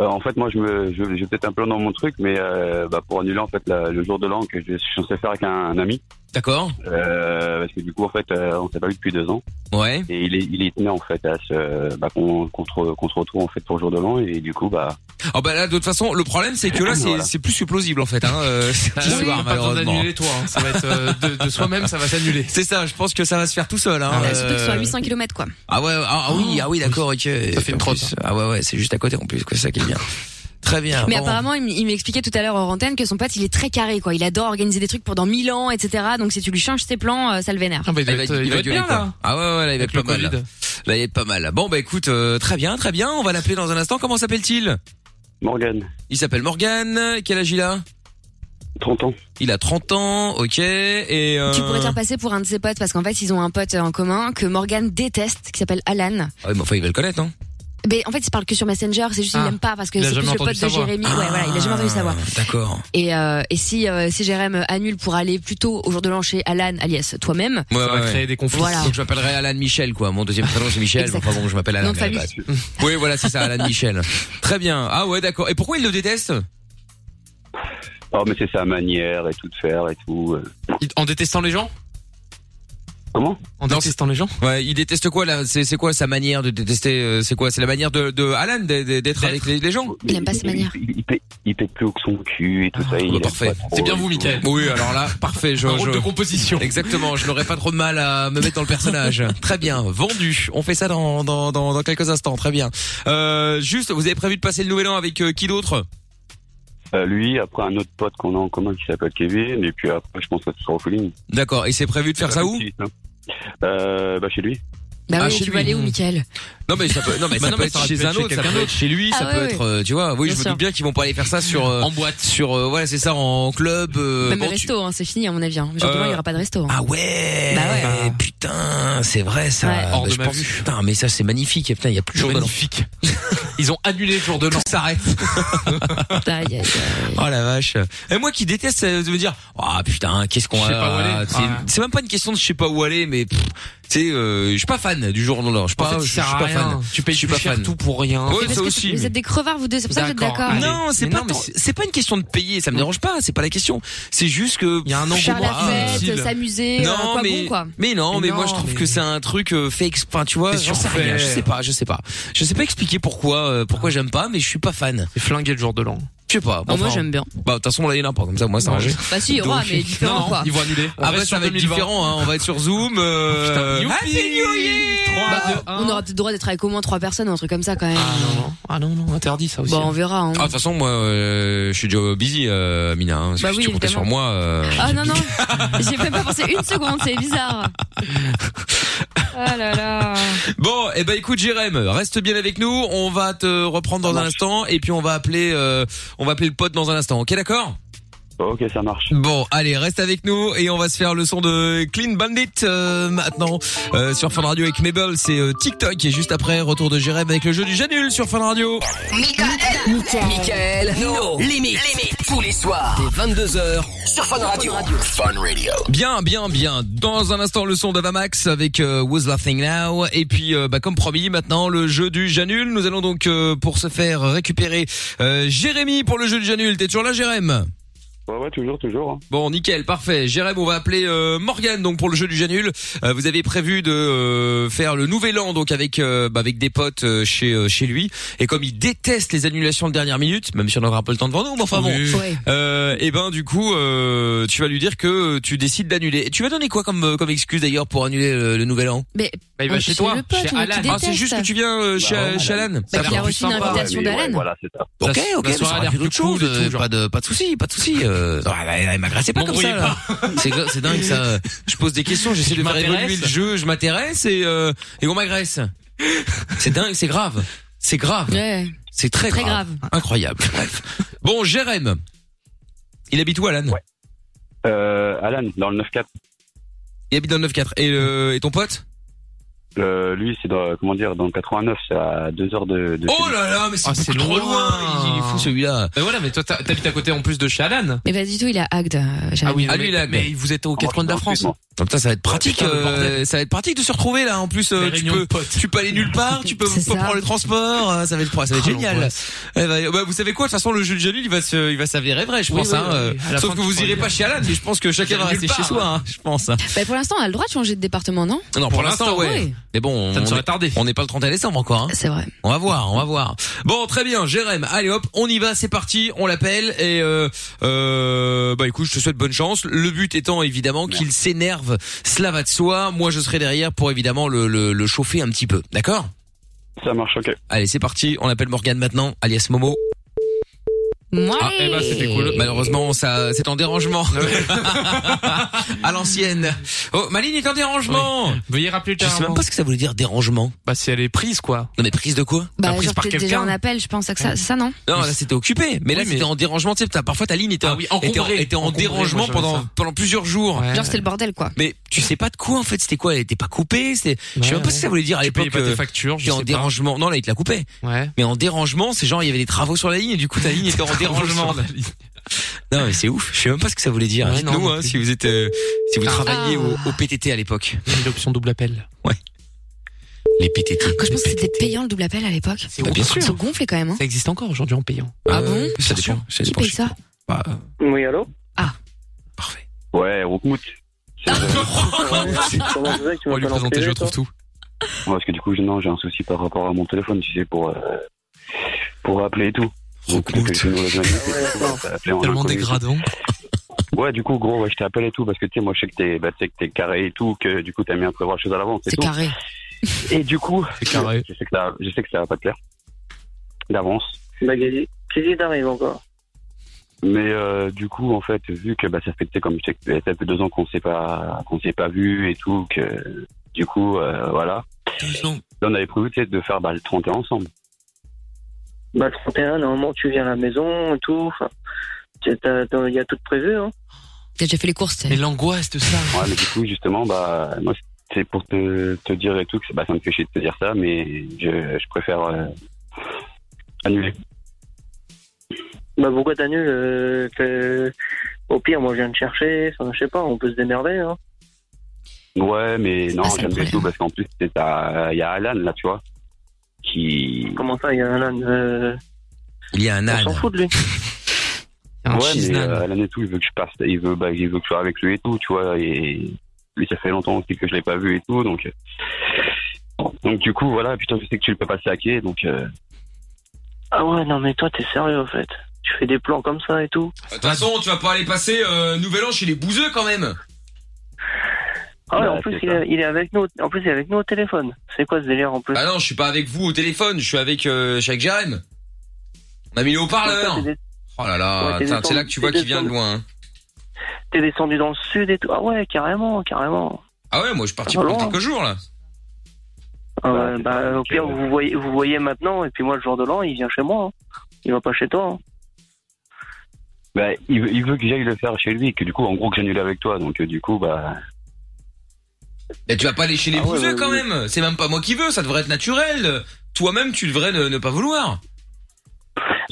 Speaker 17: en fait, moi, je me, je, je vais peut-être un peu dans mon truc, mais euh, bah, pour annuler en fait la- le jour de l'an que je je suis censé faire avec un, un ami.
Speaker 2: D'accord.
Speaker 17: Euh, parce que du coup, en fait, euh, on s'est pas vu depuis deux ans.
Speaker 2: Ouais.
Speaker 17: Et il est, il est tenu en fait à ce, bah, qu'on, qu'on, se re- qu'on se retrouve en fait pour le jour de l'an et du coup, bah.
Speaker 2: Ah bah là de toute façon, le problème c'est que là c'est
Speaker 17: Voilà.
Speaker 2: c'est plus que plausible en fait hein. euh, ce
Speaker 4: Ah, oui,
Speaker 2: soir,
Speaker 4: pas besoin
Speaker 2: malheureusement.
Speaker 4: d'annuler, toi, hein. Ça va être, euh, de- de soi-même, ça va s'annuler.
Speaker 2: C'est ça, je pense que ça va se faire tout seul hein.
Speaker 6: Ah, Surtout que ce soit à
Speaker 2: Euh,
Speaker 6: 800 km quoi.
Speaker 2: Ah ouais, ah, ah oui, ah oui, d'accord, ok. Ça fait une trotte. Ah ouais, ouais, c'est juste à côté en plus, quoi, c'est ça qui est bien. Très bien.
Speaker 6: Mais
Speaker 2: Ah bon.
Speaker 6: apparemment, il m- il m'expliquait tout à l'heure en antenne que son pote, il est très carré, quoi. Il adore organiser des trucs pendant 1000 ans, etc. Donc si tu lui changes tes plans, euh, ça le vénère.
Speaker 2: Ah, il va être- il va gueuler, quoi. Ah ouais, ouais, là, il va être pas mal. Là, il est pas mal. Bon, bah écoute, euh, très bien, très bien. On va l'appeler dans un instant. Comment s'appelle-t-il
Speaker 17: Morgan.
Speaker 2: Il s'appelle Morgan. Quel âge il a
Speaker 17: 30 ans.
Speaker 2: Il a 30 ans, ok. Et euh...
Speaker 6: Tu pourrais te faire passer pour un de ses potes parce qu'en fait, ils ont un pote euh, en commun que Morgan déteste, qui s'appelle Alan.
Speaker 2: Ah ouais, mais enfin, il va le connaître, non
Speaker 6: Mais en fait, il parle que sur Messenger, c'est juste qu'il
Speaker 2: Ah.
Speaker 6: l'aime pas parce que
Speaker 2: Il a
Speaker 6: c'est plus
Speaker 2: jamais
Speaker 6: le
Speaker 2: entendu
Speaker 6: pote
Speaker 2: sa
Speaker 6: de
Speaker 2: voix.
Speaker 6: Jérémy. Ouais, voilà, il a jamais entendu sa voix.
Speaker 2: Ah, D'accord.
Speaker 6: Et, euh, et si, euh, si Jérém annule pour aller plus tôt au jour de l'an chez Alan, alias toi-même,
Speaker 2: Ouais, ouais, ouais.
Speaker 6: Voilà.
Speaker 2: Donc, je m'appellerai Alan Michel, quoi. Mon deuxième prénom, c'est Michel. mais enfin bon, je m'appelle Alan.
Speaker 6: Nom de
Speaker 2: à la
Speaker 6: famille.
Speaker 2: base. oui, voilà, c'est ça, Alan Michel. Très bien. Ah ouais, d'accord. Et pourquoi il le déteste
Speaker 17: Oh, mais c'est sa manière et tout de faire et tout. euh.
Speaker 4: En détestant les gens
Speaker 17: Comment
Speaker 4: En détestant les gens
Speaker 2: Ouais, il déteste quoi là C'est c'est quoi sa manière de détester euh, C'est quoi C'est la manière de, de Alan d'être- d'être avec les, les gens
Speaker 6: il aime pas ses manières.
Speaker 17: Il pète plus haut que son cul et tout ça. il aime
Speaker 2: Ah, bah, parfait.
Speaker 17: pas trop
Speaker 2: C'est bien
Speaker 17: et
Speaker 2: vous,
Speaker 17: tout.
Speaker 2: Mickaël. Oui, alors là, parfait. Je,
Speaker 4: Un rôle
Speaker 2: je-
Speaker 4: de composition.
Speaker 2: Exactement. Je n'aurais pas trop de mal à me mettre dans le personnage. très bien. Vendu. On fait ça dans dans dans, dans quelques instants. Très bien. Euh, juste, vous avez prévu de passer le nouvel an avec euh, qui d'autre
Speaker 17: Euh, lui, après un autre pote qu'on a en commun qui s'appelle Kevin, et puis après, je pense que ce sera au feeling.
Speaker 2: D'accord. Et c'est prévu de faire ça où
Speaker 17: Euh, bah, chez lui.
Speaker 6: Bah
Speaker 2: Ah,
Speaker 6: oui,
Speaker 2: chez
Speaker 6: tu vas
Speaker 2: lui.
Speaker 6: aller où, Michael
Speaker 2: Non mais ça peut, non mais
Speaker 4: Bah
Speaker 2: ça
Speaker 4: non,
Speaker 2: peut
Speaker 4: mais ça
Speaker 2: être
Speaker 4: aurait
Speaker 2: chez
Speaker 4: pu être
Speaker 2: un
Speaker 4: chez
Speaker 2: autre, ça
Speaker 4: quelqu'un
Speaker 2: peut être
Speaker 4: d'autre.
Speaker 2: chez lui, ça
Speaker 4: Ah
Speaker 2: peut
Speaker 4: ouais,
Speaker 2: être,
Speaker 4: ouais.
Speaker 2: euh, tu vois, oui,
Speaker 4: Bien
Speaker 2: je me
Speaker 4: sûr.
Speaker 2: doute bien qu'ils vont pas aller faire ça sur en boîte, sur euh, voilà, c'est ça, en club. euh,
Speaker 6: Même
Speaker 2: bon,
Speaker 6: le
Speaker 2: tu-
Speaker 6: resto, hein, c'est fini à mon avis. Hein. Bah Le jour de l'an,
Speaker 2: Euh,
Speaker 6: il y aura pas de resto.
Speaker 2: Ah ouais. Eh, Putain, c'est vrai ça.
Speaker 6: Ouais. Hors
Speaker 2: Bah,
Speaker 4: de
Speaker 2: je
Speaker 4: ma
Speaker 2: pense- Putain, mais ça c'est magnifique. Et Putain, il y a plus de jour de l'an.
Speaker 4: Ils ont annulé le jour de l'an.
Speaker 2: s'arrête. Oh la vache. Et moi qui déteste euh, de me dire "Ah putain, qu'est-ce qu'on
Speaker 4: Je sais
Speaker 2: a-
Speaker 4: pas où aller.
Speaker 2: c'est-
Speaker 4: Ouais.
Speaker 2: C'est même pas une question de je sais pas où aller mais pff, tu sais euh, je suis pas fan du jour de l'an. Je suis
Speaker 4: En
Speaker 2: pas
Speaker 4: fait, ça
Speaker 2: je suis
Speaker 4: sert à
Speaker 2: pas
Speaker 4: rien.
Speaker 2: fan.
Speaker 4: Tu payes
Speaker 2: je suis
Speaker 4: plus
Speaker 2: pas
Speaker 4: cher
Speaker 2: fan.
Speaker 4: tout pour rien.
Speaker 2: Ouais,
Speaker 6: Hein, C'est parce
Speaker 2: ça
Speaker 6: que
Speaker 2: aussi.
Speaker 6: Vous
Speaker 2: mais-
Speaker 6: êtes des crevards, vous deux, c'est pour ça que vous êtes d'accord.
Speaker 2: Non, c'est pas tant- c'est pas une question de payer, ça me dérange pas, c'est pas la question. C'est juste que il y a un
Speaker 6: Faire la fête, s'amuser, euh, quoi
Speaker 2: mais
Speaker 6: bon, quoi.
Speaker 2: mais non, mais,
Speaker 6: Mais
Speaker 2: moi
Speaker 6: non,
Speaker 2: je trouve
Speaker 6: mais-
Speaker 2: que c'est un truc euh, fait exp- enfin tu vois,
Speaker 4: C'est
Speaker 2: j'en sais
Speaker 4: surfait.
Speaker 2: rien, je sais pas, je sais pas. Je sais pas expliquer pourquoi euh, pourquoi j'aime pas mais je suis pas fan. C'est flingué le jour de l'an. Je sais pas.
Speaker 6: Ah, moi,
Speaker 2: enfin,
Speaker 6: j'aime bien.
Speaker 2: Bah de toute façon là il y en a pas comme ça moi ça
Speaker 4: Non.
Speaker 2: arrangé.
Speaker 6: Bah si, il y aura,
Speaker 2: Donc-
Speaker 6: mais différent,
Speaker 2: Non,
Speaker 6: quoi.
Speaker 2: Ils vont annuler.
Speaker 4: On
Speaker 2: Ah
Speaker 4: reste
Speaker 2: bah ça
Speaker 4: sur
Speaker 2: va être
Speaker 4: 2020.
Speaker 2: différent hein, on va être sur Zoom euh,
Speaker 4: Putain,
Speaker 2: Happy New Year
Speaker 6: Bah, on aura peut-être le droit d'être avec au moins trois personnes ou un truc comme ça quand même.
Speaker 4: Ah non, non, interdit ça aussi.
Speaker 6: Bon, on verra. hein.
Speaker 2: Ah de toute façon moi euh, je suis déjà busy euh, Mina hein, parce
Speaker 6: Bah
Speaker 2: que
Speaker 6: oui,
Speaker 2: si tu comptais sur
Speaker 6: évidemment.
Speaker 2: moi euh,
Speaker 6: Ah non, non, j'ai même pas pensé une seconde, c'est bizarre. Ah là là.
Speaker 2: Bon, eh ben écoute Jérém, reste bien avec nous, on va te reprendre dans un instant et puis on va appeler euh, on va appeler le pote dans un instant. OK, d'accord
Speaker 17: Ok, ça marche.
Speaker 2: Bon, allez, reste avec nous et on va se faire le son de Clean Bandit euh, maintenant euh, sur Fun Radio avec Mabel, c'est euh, TikTok et juste après retour de Jérém avec le jeu du Janul sur Fun Radio.
Speaker 1: Michael, Michael, no, limite, tous les soirs dès 22h sur Fun Radio. Fun Radio.
Speaker 2: Bien, bien, bien. Dans un instant, le son d'Avamax avec euh, Who's Laughing Now. Et puis, euh, bah, comme promis, maintenant, le jeu du Janul. Nous allons donc, euh, pour se faire récupérer, euh, Jérémy pour le jeu du Janul. T'es toujours là, Jérém
Speaker 17: Ouais, ouais, toujours, toujours. hein.
Speaker 2: Bon, nickel, parfait. Jérém, on va appeler euh, Morgane donc pour le jeu du Janul. Euh, vous avez prévu de euh, faire le Nouvel An donc avec euh, bah, avec des potes euh, chez euh, chez lui. Et comme il déteste les annulations de dernière minute, même si on n'aura pas le temps devant nous, mais enfin bon.
Speaker 4: Oui. Ouais.
Speaker 2: Euh, et ben du coup, euh, tu vas lui dire que tu décides d'annuler. Et Tu vas donner quoi comme euh, comme excuse d'ailleurs pour annuler euh, le Nouvel An
Speaker 6: Mais
Speaker 2: Bah, il va
Speaker 6: euh,
Speaker 2: chez
Speaker 6: c'est
Speaker 2: toi,
Speaker 6: le pote,
Speaker 2: chez
Speaker 6: il-
Speaker 2: Alan.
Speaker 6: tu
Speaker 2: Ah, c'est
Speaker 6: détestes.
Speaker 2: juste que tu viens euh, chez, chez Alan.
Speaker 6: Bah, il a reçu une invitation d'Alan.
Speaker 2: Ok,
Speaker 6: La-
Speaker 2: ok,
Speaker 6: la
Speaker 2: mais
Speaker 6: soirée
Speaker 2: ça aurait
Speaker 6: a
Speaker 2: l'air
Speaker 6: l'air
Speaker 2: plus
Speaker 6: toute chaude,
Speaker 2: cool,
Speaker 6: et tout,
Speaker 2: euh,
Speaker 6: genre.
Speaker 2: pas de pas de souci, pas de souci. Euh, non, elle, elle m'agressait pas comme ça.
Speaker 4: M'embrouillez
Speaker 2: là. C'est gla- c'est dingue ça. Je pose des questions, j'essaie
Speaker 4: Je
Speaker 2: de faire évoluer
Speaker 4: m'intéresse.
Speaker 2: le jeu, je m'intéresse et euh, et on m'agresse. C'est dingue, c'est grave, c'est grave,
Speaker 6: Ouais.
Speaker 2: c'est très,
Speaker 6: Très
Speaker 2: incroyable. Bref. Bon, Jérém, il habite où, Alan
Speaker 17: Euh, Alan, dans le 9-4,
Speaker 2: Il habite dans le 9-4. Et, euh, et ton pote
Speaker 17: euh, lui, c'est dans, comment dire, dans le 89, c'est à 2 heures de, de
Speaker 2: Oh là là, mais c'est
Speaker 17: Ah,
Speaker 2: beaucoup
Speaker 17: c'est
Speaker 2: trop
Speaker 17: loin.
Speaker 2: loin. Il est fou celui-là.
Speaker 4: Mais Ben voilà, mais toi t'as- t'habites à côté en plus de chez Alan.
Speaker 6: Mais pas du tout, il a Agde. euh, Jérémy.
Speaker 2: Ah
Speaker 4: non, mais- Ah, Mais vous êtes aux quatre coins de la France. Ah,
Speaker 2: Putain, ça va être pratique.
Speaker 4: Putain, le
Speaker 2: euh,
Speaker 4: bordel.
Speaker 2: ça va être pratique de se retrouver là. En plus, euh,
Speaker 4: Des
Speaker 2: tu
Speaker 4: réunions
Speaker 2: peux,
Speaker 4: de potes.
Speaker 2: tu peux aller nulle part. Tu peux
Speaker 4: C'est
Speaker 2: pas
Speaker 4: ça.
Speaker 2: prendre les transports. euh, Ça va être, ça va être
Speaker 4: Oh,
Speaker 2: génial.
Speaker 4: l'angoisse.
Speaker 2: Eh ben, bah, vous savez quoi De toute façon, le jeu de Jalil, il va se, il va s'avérer vrai, je
Speaker 4: Oui,
Speaker 2: pense.
Speaker 4: oui,
Speaker 2: hein,
Speaker 4: oui,
Speaker 2: euh,
Speaker 4: oui. À la
Speaker 2: Sauf
Speaker 4: fin,
Speaker 2: que
Speaker 4: tu
Speaker 2: vous
Speaker 4: pourras
Speaker 2: irez
Speaker 4: aller-
Speaker 2: pas chez Alan. Mais je pense que chacun va
Speaker 4: aller
Speaker 2: rester
Speaker 4: nulle
Speaker 2: chez
Speaker 4: part,
Speaker 2: soi. hein, je pense.
Speaker 6: Bah, pour l'instant, on a le droit de changer de département, non
Speaker 2: Non, pour, l'instant, ouais.
Speaker 6: oui.
Speaker 2: Mais bon,
Speaker 4: Ça ne
Speaker 2: on
Speaker 4: saurait
Speaker 2: est- On n'est pas le 31 décembre encore. Hein.
Speaker 6: C'est vrai.
Speaker 2: On va voir, on va voir. Bon, très bien, Jérém. Allez, hop, on y va, c'est parti. On l'appelle et euh, euh, bah écoute, je te souhaite bonne chance. Le but étant évidemment qu'il s'énerve. Cela va de soi. Moi, je serai derrière pour évidemment le, le, le chauffer un petit peu. D'accord
Speaker 17: Ça marche, ok.
Speaker 2: Allez, c'est parti. On appelle Morgane maintenant, alias Momo.
Speaker 6: Moi.
Speaker 2: Ah, eh ben, c'était cool. Malheureusement, ça, c'est en dérangement. à l'ancienne. Oh, ma ligne est en dérangement.
Speaker 4: Veuillez rappeler
Speaker 2: Je sais même pas ce que ça voulait dire dérangement.
Speaker 4: Bah si elle est prise quoi.
Speaker 2: Non mais prise de quoi
Speaker 6: Bah, genre, t'es déjà en appel, je pense, que ça, c'est ça, non
Speaker 2: Non, là c'était occupé, mais là
Speaker 4: Oui, mais- Ah
Speaker 2: c'était en dérangement. Tu sais, t'as- parfois ta ligne était, en-
Speaker 4: encombré.
Speaker 2: était en, était en
Speaker 4: Encombré,
Speaker 2: dérangement
Speaker 4: moi, j'avais
Speaker 2: pendant
Speaker 4: ça.
Speaker 2: pendant plusieurs jours.
Speaker 6: Genre, c'était le bordel, quoi.
Speaker 2: Mais tu sais pas de quoi en fait, c'était quoi Elle était pas coupée, c'était. je sais même pas
Speaker 4: ouais.
Speaker 2: si ça voulait dire à
Speaker 4: Tu payais
Speaker 2: l'époque.
Speaker 4: pas tes
Speaker 2: euh,
Speaker 4: factures, je
Speaker 2: t'es en
Speaker 4: sais pas.
Speaker 2: dérangement. Non, là il te la coupait.
Speaker 4: Ouais.
Speaker 2: Mais en dérangement, c'est genre il y avait des travaux sur la ligne et du coup ta ligne était en dérangement. Non mais c'est ouf. Je sais même pas ce que ça voulait dire.
Speaker 4: Ouais, non,
Speaker 2: Dites-nous
Speaker 4: non
Speaker 2: hein,
Speaker 4: plus.
Speaker 2: si vous êtes euh, si vous
Speaker 4: Ah.
Speaker 2: travaillez au, au PTT à l'époque.
Speaker 4: L'option double appel.
Speaker 2: Les PTT.
Speaker 6: Quand je pense que c'était payant le double appel à l'époque.
Speaker 4: Bah, bien sûr.
Speaker 6: Ils sont gonflés quand même. Hein.
Speaker 4: Ça existe encore aujourd'hui en payant.
Speaker 2: Ah bon Ça dépend. Euh,
Speaker 6: Qui paye ça
Speaker 13: Oui, allô
Speaker 17: Ouais, Rookmout.
Speaker 4: On va lui présenter, je trouve tout.
Speaker 17: Ouais, parce que du coup, j'ai- non, j'ai un souci par rapport à mon téléphone, tu sais, pour, euh, pour appeler et tout. euh, Rookmout.
Speaker 2: Ah
Speaker 4: Tellement dégradant.
Speaker 17: Ouais, du coup, gros, ouais, je t'appelle et tout, parce que tu sais, moi, je sais que t'es, bah, tu sais que t'es carré et tout, que du coup, t'as mis un prévoir chose à l'avance. et
Speaker 6: C'est
Speaker 17: tout.
Speaker 6: carré.
Speaker 17: Et du coup,
Speaker 4: carré.
Speaker 17: Je, sais que ça, je sais que ça va pas te plaire. D'avance.
Speaker 13: Bah, qu'est-ce qui t'arrive encore
Speaker 17: Mais euh, du coup, en fait, vu que bah, ça fait tu sais, comme tu sais, que ça fait deux ans qu'on s'est pas qu'on s'est pas vu et tout, que du coup, euh, voilà. Là, on avait prévu tu sais, de faire bah, le 31 ensemble.
Speaker 13: Bah, 31, normalement, tu viens à la maison et tout. enfin, t'as- t'as- Il y a tout prévu, hein
Speaker 6: T'as déjà fait les courses,
Speaker 4: Et l'angoisse de ça.
Speaker 17: Ouais, mais du coup, justement, bah moi, c'est pour te, te dire et tout que bah, ça me fait chier de te dire ça, mais je, je préfère euh, annuler.
Speaker 13: Bah, pourquoi t'annules euh, que... Au pire, moi, je viens te chercher. Enfin, je sais pas, on peut se démerder, hein
Speaker 17: Ouais, mais non,
Speaker 13: pas ça le
Speaker 17: j'aime bien tout parce qu'en plus, c'est à- il y a Alan là, tu vois, qui
Speaker 13: Comment ça, il y a un âne euh,
Speaker 2: Il y a un
Speaker 13: On
Speaker 2: âne.
Speaker 13: s'en fout de lui.
Speaker 4: Un
Speaker 17: ouais, mais
Speaker 4: cheese-nan.
Speaker 17: euh, Alan et tout, il veut que je passe, il veut, bah, il veut que je sois avec lui et tout, tu vois, et lui, ça fait longtemps aussi que je l'ai pas vu et tout, donc, euh, donc du coup, voilà, putain, je sais que tu le peux passer à pied, donc, euh,
Speaker 13: Ah ouais, non, mais toi, t'es sérieux, en fait. Tu fais des plans comme ça et tout.
Speaker 2: De toute façon, tu vas pas aller passer euh, Nouvel An chez les bouseux quand même.
Speaker 13: Ah ouais,
Speaker 2: Bah,
Speaker 13: en plus,
Speaker 2: c'est
Speaker 13: il est, il est avec nous. En plus, il est avec nous au téléphone. C'est quoi ce délire, en plus
Speaker 2: Bah non, je suis pas avec vous au téléphone, je suis avec euh, je suis avec Jérém. On a mis le haut-parleur. Oh là là,
Speaker 13: Ouais, t'es
Speaker 2: putain, c'est
Speaker 13: descendu-
Speaker 2: là que tu vois
Speaker 13: t'es
Speaker 2: qu'il vient de
Speaker 13: descendu.
Speaker 2: loin. hein.
Speaker 13: T'es descendu dans le sud et tout. Ah ouais, carrément, carrément.
Speaker 2: Ah ouais, moi je suis parti
Speaker 13: Ah
Speaker 2: pendant
Speaker 13: bon
Speaker 2: quelques jours là.
Speaker 13: Ah ouais, bah, au pire, vous voyez, vous voyez maintenant, et puis moi, le jour de l'an, il vient chez moi. hein. Il va pas chez toi. hein.
Speaker 17: Bah, il, veut- il veut que j'aille le faire chez lui, que du coup, en gros, que j'annule avec toi. Donc, euh, du coup, bah.
Speaker 2: Mais tu vas pas aller chez les
Speaker 17: Ah ouais,
Speaker 2: bouseux
Speaker 17: ouais,
Speaker 2: quand
Speaker 17: ouais.
Speaker 2: même. C'est même pas moi qui veux, ça devrait être naturel. Toi-même, tu devrais ne, ne pas vouloir.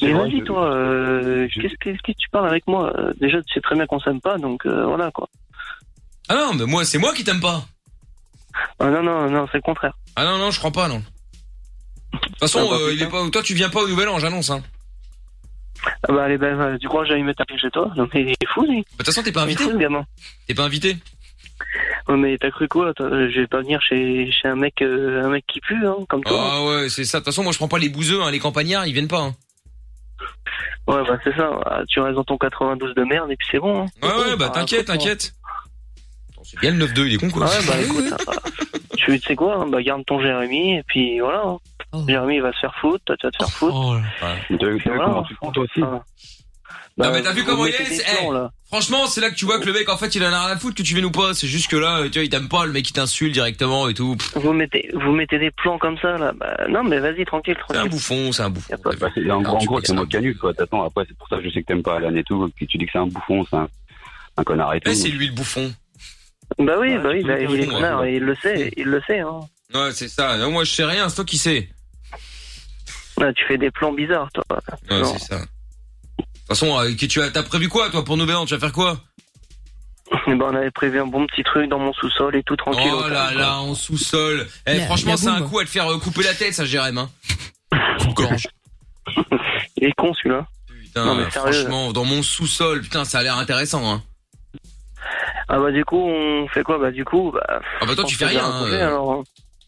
Speaker 13: Mais
Speaker 2: vrai,
Speaker 13: vas-y,
Speaker 2: je-
Speaker 13: toi, euh, qu'est-ce que qu'est-ce que tu parles avec moi Euh, Déjà, tu sais très bien qu'on s'aime pas, donc euh, voilà quoi.
Speaker 2: Ah non, mais moi, c'est moi qui t'aime pas.
Speaker 13: Ah, non, non, non, c'est le contraire.
Speaker 2: Ah non, non, je crois pas, non. De toute façon,
Speaker 13: Ah bah,
Speaker 2: euh, il est pas, toi, tu viens pas au Nouvel An, j'annonce. Hein.
Speaker 13: Ah bah, allez, ben, euh, tu crois que j'allais me taper chez toi Non, mais il est fou, lui. De
Speaker 2: Bah, toute façon, t'es pas invité.
Speaker 13: Il est fou, le gamin.
Speaker 2: T'es pas invité
Speaker 13: Ouais, mais t'as cru quoi toi Je vais pas venir chez, chez un mec euh, un mec qui pue, hein, comme toi.
Speaker 2: Ah ouais, c'est ça. De toute façon, moi, je prends pas les bouseux, hein, les campagnards, ils viennent pas. Hein.
Speaker 13: Ouais, bah, c'est ça. Ah, Tu restes dans ton 92 de merde et puis c'est bon. hein.
Speaker 2: Ouais, ouais, bah t'inquiète, t'inquiète. Attends, C'est bien le 9-2, il est con, quoi.
Speaker 13: Ouais, bah, écoute, tu sais quoi hein, Bah, garde ton Jérémy et puis voilà. hein. Jérémy, il va se faire foutre, toi, tu vas te faire foutre.
Speaker 17: Tu vois comment tu te prends, toi aussi
Speaker 2: Non,
Speaker 13: hein. Ah. Bah,
Speaker 2: mais t'as vu
Speaker 13: vous
Speaker 2: comment il
Speaker 13: mettez
Speaker 2: est
Speaker 13: des
Speaker 2: c'est-
Speaker 13: plans,
Speaker 2: eh,
Speaker 13: là.
Speaker 2: Franchement, c'est là que tu vois que le mec, en fait, il en a rien à foutre que tu viennes ou pas. C'est juste que là, euh, tu vois, il t'aime pas, le mec, il t'insulte directement et tout. Pff,
Speaker 13: Vous mettez, vous mettez des plans comme ça, là. Bah, non, mais vas-y, tranquille,
Speaker 2: C'est un
Speaker 13: tranquille.
Speaker 2: bouffon, c'est un bouffon.
Speaker 17: Bah, c'est- en, gros- en gros, c'est moi qui annule, quoi. T'attends, après, c'est pour ça que je sais que t'aimes pas Alan et tout, que tu dis que c'est un bouffon, c'est un, un connard et tout.
Speaker 2: Mais c'est lui le bouffon.
Speaker 13: Bah oui, bah oui,
Speaker 17: tout
Speaker 13: bah,
Speaker 17: le monde
Speaker 13: il est
Speaker 17: est
Speaker 13: connard,
Speaker 17: con,
Speaker 13: et il le sait, il le sait, hein.
Speaker 2: hein. Ouais, c'est ça. Non, moi, je sais rien, c'est toi qui sais.
Speaker 13: Ouais, Bah, tu fais des plans bizarres, toi.
Speaker 2: Ouais, c'est ça. De toute façon, euh, que tu as, t'as prévu quoi, toi, pour Nouvel An Tu vas faire quoi
Speaker 13: Eh ben, on avait prévu un bon petit truc dans mon sous-sol et tout tranquille.
Speaker 2: Oh là là, en sous-sol. Eh,
Speaker 13: La-
Speaker 2: franchement,
Speaker 13: la
Speaker 2: c'est un
Speaker 13: boum.
Speaker 2: coup à te faire euh, couper la tête, ça, Jérém. Hein.
Speaker 13: Il est con celui-là.
Speaker 2: Putain,
Speaker 13: Non, mais sérieux.
Speaker 2: franchement, dans mon sous-sol, putain, ça a l'air intéressant. Hein.
Speaker 13: Ah bah du coup on fait quoi Bah du coup bah.
Speaker 2: Ah bah, toi,
Speaker 13: on
Speaker 2: tu
Speaker 13: fait
Speaker 2: fais rien,
Speaker 13: un
Speaker 2: hein,
Speaker 13: crochet,
Speaker 2: euh,
Speaker 13: alors. hein.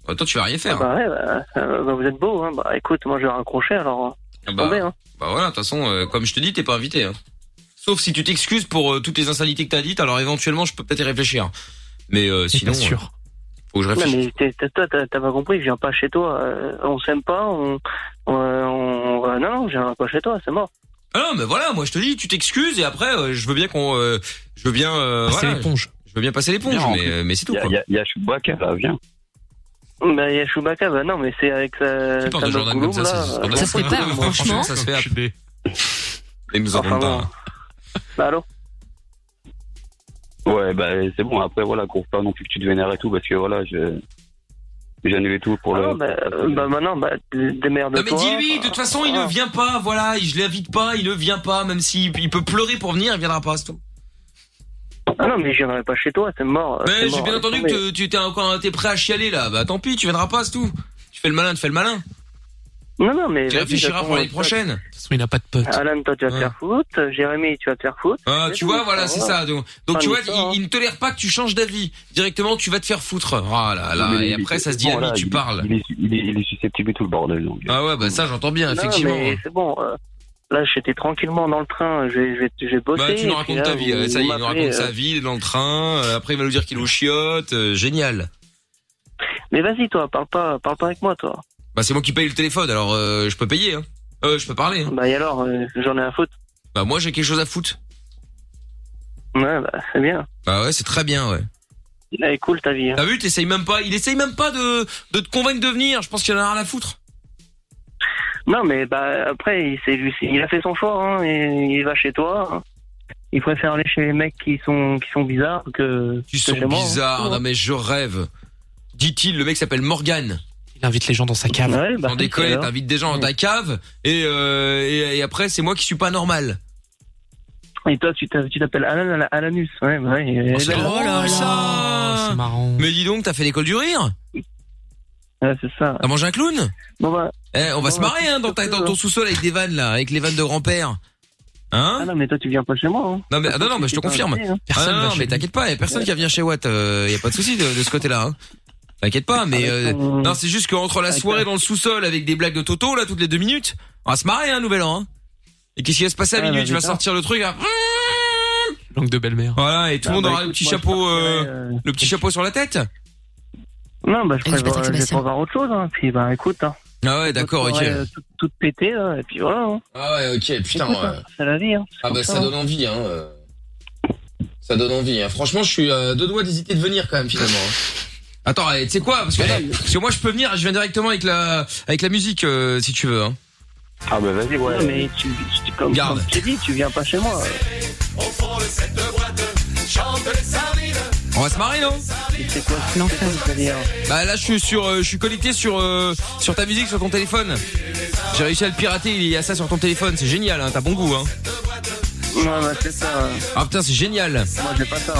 Speaker 2: Bah, toi, tu vas rien
Speaker 13: Ah
Speaker 2: faire.
Speaker 13: bah ouais bah, euh, bah, vous êtes beau hein. Bah écoute moi je vais raccrocher alors. hein.
Speaker 2: Ah bah,
Speaker 13: Tombé, hein.
Speaker 2: bah voilà, de toute façon, euh, comme je te dis, t'es pas invité. Hein. Sauf si tu t'excuses pour euh, toutes les insanités que t'as dites, alors éventuellement, je peux peut-être y réfléchir. Mais euh, sinon,
Speaker 13: pas sûr.
Speaker 2: euh, faut que je
Speaker 13: Non,
Speaker 2: réfléchisse.
Speaker 13: mais t'es- t'es- toi t'as t'as pas compris, je viens pas chez toi. euh, on s'aime pas, on, on, on- on- non non je viens pas chez toi, c'est mort.
Speaker 2: Ah non, mais voilà, moi je te dis, tu t'excuses et après, euh, je veux bien qu'on, euh, je veux bien, euh,
Speaker 17: Passer
Speaker 2: voilà,
Speaker 17: l'éponge.
Speaker 2: Je veux bien passer l'éponge,
Speaker 17: Viens,
Speaker 2: mais,
Speaker 17: rentre.
Speaker 2: euh, mais c'est tout.
Speaker 17: Y a-
Speaker 2: Quoi.
Speaker 17: y a- y a Chewbacca, là, viens.
Speaker 13: Bah il y a Chewbacca, bah non mais c'est avec sa,
Speaker 2: Tu
Speaker 13: sa
Speaker 2: parles de Jordan
Speaker 13: Gollum,
Speaker 2: comme ça,
Speaker 13: là.
Speaker 2: c'est-
Speaker 13: euh,
Speaker 2: pardon. franchement, ça se fait. Et nous en
Speaker 17: Enfin,
Speaker 2: rendons
Speaker 17: bon.
Speaker 2: pas.
Speaker 13: Bah allô
Speaker 17: Ouais, bah c'est bon. Après, voilà, qu'on pas non plus que tu te vénères et tout, parce que voilà, je j'annule tout pour
Speaker 18: Ah,
Speaker 17: le.
Speaker 13: bah, euh, bah maintenant bah démerde
Speaker 2: Non mais dis-lui, de toute façon, il ne vient pas, voilà, je l'invite pas, il ne vient pas, même s'il il peut pleurer pour venir, il viendra pas, c'est tout.
Speaker 13: Ah non mais je viendrai pas chez toi, c'est mort. euh,
Speaker 2: Mais
Speaker 13: c'est
Speaker 2: j'ai
Speaker 13: mort,
Speaker 2: bien
Speaker 13: laisse
Speaker 2: entendu
Speaker 13: tomber.
Speaker 2: que te- tu t'es encore, t'es prêt à chialer là, bah tant pis, tu viendras pas, c'est tout. Tu fais le malin, tu fais le malin.
Speaker 13: Non, non, mais.
Speaker 2: Tu
Speaker 13: vas-y,
Speaker 2: réfléchiras
Speaker 13: j'attends,
Speaker 2: pour l'année
Speaker 13: euh,
Speaker 2: prochaine.
Speaker 11: il a pas de pote.
Speaker 13: Alan, toi, tu vas te faire foutre. Jérémy, tu vas te faire foutre.
Speaker 2: Ah, tu vois, voilà, c'est ça. Donc, donc,
Speaker 13: Fin
Speaker 2: tu vois,
Speaker 13: d'histoire, hein.
Speaker 2: il, il ne tolère pas que tu changes d'avis. Directement, tu vas te faire foutre. Ah là là, et après ça se dit, ami, tu parles.
Speaker 17: Il est, il, est, il est susceptible et tout le bordel. Donc.
Speaker 2: Ah ouais, bah ça j'entends bien,
Speaker 13: Non,
Speaker 2: effectivement.
Speaker 13: mais c'est bon. euh, Là, j'étais tranquillement dans le train. J'ai, j'ai, j'ai bossé.
Speaker 2: Bah, tu nous
Speaker 13: et puis
Speaker 2: racontes
Speaker 13: là,
Speaker 2: ta vie,
Speaker 13: vous-
Speaker 2: euh, ça y
Speaker 13: vous
Speaker 2: est, il nous
Speaker 13: m'appelez,
Speaker 2: raconte
Speaker 13: euh,
Speaker 2: sa vie, il est dans le train, euh, après il va nous dire qu'il est au chiotte, euh, génial.
Speaker 13: Mais vas-y, toi, parle pas, parle pas avec moi, toi.
Speaker 2: Bah c'est moi qui paye le téléphone, alors euh, je peux payer, hein. Euh, je peux parler. hein.
Speaker 13: Bah, et alors, euh, j'en ai à foutre.
Speaker 2: Bah moi j'ai quelque chose à foutre.
Speaker 13: Ouais, bah, c'est bien.
Speaker 2: Bah ouais, c'est très bien, ouais.
Speaker 13: Elle est cool, ta vie. hein.
Speaker 2: T'as vu, t'essayes même pas, il essaye même pas de, de te convaincre de venir, je pense qu'il en a rien à foutre.
Speaker 13: Non, mais, bah, après, il, s'est- il a fait son choix, hein, et il va chez toi. hein. Il préfère aller chez les mecs qui sont, qui sont bizarres que. hein.
Speaker 2: Ils sont bizarres, non mais je rêve. Dit-il, le mec s'appelle Morgan.
Speaker 11: Il invite les gens dans sa cave.
Speaker 13: bah,
Speaker 2: J'en
Speaker 13: Ah,
Speaker 2: déconne, t'invites des gens dans ta cave, et, euh, et, et après c'est moi qui suis pas normal.
Speaker 13: hein. Et toi, tu t'a- tu t'appelles Alan à la- à l'anus. Ouais, bah ouais. et-
Speaker 2: Oh,
Speaker 13: et
Speaker 2: c'est
Speaker 13: ben-
Speaker 2: drôle, ça Mais dis donc, t'as fait l'école du rire
Speaker 13: Ouais, c'est ça.
Speaker 2: T'as mangé un clown
Speaker 13: Bon bah.
Speaker 2: Eh, on va
Speaker 13: bon,
Speaker 2: se marrer hein, dans, ta- dans ton sous-sol avec des vannes là, avec les vannes de grand-père. Hein
Speaker 13: Ah non, mais toi, tu viens pas chez moi. hein.
Speaker 2: Non mais ah, non non, mais je te
Speaker 13: T'es
Speaker 2: confirme.
Speaker 13: invité, hein.
Speaker 2: Ah, non, non, mais t'inquiète pas, y a personne qui vient chez Watt, euh, y a pas de souci de, de ce côté-là. hein. T'inquiète pas, mais euh, non, c'est juste qu'entre la soirée dans le sous-sol avec des blagues de Toto là toutes les deux minutes, on va se marrer un nouvel an. hein. Et qu'est-ce qui va se passer à
Speaker 11: Ah,
Speaker 2: minuit
Speaker 11: bah,
Speaker 2: Tu vas
Speaker 11: putain.
Speaker 2: sortir le truc. hein.
Speaker 11: Langue de belle-mère.
Speaker 2: Voilà, et tout le
Speaker 11: Ah,
Speaker 2: monde
Speaker 11: bah,
Speaker 2: aura le
Speaker 11: écoute,
Speaker 2: petit
Speaker 11: moi, je
Speaker 2: chapeau, euh,
Speaker 11: partirais, euh,
Speaker 2: le petit chapeau sur la tête.
Speaker 13: Non, bah,
Speaker 2: Avec
Speaker 13: je prévois,
Speaker 2: Patrick
Speaker 13: je vais
Speaker 2: Sébastien.
Speaker 13: prévoir autre chose. Hein. Puis bah, écoute. Hein.
Speaker 2: Ah ouais, d'accord, ok.
Speaker 13: J'aurais, euh, tout, tout pété, là, et puis voilà. hein.
Speaker 2: Ah ouais, ok, putain.
Speaker 13: Écoute,
Speaker 2: ouais.
Speaker 13: hein, C'est la vie. Hein.
Speaker 2: Ah bah
Speaker 13: comme
Speaker 2: ça
Speaker 13: hein.
Speaker 2: donne envie, hein. euh. Ça donne envie. hein. Franchement, je suis euh, deux doigts d'hésiter de venir quand même finalement. hein. Attends, eh, tu sais quoi parce que, eh, parce que moi je peux venir, je viens directement avec la avec la musique euh, si tu veux. Hein.
Speaker 17: Ah bah vas-y, ouais.
Speaker 13: Non, mais tu, tu- comme,
Speaker 17: Garde.
Speaker 13: comme je t'ai dit, tu viens pas chez moi.
Speaker 14: Au fond de cette boîte, chante les sardines.
Speaker 2: On va se marrer, non
Speaker 13: L'enfer.
Speaker 2: Bah là, je suis sur, euh, je suis connecté sur euh, sur ta musique sur ton téléphone. J'ai réussi à le pirater. Il y a ça sur ton téléphone. C'est génial. Hein, T'as bon goût. Hein.
Speaker 13: Ouais, bah c'est ça.
Speaker 2: Ah putain, c'est génial.
Speaker 13: Moi j'ai pas ça.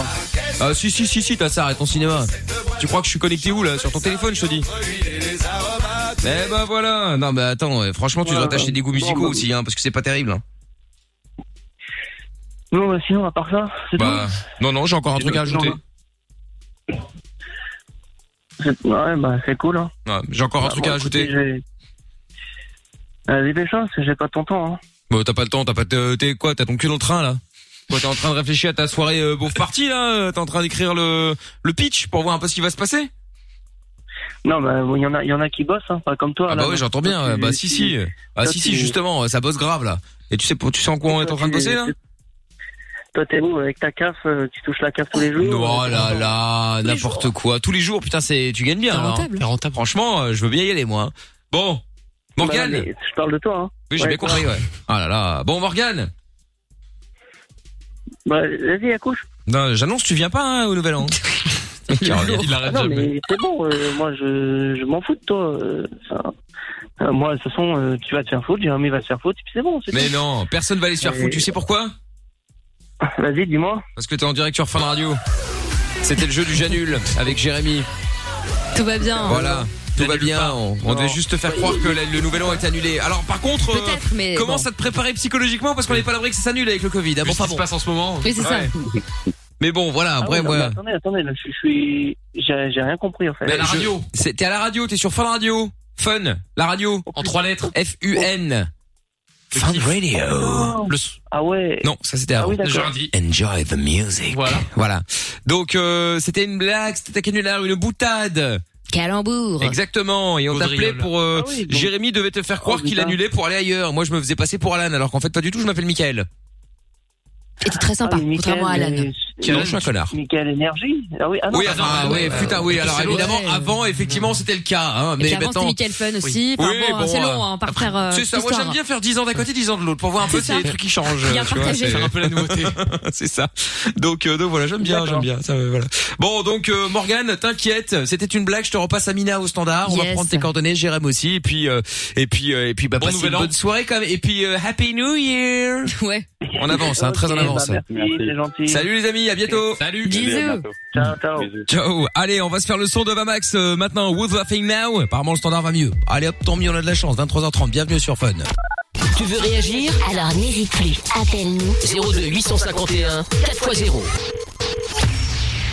Speaker 2: Ah si si si si, t'as ça. Arrête ton cinéma. Tu crois que je suis connecté où là Sur ton téléphone, je te dis. Eh ben voilà. Non mais attends. ouais, Franchement, tu
Speaker 13: Ouais,
Speaker 2: dois t'acheter des goûts
Speaker 13: bon,
Speaker 2: musicaux
Speaker 13: bah,
Speaker 2: aussi, hein, parce que c'est pas terrible. hein.
Speaker 13: Non, bah sinon, à part ça, c'est
Speaker 2: Bah non non, j'ai encore un
Speaker 13: Et
Speaker 2: truc à
Speaker 13: le-
Speaker 2: ajouter.
Speaker 13: tout. Ouais, bah c'est cool. Hein.
Speaker 2: Ouais, Ah, j'ai encore un
Speaker 13: Bah,
Speaker 2: truc
Speaker 13: bon,
Speaker 2: à ajouter.
Speaker 13: écoutez, j'ai- Euh, dépêche parce que j'ai pas ton temps. Hein.
Speaker 2: Bah t'as pas le temps, t'as pas t'es t'es quoi, t'as ton cul dans le train là. Quoi, t'es en train de réfléchir à ta soirée euh, beauf party là, euh, t'es en train d'écrire le le pitch pour voir un peu ce qui va se passer. Ah,
Speaker 13: Non, bah il y, en a- y en a qui bossent, hein, pas comme toi.
Speaker 2: Ah
Speaker 13: là,
Speaker 2: bah ouais,
Speaker 13: donc,
Speaker 2: j'entends
Speaker 13: toi,
Speaker 2: bien.
Speaker 13: tu-
Speaker 2: Bah si
Speaker 13: tu-
Speaker 2: si. Ah
Speaker 13: toi,
Speaker 2: si
Speaker 13: tu-
Speaker 2: si justement, ça bosse grave là. Et tu sais pour- tu sais en quoi on est en train de bosser là
Speaker 13: Toi, t'es où avec ta CAF euh, Tu touches la CAF tous les jours euh,
Speaker 2: Oh là là, n'importe quoi. Tous les jours, putain, c'est tu gagnes bien
Speaker 13: C'est
Speaker 2: là. hein.
Speaker 13: rentable.
Speaker 2: C'est rentable. Franchement, euh, je veux bien y aller moi. hein. Bon, Morgane.
Speaker 13: Bah, mais je parle de toi. Hein.
Speaker 2: Oui, j'ai bien compris, ouais. Ah là là. Bon Morgane.
Speaker 13: Bah, vas-y, accouche.
Speaker 2: Non, j'annonce tu viens pas hein, au nouvel an. Il revient, il
Speaker 13: Ah
Speaker 2: l'arrête
Speaker 13: non,
Speaker 2: jamais.
Speaker 13: mais c'est bon, euh, moi, je, je m'en fous de toi. euh, enfin, euh, moi, de toute façon, euh, tu vas te faire foutre, Jérémy va se faire foutre, et puis c'est bon. c'est
Speaker 2: Mais
Speaker 13: tout.
Speaker 2: non, Euh, personne va aller se faire
Speaker 13: Et-
Speaker 2: foutre. Tu sais pourquoi
Speaker 13: Vas-y, dis-moi.
Speaker 2: Parce que t'es en direct sur Fun Radio. C'était le jeu du Janul avec Jérémy.
Speaker 6: Tout va
Speaker 13: Ah.
Speaker 6: bien. hein.
Speaker 2: Voilà. Tout va bien, on, on devait juste te faire croire que la- le nouvel an est annulé. Alors par contre, euh,
Speaker 6: Peut-être, mais
Speaker 2: commence
Speaker 6: bon.
Speaker 2: à te préparer psychologiquement parce qu'on n'est pas à l'abri que ça s'annule avec le Covid. Ah, bon,
Speaker 4: Vu ce
Speaker 2: pas
Speaker 4: qui se
Speaker 2: bon.
Speaker 4: passe en ce moment.
Speaker 6: Oui, c'est ça. Ah
Speaker 2: Mais bon, voilà, après,
Speaker 13: non,
Speaker 2: voilà.
Speaker 13: mais Attendez, attendez, là, je je suis. J'ai j'ai rien compris, en fait. Ah,
Speaker 2: Mais je- c'est- T'es à la radio, t'es sur Fun Radio. Fun, la radio. En trois lettres. F-U-N. Fun Radio. Le s-
Speaker 13: Ah ouais.
Speaker 2: Non, ça c'était
Speaker 13: Ah
Speaker 2: avant.
Speaker 13: oui, d'accord. Jeudi.
Speaker 2: Enjoy the music. Voilà. Voilà. Donc euh, c'était une blague, c'était un canular, une boutade.
Speaker 6: Calembour.
Speaker 2: Exactement. Et on
Speaker 6: Gaudriole.
Speaker 2: t'appelait pour euh,
Speaker 6: Ah oui, donc-
Speaker 2: Jérémy devait te faire croire qu'il
Speaker 6: putain.
Speaker 2: annulait pour aller ailleurs. Moi je me faisais passer pour Alan alors qu'en fait pas du tout. Je m'appelle Michael.
Speaker 6: Et t'es très sympa, contrairement à Alan.
Speaker 2: Qui je suis un connard.
Speaker 13: Michael Énergie Ah oui, ah non,
Speaker 2: oui,
Speaker 13: ah
Speaker 2: enfin,
Speaker 13: non, bah,
Speaker 2: oui,
Speaker 13: ouais,
Speaker 2: putain, oui.
Speaker 13: euh,
Speaker 2: Alors
Speaker 13: c'est
Speaker 2: évidemment,
Speaker 13: vrai.
Speaker 2: avant, effectivement, c'était le cas. Hein,
Speaker 6: Et
Speaker 2: mais
Speaker 6: puis avant, c'était
Speaker 2: maintenant,
Speaker 6: Nickel Fun aussi.
Speaker 2: Oui,
Speaker 6: Enfin, bon,
Speaker 2: bon,
Speaker 6: c'est
Speaker 2: euh,
Speaker 6: long, hein, par faire. euh,
Speaker 2: C'est ça, moi
Speaker 6: l'histoire.
Speaker 2: j'aime bien faire 10 ans d'un côté, 10 ans de l'autre pour voir un
Speaker 6: C'est
Speaker 2: peu
Speaker 6: ça.
Speaker 2: s'il y a des trucs qui changent.
Speaker 6: Bien
Speaker 2: tu vois,
Speaker 6: partagé.
Speaker 2: c'est-
Speaker 6: Faire un peu la nouveauté.
Speaker 2: c'est ça. Donc, euh, donc voilà, j'aime bien, j'aime bien. Ça, euh, voilà. Bon, donc euh, Morgane, t'inquiète, c'était une blague, je te repasse Amina au standard, Ah, on va
Speaker 4: Yes.
Speaker 2: prendre tes coordonnées, Jérém aussi, et puis, euh, et puis, euh, et puis bah,
Speaker 4: Bon
Speaker 2: passez
Speaker 4: nouvel
Speaker 2: une
Speaker 4: an.
Speaker 2: bonne soirée quand même, et puis euh, Happy New Year
Speaker 6: Ouais.
Speaker 2: On avance, hein, très en
Speaker 13: Ok,
Speaker 2: avance.
Speaker 13: bah, merci, c'est gentil.
Speaker 2: Salut les amis, à bientôt.
Speaker 13: Salut. Bisous. À bientôt. Ciao, ciao.
Speaker 2: Ciao. Allez, on va se faire le son de Vamax euh, maintenant. Who's laughing now Apparemment le standard va mieux. Allez hop, tant mieux, on a de la chance. 23h30, bienvenue sur Fun.
Speaker 15: Tu veux réagir Alors n'hésite plus. Appelle-nous.
Speaker 1: 02 851 4x0.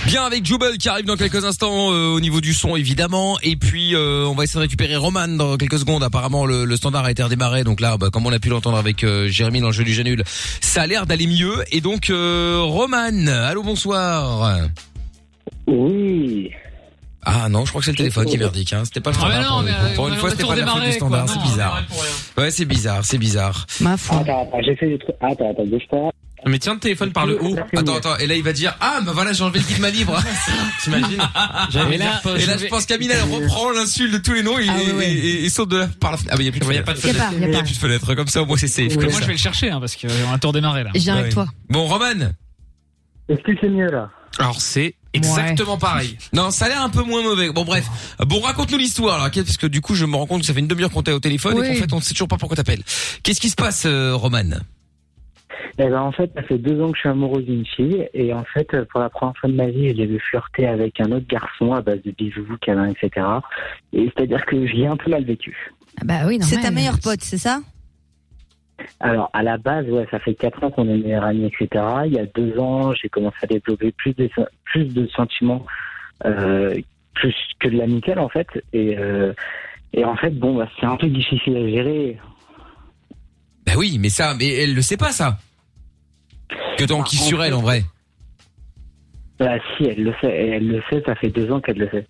Speaker 2: Bien avec Jubel qui arrive dans quelques instants euh, au niveau du son évidemment et puis euh, on va essayer de récupérer Roman dans quelques secondes apparemment le, le standard a été redémarré donc là bah, comme on a pu l'entendre avec euh, Jérémy dans le jeu du Janul ça a l'air d'aller mieux et donc euh, Roman allô bonsoir
Speaker 13: Oui
Speaker 2: ah non je crois que c'est le téléphone qui est merdique hein. c'était pas le
Speaker 5: Ah, mais
Speaker 2: standard
Speaker 5: non,
Speaker 2: pour, le
Speaker 5: mais,
Speaker 2: coup.
Speaker 5: euh,
Speaker 2: Pour
Speaker 5: on
Speaker 2: une
Speaker 5: va
Speaker 2: fois c'était
Speaker 5: tout
Speaker 2: pas de la faute
Speaker 5: redémarrer,
Speaker 2: du standard
Speaker 5: quoi.
Speaker 2: c'est
Speaker 5: Non,
Speaker 2: bizarre ouais c'est bizarre c'est bizarre
Speaker 6: Ma foi.
Speaker 13: Attends, attends, j'ai fait des trucs. Attends, attends, bouge pas.
Speaker 2: mais tiens le téléphone par le haut attends attends et là il va dire ah bah voilà j'ai enlevé le guide ma libre t'imagines
Speaker 4: J'avais
Speaker 2: et
Speaker 4: l'air
Speaker 2: là,
Speaker 4: pas-
Speaker 2: et là, je
Speaker 4: j'avais-
Speaker 2: pense qu'Amina elle reprend l'insulte de tous les noms et, et- et- et saute de la par la fenêtre. Ah mais il y a plus de
Speaker 4: Ouais, y a
Speaker 2: fenêtre.
Speaker 4: pas de Y a fenêtre. pas, y a
Speaker 2: Y
Speaker 4: pas.
Speaker 2: plus de fenêtre. Comme ça au moins c'est safe.
Speaker 5: Moi,
Speaker 2: Comme
Speaker 5: je
Speaker 2: ça.
Speaker 5: vais le chercher, hein, parce qu'on a tout redémarré, là.
Speaker 6: Je viens
Speaker 2: Ouais.
Speaker 6: avec toi.
Speaker 2: Bon Roman.
Speaker 13: Est-ce que c'est mieux là
Speaker 2: Alors c'est
Speaker 4: exactement
Speaker 2: pareil. Non, ça a l'air un peu moins mauvais. Bon bref. Bon raconte-nous l'histoire alors, parce que du coup je me rends compte que ça fait une demi-heure qu'on est au téléphone
Speaker 13: Oui.
Speaker 2: et qu'en fait on ne sait toujours pas pourquoi t'appelles. Qu'est-ce qui se passe euh, Roman
Speaker 13: Eh ben, en fait, ça fait deux ans que je suis amoureuse d'une fille. Et en fait, pour la première fois de ma vie, je l'ai vu flirter avec un autre garçon à base de bisous, câlins, etc. Et c'est-à-dire que je l'ai un peu mal vécu.
Speaker 6: Bah oui,
Speaker 3: C'est ta meilleure pote, c'est ça
Speaker 13: Alors, à la base, ouais, ça fait quatre ans qu'on est meilleurs amis, etc. Il y a deux ans, j'ai commencé à développer plus de, plus de sentiments, euh, plus que de l'amical, en fait. Et, euh, et en fait, bon, bah, c'est un peu difficile à gérer.
Speaker 2: Bah oui, mais ça, mais elle le sait pas ça. Que t'en kiffes sur elle en vrai.
Speaker 13: Bah, si, elle le sait. Elle le sait, ça fait deux ans qu'elle le sait.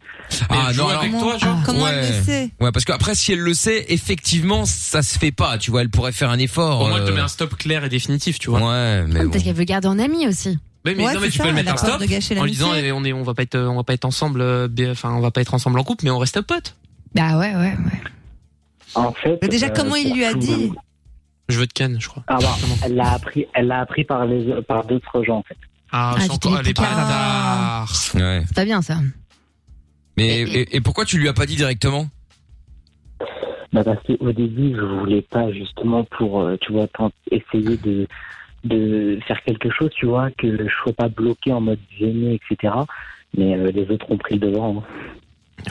Speaker 2: Ah non,
Speaker 13: avec toi,
Speaker 2: genre
Speaker 13: Comment
Speaker 2: ouais.
Speaker 13: elle le sait
Speaker 2: Ouais, parce que après, si elle le sait, effectivement, ça se fait pas. Tu vois, elle pourrait faire un effort.
Speaker 4: Au moins, elle te
Speaker 2: euh,
Speaker 4: met un stop clair et définitif, tu vois.
Speaker 2: Ouais, mais
Speaker 6: Peut-être qu'elle veut le garder en ami aussi.
Speaker 4: Mais, mais non, mais tu peux le mettre un stop en lui disant eh, on est on va pas être euh, on va pas être ensemble euh, bien- enfin on va pas être ensemble
Speaker 2: eh,
Speaker 4: en couple mais on reste potes.
Speaker 6: Bah ouais, ouais, ouais.
Speaker 13: En fait. euh,
Speaker 3: Mais Déjà, comment il lui a dit
Speaker 4: Je veux de Ken, je crois.
Speaker 13: Ah bah, elle l'a appris, elle l'a appris par les, par d'autres gens en fait.
Speaker 4: Ah,
Speaker 6: Ah, tu t'es
Speaker 4: les
Speaker 6: écouté.
Speaker 4: bâtards.
Speaker 2: Ouais.
Speaker 6: C'est pas bien ça.
Speaker 2: Mais et, et pourquoi tu lui as pas dit directement
Speaker 13: Bah parce qu'au début, je voulais pas justement pour, euh, tu vois, tant- essayer de de faire quelque chose, tu vois, que je sois pas bloqué en mode gêné, etc. Mais euh, les autres ont pris le devant. hein.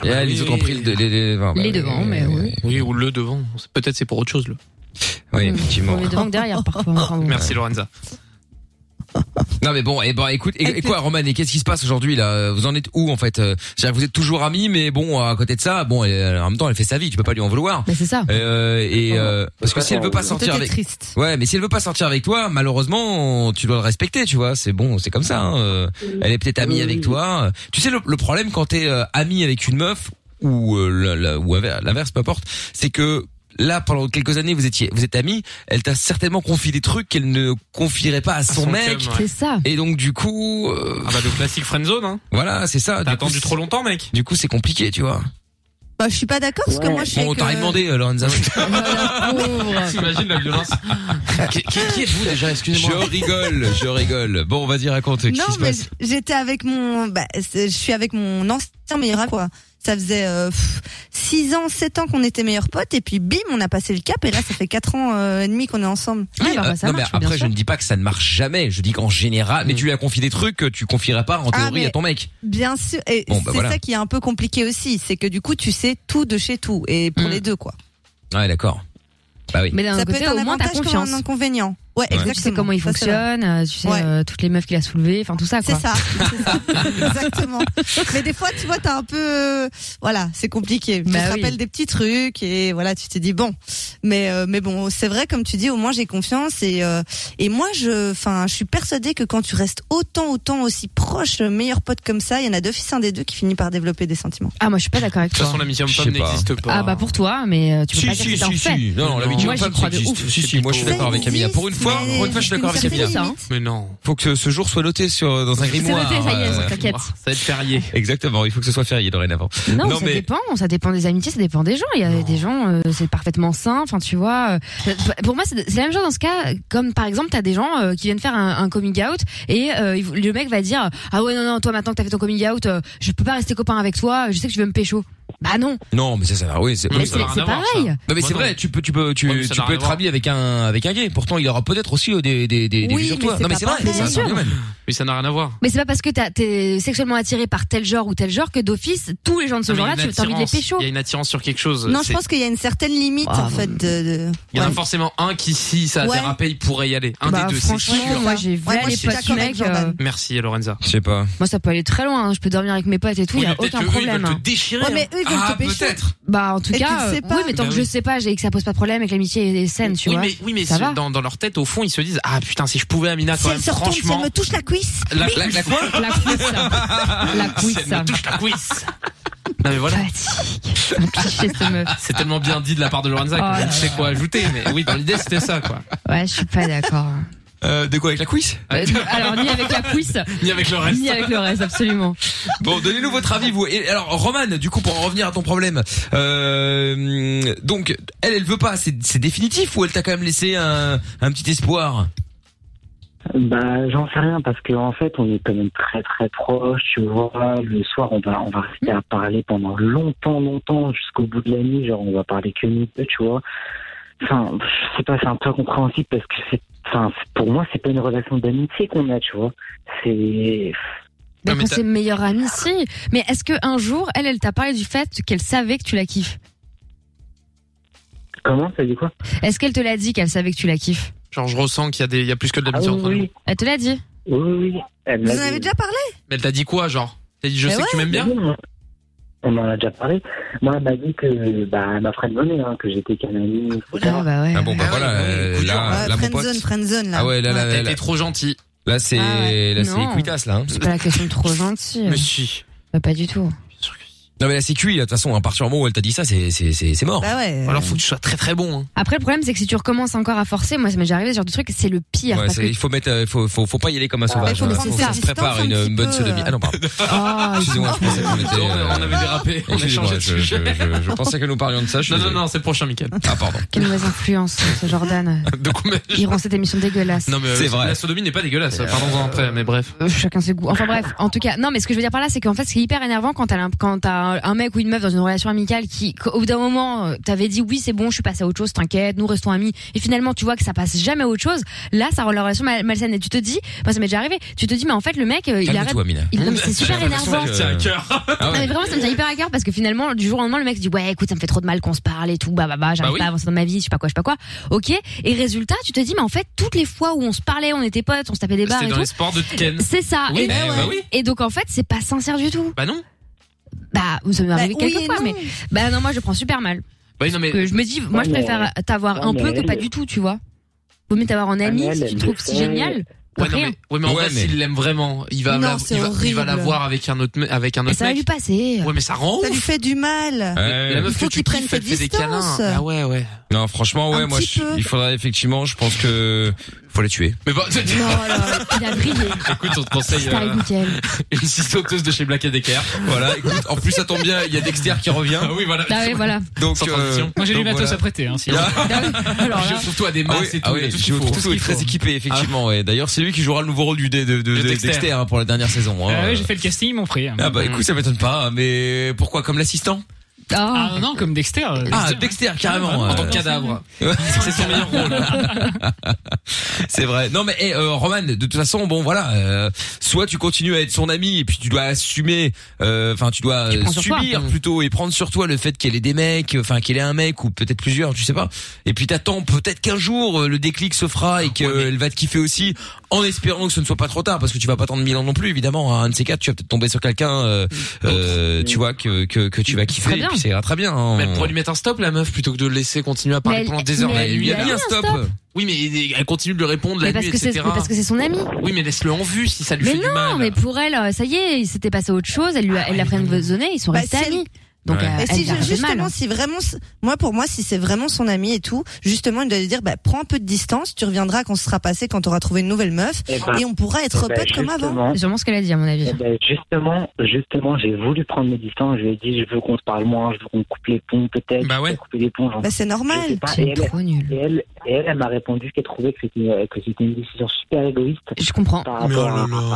Speaker 2: Et là, Eh, les autres ont pris le, les, les- enfin, bah,
Speaker 6: devant, mais oui.
Speaker 4: Ah bah Oui, ou le devant. Peut-être c'est pour autre chose, le.
Speaker 2: Oui, effectivement.
Speaker 6: On est devant que derrière parfois. Enfin, bon.
Speaker 4: Merci, Lorenza.
Speaker 2: Non mais bon, et ben écoute, et, et quoi, Roman, et qu'est-ce qui se passe aujourd'hui là Vous en êtes où en fait Euh, C'est-à-dire que vous êtes toujours amis, mais bon, à côté de ça, bon, elle- en même temps, elle fait sa vie, tu peux pas lui en vouloir.
Speaker 6: Mais c'est ça.
Speaker 2: Euh, et euh, parce que si elle veut pas
Speaker 6: Tout
Speaker 2: sortir
Speaker 6: est
Speaker 2: avec,
Speaker 6: triste.
Speaker 2: ouais, mais si elle veut pas sortir avec toi, malheureusement, tu dois le respecter, tu vois. C'est bon, c'est comme ça. hein. Euh, Elle est peut-être amie avec toi. Tu sais, le, le problème quand t'es euh, ami avec une meuf ou euh, la- la- ou inver- l'inverse, peu importe, c'est que là, pendant quelques années, vous étiez, vous êtes amis. Elle t'a certainement confié des trucs qu'elle ne confierait pas à son,
Speaker 4: son
Speaker 2: mec.
Speaker 4: chum, ouais. C'est
Speaker 6: ça.
Speaker 2: Et donc du coup, euh,
Speaker 4: Ah bah, le classique friendzone, hein.
Speaker 2: voilà, c'est ça.
Speaker 4: T'as
Speaker 2: Du coup,
Speaker 4: attendu
Speaker 2: c'est-
Speaker 4: trop longtemps, mec.
Speaker 2: Du coup, c'est compliqué, tu vois.
Speaker 3: Bah, je suis pas d'accord parce que moi, je sais
Speaker 2: Bon, on
Speaker 3: que-
Speaker 2: t'a rien demandé, euh, Lorenza.
Speaker 4: T'imagines la violence.
Speaker 2: qui, qui- qui êtes-vous déjà Excusez-moi. Je rigole, je rigole. Bon, vas-y, raconte. Qu'est-ce
Speaker 3: Non,
Speaker 2: qui se
Speaker 3: mais
Speaker 2: passe
Speaker 3: j'étais avec mon. Bah, c'est- je suis avec mon ancien meilleur ami, quoi. Ça faisait 6 ans, 7 ans qu'on était meilleurs potes, et puis bim, on a passé le cap, et là, ça fait 4 ans euh, et demi qu'on est ensemble.
Speaker 6: Eh ben,
Speaker 3: bah,
Speaker 2: Euh, non, mais après, je ne dis pas que ça ne marche jamais. Je dis qu'en général, mais tu lui as confié des trucs que tu confierais pas en
Speaker 3: Ah,
Speaker 2: théorie
Speaker 3: mais-
Speaker 2: à ton mec.
Speaker 3: Bien sûr, et
Speaker 2: Bon, bah,
Speaker 3: c'est
Speaker 2: voilà.
Speaker 3: ça qui est un peu compliqué aussi, c'est que du coup, tu sais tout de chez tout, et
Speaker 2: Mm.
Speaker 3: pour les deux, quoi.
Speaker 2: Ouais, d'accord. Bah oui.
Speaker 6: Mais d'un
Speaker 3: ça
Speaker 6: autre
Speaker 3: peut
Speaker 6: côté,
Speaker 3: être un
Speaker 6: au moins, t'as
Speaker 3: avantage comme
Speaker 6: confiance.
Speaker 3: un inconvénient. Ouais,
Speaker 6: Tu sais
Speaker 3: exactement.
Speaker 6: Tu sais comment il
Speaker 3: Ça, c'est vrai.
Speaker 6: fonctionne, euh, tu sais euh, toutes les meufs qu'il a soulevées, enfin tout ça quoi.
Speaker 3: C'est ça, exactement. Mais des fois, tu vois, t'as un peu, euh, voilà, c'est compliqué. tu
Speaker 6: Bah
Speaker 3: te
Speaker 6: oui.
Speaker 3: rappelles des petits trucs et voilà, tu te dis bon. Mais euh, mais bon, c'est vrai comme tu dis, au moins j'ai confiance et euh, et moi je, enfin, je suis persuadée que quand tu restes autant autant aussi proche, euh, meilleur pote comme ça, il y en a d'office un des deux qui finit par développer des sentiments.
Speaker 6: Ah moi je suis pas d'accord avec
Speaker 4: De
Speaker 6: toi.
Speaker 4: toute façon, l'amitié homme-femme
Speaker 2: Je sais pas.
Speaker 4: n'existe pas.
Speaker 6: Ah bah pour toi, mais euh, tu peux
Speaker 2: Si,
Speaker 6: pas dire
Speaker 2: si,
Speaker 6: que c'est un
Speaker 2: si,
Speaker 6: fait.
Speaker 2: si. Non, non, l'amitié
Speaker 6: Moi, j'y
Speaker 2: homme-femme,
Speaker 6: crois
Speaker 2: ça
Speaker 6: de
Speaker 2: existe.
Speaker 6: ouf.
Speaker 2: Si, si, moi, je suis
Speaker 6: Ça
Speaker 2: d'accord avec Camilla. Pour une fois,
Speaker 6: mais
Speaker 2: pour une fois, je suis
Speaker 6: d'une
Speaker 2: d'accord avec
Speaker 6: certaine
Speaker 2: Camilla.
Speaker 6: limite.
Speaker 4: Mais non.
Speaker 2: Faut que ce- ce jour soit noté sur, dans un
Speaker 6: C'est
Speaker 2: grimoire.
Speaker 6: noté, ça y est,
Speaker 2: euh,
Speaker 6: t'inquiète.
Speaker 4: Ça va être férié.
Speaker 2: Exactement, il faut que ce soit férié dorénavant.
Speaker 6: Non, ça dépend, ça dépend des amitiés, ça dépend des gens. Il y a des gens, euh, c'est parfaitement sain. Enfin, tu vois. euh, pour moi, c'est c'est la même chose dans ce cas. Comme par exemple, t'as des gens euh, qui viennent faire un, un coming out et euh, il- le mec va dire ah ouais non non toi maintenant que t'as fait ton coming out, euh, je peux pas rester copain avec toi. Je sais que tu veux me pécho. Bah non.
Speaker 2: Non, mais ça, ça va, oui, c'est
Speaker 6: Mais
Speaker 2: oui,
Speaker 6: c'est-
Speaker 2: ça va.
Speaker 6: c'est pareil.
Speaker 2: Non mais c'est vrai, tu peux, tu peux, tu,
Speaker 4: Ouais, mais ça
Speaker 2: tu
Speaker 4: n'a
Speaker 2: peux
Speaker 4: rien
Speaker 2: être
Speaker 4: à voir.
Speaker 2: ami avec un avec un gay. Pourtant, il aura peut-être aussi euh, des des des, des vues
Speaker 6: Oui,
Speaker 2: sur
Speaker 6: mais
Speaker 2: toi.
Speaker 6: c'est
Speaker 2: Non mais
Speaker 6: pas
Speaker 2: c'est vrai,
Speaker 6: pareil. Bien
Speaker 2: c'est un
Speaker 6: sûr.
Speaker 2: phénomène.
Speaker 4: Mais ça n'a rien à voir.
Speaker 6: Mais c'est pas parce que t'as- t'es sexuellement attiré par tel genre ou tel genre que d'office tous les gens de ce
Speaker 4: Non, mais
Speaker 6: genre-là,
Speaker 4: il y a
Speaker 6: tu
Speaker 4: une
Speaker 6: as envie de les
Speaker 4: attirance.
Speaker 6: pécho.
Speaker 4: Il y a une attirance sur quelque chose.
Speaker 3: Non, je
Speaker 4: C'est-
Speaker 3: pense qu'il y a une certaine limite en fait de. de-
Speaker 4: Il y en a forcément un qui, si ça a
Speaker 3: Ouais.
Speaker 4: dérapé, il pourrait y aller. Un
Speaker 6: Bah,
Speaker 4: des deux, c'est
Speaker 6: franchement,
Speaker 4: sûr.
Speaker 6: moi, j'ai vu
Speaker 3: Ouais, moi,
Speaker 6: les
Speaker 3: je suis
Speaker 6: potes
Speaker 3: d'accord avec
Speaker 6: mecs, euh,
Speaker 3: Jordan.
Speaker 4: Merci, Lorenza.
Speaker 2: Je sais pas.
Speaker 6: Moi, ça peut aller très loin. hein. Je peux dormir avec mes potes et tout. Il
Speaker 4: Oui,
Speaker 6: y a
Speaker 4: mais peut-être
Speaker 6: aucun
Speaker 4: que eux, ils
Speaker 6: problème. hein.
Speaker 4: veulent te déchirer,
Speaker 3: Ouais, mais eux, ils veulent
Speaker 4: Ah,
Speaker 3: te pécho.
Speaker 4: peut-être.
Speaker 6: Bah, en tout
Speaker 3: Et tu
Speaker 6: cas,
Speaker 3: le sais
Speaker 6: euh,
Speaker 3: pas.
Speaker 6: oui, mais tant
Speaker 4: Bah
Speaker 6: que
Speaker 4: oui.
Speaker 6: je sais pas, j'ai que ça pose pas de problème et que l'amitié est saine, tu
Speaker 4: oui,
Speaker 6: vois.
Speaker 4: mais, oui, mais
Speaker 6: ça
Speaker 4: ce-
Speaker 6: va.
Speaker 4: dans, dans leur tête, au fond, ils se disent Ah putain, si je pouvais, Amina,
Speaker 3: Si
Speaker 4: quand
Speaker 3: elle
Speaker 4: même,
Speaker 3: se retourne, si elle
Speaker 4: franchement.
Speaker 3: me touche la cuisse.
Speaker 4: La,
Speaker 3: Mais-
Speaker 4: la, la quoi
Speaker 6: La cuisse, la
Speaker 4: Si elle me touche la cuisse. Non, mais voilà.
Speaker 6: Cliché, cette meuf.
Speaker 4: C'est tellement bien dit de la part de Lorenza
Speaker 6: Oh
Speaker 4: que
Speaker 6: là
Speaker 4: je sais quoi ajouter, mais oui, dans l'idée, c'était ça, quoi.
Speaker 6: Ouais, je suis pas d'accord. hein.
Speaker 2: Euh, de quoi avec la cuisse
Speaker 6: Euh, Alors, ni avec la cuisse,
Speaker 4: Ni avec le reste.
Speaker 6: ni avec le reste, absolument.
Speaker 2: Bon, donnez-nous votre avis vous. Et alors Roman, du coup pour en revenir à ton problème, euh, donc elle elle veut pas, c'est c'est définitif ou elle t'a quand même laissé un un petit espoir
Speaker 13: Bah, j'en sais rien parce que en fait, on est quand même très très proche, tu vois. Le soir, on va on va rester à parler pendant longtemps, longtemps, jusqu'au bout de la nuit. Genre, on va parler que nous deux, tu vois. Enfin, je sais pas, c'est un peu incompréhensible parce que c'est, enfin, c'est- pour moi, c'est pas une relation d'amitié qu'on a, tu vois. C'est
Speaker 6: Mais
Speaker 13: Non, mais
Speaker 6: Bah, quand
Speaker 13: t'as-
Speaker 6: c'est meilleur ami, si. Mais est-ce que un jour, elle, elle t'a parlé du fait qu'elle savait que tu la kiffes
Speaker 13: comment ça dit quoi
Speaker 6: Est-ce qu'elle te l'a dit qu'elle savait que tu la kiffes
Speaker 4: Genre, je ressens qu'il y, a des- il y a plus que de l'amitié
Speaker 13: Ah oui,
Speaker 4: entre nous.
Speaker 13: oui.
Speaker 6: Elle te l'a dit
Speaker 13: Oui, oui, oui. Elle
Speaker 3: Vous
Speaker 13: m'a
Speaker 3: en
Speaker 13: dit-
Speaker 3: avez déjà parlé
Speaker 4: Mais elle t'a dit quoi, genre T'as dit Je
Speaker 3: Eh
Speaker 4: sais que tu m'aimes bien
Speaker 13: Oui, on- On en a déjà parlé. Moi, elle m'a dit que, bah, elle m'a freiné, hein, que j'étais qu'un ami, etc.
Speaker 6: Ah bah ouais.
Speaker 2: Ah bon bah voilà, euh, là
Speaker 3: Ouais,
Speaker 2: là mon pote.
Speaker 3: friendzone, friendzone là.
Speaker 2: Ah ouais là là
Speaker 4: T'as
Speaker 2: là là,
Speaker 4: été trop gentil.
Speaker 2: là, c'est là c'est
Speaker 6: Ah non.
Speaker 2: Equitas là. hein.
Speaker 6: C'est pas la question de trop gentil.
Speaker 4: Mais si.
Speaker 6: Bah, pas du tout.
Speaker 2: Non mais là c'est cuit, là, de toute façon, à partir du moment où elle t'a dit ça, c'est c'est c'est c'est mort.
Speaker 6: Bah ouais.
Speaker 2: Alors faut que tu sois très très bon. hein.
Speaker 6: Après, le problème, c'est que si tu recommences encore à forcer, moi, ça m'est déjà arrivé ce genre de truc, c'est le pire.
Speaker 2: Ouais,
Speaker 6: parce
Speaker 2: c'est-
Speaker 6: que... Ah,
Speaker 2: il faut mettre, euh, faut, faut, faut pas y aller comme un sauvage.
Speaker 6: faut
Speaker 2: hein.
Speaker 6: prendre sa
Speaker 2: ça se prépare
Speaker 6: distance
Speaker 2: une,
Speaker 6: un
Speaker 2: une bonne
Speaker 6: petit peu,
Speaker 2: sodomie. Ah non, pardon. Excusez-moi, je pensais qu'on était. on avait dérapé.
Speaker 4: on a changé de
Speaker 2: je, je,
Speaker 4: sujet.
Speaker 2: je- je pensais que nous parlions de ça. Non, non, non, c'est le prochain, Michael. Ah pardon.
Speaker 6: Quelle mauvaise influence, ce Jordan. Ils rend cette émission dégueulasse.
Speaker 4: Non, mais
Speaker 2: C'est
Speaker 4: c'est
Speaker 2: vrai.
Speaker 4: vrai. La sodomie n'est pas dégueulasse. Pardon, après, mais bref.
Speaker 6: Euh, Chacun ses goûts. Enfin bref, en tout cas, non, mais ce que je veux dire par là, c'est qu'en fait, ce qui est hyper énervant quand t'as l'im- quand t'as un- un mec ou une meuf dans une relation amicale qui, qu'au bout d'un moment, euh, t'avais dit oui, c'est bon, je suis passé à autre chose, t'inquiète, nous restons amis, et finalement, tu vois que ça passe jamais à autre chose. Là, ça rend la relation mal- malsaine, et tu te dis, moi, ça m'est déjà arrivé, tu te dis, mais en fait, le mec, euh, il arrête.
Speaker 2: Calme-toi, Mina.
Speaker 5: Mmh.
Speaker 6: il- non, mais c'est super
Speaker 2: J'ai l'impression
Speaker 5: euh,
Speaker 6: énervant.
Speaker 2: que c'est un cœur. Ah
Speaker 6: Non, mais
Speaker 2: ouais.
Speaker 6: vraiment, ça me tient hyper à cœur parce que finalement, du jour au lendemain, le mec se dit ouais, écoute, ça me fait trop de mal qu'on se parle et tout, bah bah bah, j'arrive
Speaker 19: Bah oui.
Speaker 6: pas à avancer dans ma vie, je sais pas quoi, je sais pas quoi. Ok. Et résultat, tu te dis mais en fait, toutes les fois où on se parlait, on était potes, on se tapait des barres
Speaker 4: C'était
Speaker 6: et
Speaker 4: dans
Speaker 6: tout.
Speaker 4: les sports de Ken.
Speaker 6: C'est ça.
Speaker 4: Oui,
Speaker 6: et,
Speaker 4: bah ouais. Bah oui.
Speaker 6: et donc en fait, c'est pas sincère du tout.
Speaker 4: Bah non.
Speaker 6: Bah, ça m'est
Speaker 4: Bah
Speaker 6: arrivé
Speaker 4: oui
Speaker 6: quelques
Speaker 4: et
Speaker 6: fois, mais bah non, moi je prends super mal.
Speaker 4: Bah oui, non, mais.
Speaker 6: Que je me dis, moi je préfère t'avoir
Speaker 4: non,
Speaker 6: un
Speaker 4: mais
Speaker 6: peu que
Speaker 4: elle-
Speaker 6: pas du tout, tu vois. Vaut mieux t'avoir en ami
Speaker 4: elle,
Speaker 6: si
Speaker 4: elle
Speaker 6: tu
Speaker 4: le
Speaker 6: trouves si
Speaker 4: fait.
Speaker 6: génial.
Speaker 4: Ouais, non,
Speaker 6: rien.
Speaker 4: mais, ouais, mais en vrai, s'il l'aime vraiment, il va,
Speaker 6: Non,
Speaker 4: la,
Speaker 6: c'est
Speaker 4: il va, il va
Speaker 6: horrible.
Speaker 4: la voir avec un autre, me- avec un
Speaker 6: Et
Speaker 4: autre
Speaker 6: ça va
Speaker 4: mec.
Speaker 6: lui passer.
Speaker 4: Ouais, mais ça rend
Speaker 3: Ça
Speaker 4: ouf.
Speaker 3: lui fait du mal.
Speaker 2: Ouais.
Speaker 4: La meuf
Speaker 3: Il faut
Speaker 4: que tu
Speaker 3: qu'il prenne
Speaker 4: kiffes, elle
Speaker 3: ses
Speaker 4: fait des câlins.
Speaker 3: distances.
Speaker 4: Ah ouais, ouais.
Speaker 2: Non, franchement, ouais,
Speaker 4: Un
Speaker 2: moi,
Speaker 4: petit
Speaker 2: je-
Speaker 4: peu.
Speaker 2: il faudrait effectivement, je pense que faut la tuer. Mais bon,
Speaker 6: il a brillé.
Speaker 4: Écoute, on te conseille
Speaker 6: Star
Speaker 4: euh,
Speaker 6: Michael.
Speaker 4: une scie sauteuse de chez Black Decker.
Speaker 2: Voilà, écoute, en plus ça tombe bien, il y a Dexter qui revient. Ah
Speaker 4: oui, voilà.
Speaker 6: Bah ouais, voilà.
Speaker 2: Donc,
Speaker 4: Sans
Speaker 2: euh,
Speaker 4: transition. Moi, j'ai du
Speaker 2: donc
Speaker 4: matos
Speaker 2: voilà.
Speaker 4: à prêter, hein, si-
Speaker 2: Ah.
Speaker 4: Alors là- Geoffroy, toi, des masses
Speaker 2: Ah oui,
Speaker 4: et tout,
Speaker 2: ah
Speaker 4: il a
Speaker 2: oui,
Speaker 4: tout ce qu'il
Speaker 2: Geoffroy,
Speaker 4: faut.
Speaker 2: tout est très équipé, effectivement. ouais. D'ailleurs, c'est lui qui jouera le nouveau rôle du dé de, de-
Speaker 4: Le
Speaker 2: de
Speaker 4: Dexter.
Speaker 2: Dexter, hein, pour la dernière saison. hein.
Speaker 5: Ah ouais, j'ai fait le casting, ils m'ont pris.
Speaker 2: Ah bah écoute, ça m'étonne pas, mais pourquoi comme l'assistant
Speaker 5: Ah non, comme Dexter.
Speaker 2: Ah, Dexter, carrément.
Speaker 5: En
Speaker 2: tant
Speaker 5: que cadavre.
Speaker 2: C'est son meilleur rôle. C'est vrai. Non mais eh, euh, Roman, de toute façon, bon voilà, euh, soit tu continues à être son ami et puis tu dois assumer, euh, enfin tu dois euh,
Speaker 4: prends sur toi.
Speaker 2: subir plutôt et prendre sur toi le fait qu'elle ait des mecs, enfin qu'elle ait un mec ou peut-être plusieurs, tu sais pas. Et puis t'attends peut-être qu'un jour euh, le déclic se fera et qu'elle va te kiffer aussi, en espérant que ce ne soit pas trop tard parce que tu vas pas attendre mille ans non plus évidemment. hein. un de ces quatre, tu vas peut-être tomber sur quelqu'un, euh, euh, tu vois que, que que tu vas kiffer
Speaker 4: Très
Speaker 2: et
Speaker 4: bien.
Speaker 2: puis ça ira très bien. hein.
Speaker 4: Mais elle pourrait lui mettre un stop, la meuf, plutôt que de le laisser continuer à
Speaker 6: Oh. Mais
Speaker 4: parler
Speaker 6: elle-
Speaker 4: pendant des heures.
Speaker 6: mais elle lui a mis un stop.
Speaker 4: Oui, mais elle continue de lui répondre
Speaker 6: Mais
Speaker 4: la
Speaker 6: parce
Speaker 4: nuit,
Speaker 6: que c'est-
Speaker 4: etc.
Speaker 6: mais parce que c'est son ami.
Speaker 4: Oui, mais laisse-le en vue si ça lui
Speaker 6: Mais
Speaker 4: fait du mal.
Speaker 6: non, mais pour elle, euh, ça y est, il s'était passé à autre chose, elle lui a, elle
Speaker 4: Ah,
Speaker 6: l'a
Speaker 4: Mmh.
Speaker 6: pris ils sont
Speaker 3: Bah,
Speaker 6: restés
Speaker 3: si elle-
Speaker 6: amis. Donc,
Speaker 3: Ouais.
Speaker 6: euh,
Speaker 3: Et
Speaker 6: elle
Speaker 3: si
Speaker 6: lui a
Speaker 3: je-
Speaker 6: fait mal.
Speaker 3: justement, si vraiment, c- moi pour moi, si c'est vraiment son ami et tout, justement, il doit lui dire, bah, prends un peu de distance, tu reviendras quand ce sera passé, quand tu auras trouvé une nouvelle meuf,
Speaker 13: Eh ben,
Speaker 3: et on pourra être
Speaker 13: eh ben,
Speaker 3: potes comme avant.
Speaker 13: justement. C'est
Speaker 6: sûrement ce qu'elle a dit à mon avis.
Speaker 13: Ben, justement, justement, j'ai voulu prendre mes distances. Je lui ai dit, je veux qu'on se parle moins, je veux qu'on coupe les ponts, peut-être. Bah ouais. Couper les ponts. genre.
Speaker 3: Bah, c'est normal.
Speaker 13: Je sais pas.
Speaker 3: C'est
Speaker 13: Et elle,
Speaker 6: trop nul.
Speaker 13: Et elle, et elle, elle m'a répondu qu'elle trouvait que c'était, que c'était une décision super égoïste.
Speaker 6: Je comprends.
Speaker 13: Par rapport à-
Speaker 4: oh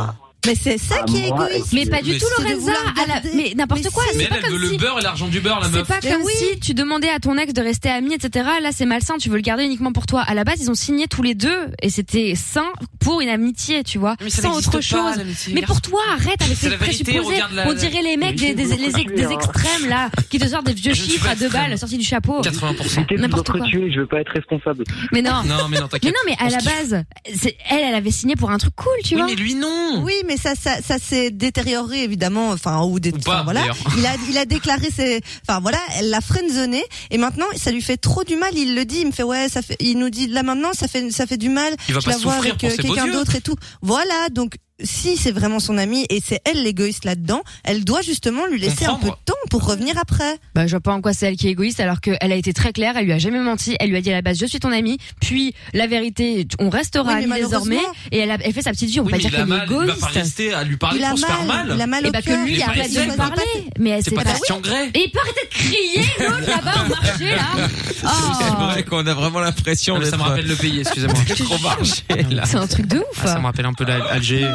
Speaker 3: Mais c'est ça
Speaker 13: Ah,
Speaker 3: qui est
Speaker 13: moi,
Speaker 3: égoïste.
Speaker 6: Mais pas du tout,
Speaker 3: C'est de
Speaker 6: Lorenza.
Speaker 3: vouloir
Speaker 6: à la-
Speaker 3: garder.
Speaker 6: Mais n'importe quoi.
Speaker 4: Mais
Speaker 6: C'est
Speaker 4: elle,
Speaker 6: pas
Speaker 4: elle veut
Speaker 6: comme si.
Speaker 4: le beurre et l'argent du beurre, la
Speaker 6: C'est
Speaker 4: meuf.
Speaker 6: pas
Speaker 4: eh
Speaker 6: comme si tu demandais à ton ex de rester ami, etc. Là, c'est malsain. Tu veux le garder uniquement pour toi. À la base, ils ont signé tous les deux et c'était sain pour une amitié, tu vois,
Speaker 4: ça
Speaker 6: sans
Speaker 4: n'existe
Speaker 6: autre
Speaker 4: pas,
Speaker 6: chose.
Speaker 4: l'amitié,
Speaker 6: Mais
Speaker 4: garçon.
Speaker 6: pour toi, arrête avec
Speaker 4: C'est
Speaker 6: les
Speaker 4: la vérité,
Speaker 6: présupposés.
Speaker 4: regarde la-
Speaker 6: On dirait les mecs des, des, les- des extrêmes là, qui te sortent des vieux chiffres à deux balles sortis du chapeau.
Speaker 4: 80%.
Speaker 6: N'importe quoi.
Speaker 13: tuer, je veux pas être responsable.
Speaker 6: Mais non.
Speaker 4: Non, mais non,
Speaker 6: Mais
Speaker 4: t'inquiète.
Speaker 6: non, mais à la base, c'est- elle, elle avait signé pour un truc cool, tu vois.
Speaker 4: mais lui, non.
Speaker 3: Oui, mais ça, ça, ça s'est détérioré évidemment. Enfin, ou, dé-
Speaker 4: pas,
Speaker 3: enfin, voilà.
Speaker 4: d'ailleurs.
Speaker 3: Il a, il a déclaré ses. Enfin voilà, elle l'a friendzonné et maintenant ça lui fait trop du mal. Il le dit, il me fait ouais, ça fait. Il nous dit là maintenant ça fait, ça fait du mal.
Speaker 4: Il va
Speaker 3: je
Speaker 4: pas
Speaker 3: la vois
Speaker 4: souffrir
Speaker 3: avec euh,
Speaker 4: pour ses beaux
Speaker 3: quelqu'un
Speaker 4: yeux.
Speaker 3: d'autre et tout. Voilà, donc si c'est vraiment son ami et c'est elle l'égoïste là-dedans, elle doit justement lui laisser un peu de temps pour revenir après.
Speaker 6: Bah, je vois pas en quoi c'est elle qui est égoïste, alors qu'elle a été très claire, elle lui a jamais menti, elle lui a dit à la base je suis ton amie, puis la vérité, on restera
Speaker 3: Oui, mais
Speaker 6: amis
Speaker 3: malheureusement-
Speaker 6: désormais, et elle, a, elle fait sa petite vie, on peut
Speaker 4: Oui,
Speaker 6: pas
Speaker 4: mais
Speaker 6: dire
Speaker 4: il a
Speaker 6: qu'elle est
Speaker 4: mal. Il va
Speaker 6: égoïste.
Speaker 4: pas rester à lui parler
Speaker 6: Il a
Speaker 4: pour se faire
Speaker 6: mal,
Speaker 4: mal.
Speaker 6: il a mal
Speaker 4: Et
Speaker 6: au
Speaker 4: bah,
Speaker 6: cœur,
Speaker 4: que lui,
Speaker 6: il
Speaker 4: arrête
Speaker 6: choisit
Speaker 4: de
Speaker 6: de
Speaker 4: lui
Speaker 6: parler.
Speaker 4: parler.
Speaker 6: Mais elle
Speaker 4: C'est
Speaker 6: s'est
Speaker 4: pas
Speaker 6: pas-
Speaker 4: Christian Grey.
Speaker 6: Et il peut arrêter de crier, l'autre là-bas au marché, là.
Speaker 2: C'est
Speaker 6: Oh.
Speaker 2: vrai qu'on a vraiment l'impression.
Speaker 4: Ah, mais ça me rappelle le pays, excusez-moi.
Speaker 2: Trop marché là.
Speaker 6: C'est un truc de ouf.
Speaker 4: Ah, ça me rappelle un peu la- Alger,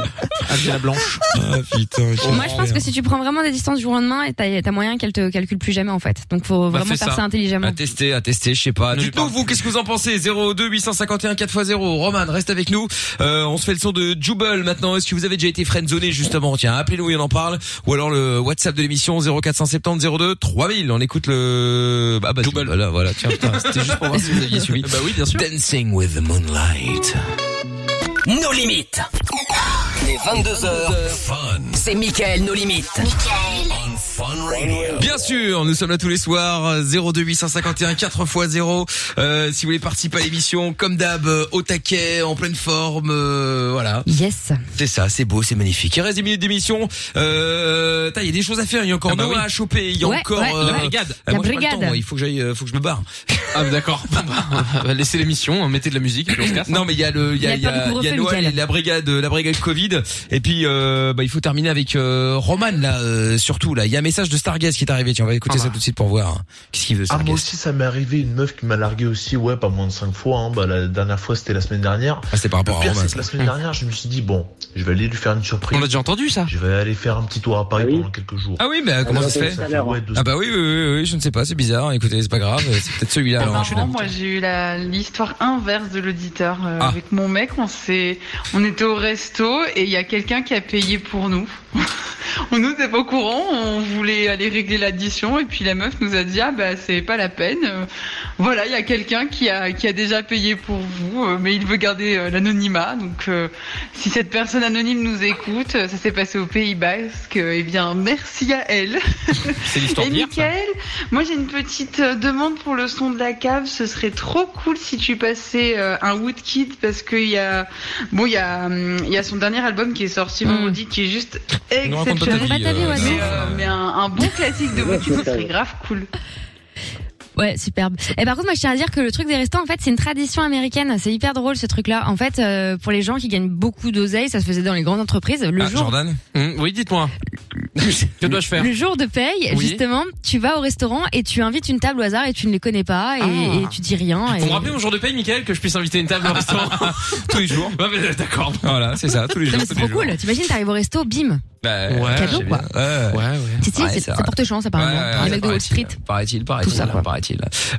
Speaker 4: Alger la Blanche.
Speaker 2: Ah putain.
Speaker 4: Oh,
Speaker 6: Moi, je pense que si tu prends vraiment des distances du jour au lendemain, et t'as t'as moyen qu'elle te calcule plus jamais, en fait. Donc, faut
Speaker 2: Bah,
Speaker 6: vraiment
Speaker 2: fais
Speaker 6: faire ça, intelligemment.
Speaker 2: À tester, à tester, je sais pas. Dites-nous vous, qu'est-ce que vous en pensez 02 851 4x0. Roman, reste avec nous. Euh, on se fait le son de Jubel maintenant. Est-ce que vous avez déjà été friendzoné justement Tiens, appelez-nous et on en parle. Ou alors le WhatsApp de l'émission 0470 02 3000. On écoute le ah bah, Jubel. Voilà, voilà. Tiens, putain, c'était juste pour voir si vous aviez suivi. Bah oui, bien sûr. Dancing with the moonlight.
Speaker 1: Nos limites. Les 22h. C'est Michael, nos limites.
Speaker 15: Michael.
Speaker 1: Fun
Speaker 2: Bien sûr, nous sommes là tous les soirs, euh, 02 851 4x0. Euh, si vous voulez participer à l'émission, comme d'hab, euh, au taquet, en pleine forme, euh, voilà.
Speaker 6: Yes.
Speaker 2: C'est ça, c'est beau, c'est magnifique. Il reste 10 minutes d'émission. Euh, tain, il y a des choses à faire, il y a encore
Speaker 4: Ah bah
Speaker 2: Noah
Speaker 4: oui.
Speaker 2: à choper, il y a
Speaker 4: Ouais,
Speaker 2: encore
Speaker 4: ouais,
Speaker 2: euh,
Speaker 4: la brigade.
Speaker 2: ah,
Speaker 4: La
Speaker 2: moi, j'ai pas le temps,
Speaker 4: brigade.
Speaker 2: moi, il faut que j'aille, euh, faut que je me barre.
Speaker 4: bah,
Speaker 2: Ah d'accord.
Speaker 4: laissez l'émission, hein, mettez de la musique. et puis on se casse. hein.
Speaker 2: Non mais il y a le il y a, il y a- il y a Noël et la brigade la brigade Covid et puis euh, bah, il faut terminer avec euh, Roman là euh, surtout là il y a un message de Stargaze qui est arrivé tiens on va écouter
Speaker 4: Ah, bah.
Speaker 2: ça tout de suite pour voir hein. qu'est-ce qu'il veut
Speaker 16: Ah, moi
Speaker 2: Stargaze
Speaker 16: aussi, ça m'est arrivé une meuf qui m'a largué aussi, ouais, pas moins de 5 fois. hein. Bah, la dernière fois, c'était la semaine dernière.
Speaker 2: Ah, c'est par rapport
Speaker 16: Le
Speaker 2: à
Speaker 16: pire,
Speaker 2: Romain,
Speaker 16: c'est que
Speaker 2: ça.
Speaker 16: la semaine dernière, je me suis dit, bon, je vais aller lui faire une surprise.
Speaker 4: On a déjà entendu ça.
Speaker 16: Je vais aller faire un petit tour à Paris pendant quelques jours.
Speaker 2: Ah oui mais euh, comment ça se fait
Speaker 16: Ouais, deux
Speaker 2: Ah bah oui oui, oui oui je ne sais pas c'est bizarre écoutez c'est pas grave c'est peut-être celui-là alors
Speaker 19: Marrant, moi j'ai eu la- l'histoire inverse de l'auditeur euh,
Speaker 2: Ah.
Speaker 19: avec mon mec. On s'est, on était au resto et il y a quelqu'un qui a payé pour nous. on nous était pas au courant. On voulait aller régler l'addition et puis la meuf nous a dit ah bah c'est pas la peine. Euh, voilà, il y a quelqu'un qui a qui a déjà payé pour vous, euh, mais il veut garder euh, l'anonymat. Donc euh, si cette personne anonyme nous écoute, euh, ça s'est passé au Pays Basque. euh, Eh bien merci à elle.
Speaker 4: C'est l'histoire
Speaker 19: Et
Speaker 4: d'hier, ça.
Speaker 19: Mickaël, moi j'ai une petite euh, demande pour le son de la cave. Ce serait trop cool si tu passais euh, un Woodkid parce qu'il y a bon il y a hum, il y a son dernier album qui est
Speaker 4: Hmm.
Speaker 19: sorti vendredi qui est juste
Speaker 2: nous raconte pas ta
Speaker 19: exceptionnel.
Speaker 2: vie, Pas ta vie, euh, ouais,
Speaker 19: mais,
Speaker 2: non.
Speaker 19: euh, mais un, un bon classique de Woodkid ce serait grave cool.
Speaker 6: Ouais, superbe. Et par contre, moi, je tiens à dire que le truc des restos, en fait, c'est une tradition américaine. C'est hyper drôle ce truc-là. En fait, euh, pour les gens qui gagnent beaucoup d'oseille, ça se faisait dans les grandes entreprises. Le
Speaker 4: Ah,
Speaker 6: jour,
Speaker 2: Jordan
Speaker 4: Mmh, Oui, dites-moi. que dois-je faire
Speaker 6: le jour de paye,
Speaker 4: Oui.
Speaker 6: justement, tu vas au restaurant et tu invites une table au hasard et tu ne les connais pas
Speaker 2: Ah.
Speaker 6: et, et tu dis rien.
Speaker 4: Vous
Speaker 6: Et...
Speaker 4: me rappelez mon jour de paye, Michael, que je puisse inviter une table au restaurant
Speaker 2: tous les jours.
Speaker 4: Ouais, mais euh, d'accord.
Speaker 2: Voilà, c'est ça, tous les
Speaker 6: Non,
Speaker 4: jours.
Speaker 6: mais c'est trop cool. T'imagines, t'arrives au resto, bim.
Speaker 2: Bah,
Speaker 4: Ouais,
Speaker 6: Cadeau,
Speaker 2: j'ai
Speaker 6: quoi.
Speaker 2: bien. Ouais, ouais.
Speaker 6: C'est stylé,
Speaker 2: Ouais,
Speaker 6: c'est
Speaker 2: c'est
Speaker 6: c'est
Speaker 2: vrai.
Speaker 6: porte chance, apparemment.
Speaker 2: Ouais, ouais,
Speaker 6: Pour les
Speaker 2: ouais,
Speaker 6: mecs de Wall Street.
Speaker 2: Paraît-il, paraît-il, paraît-il.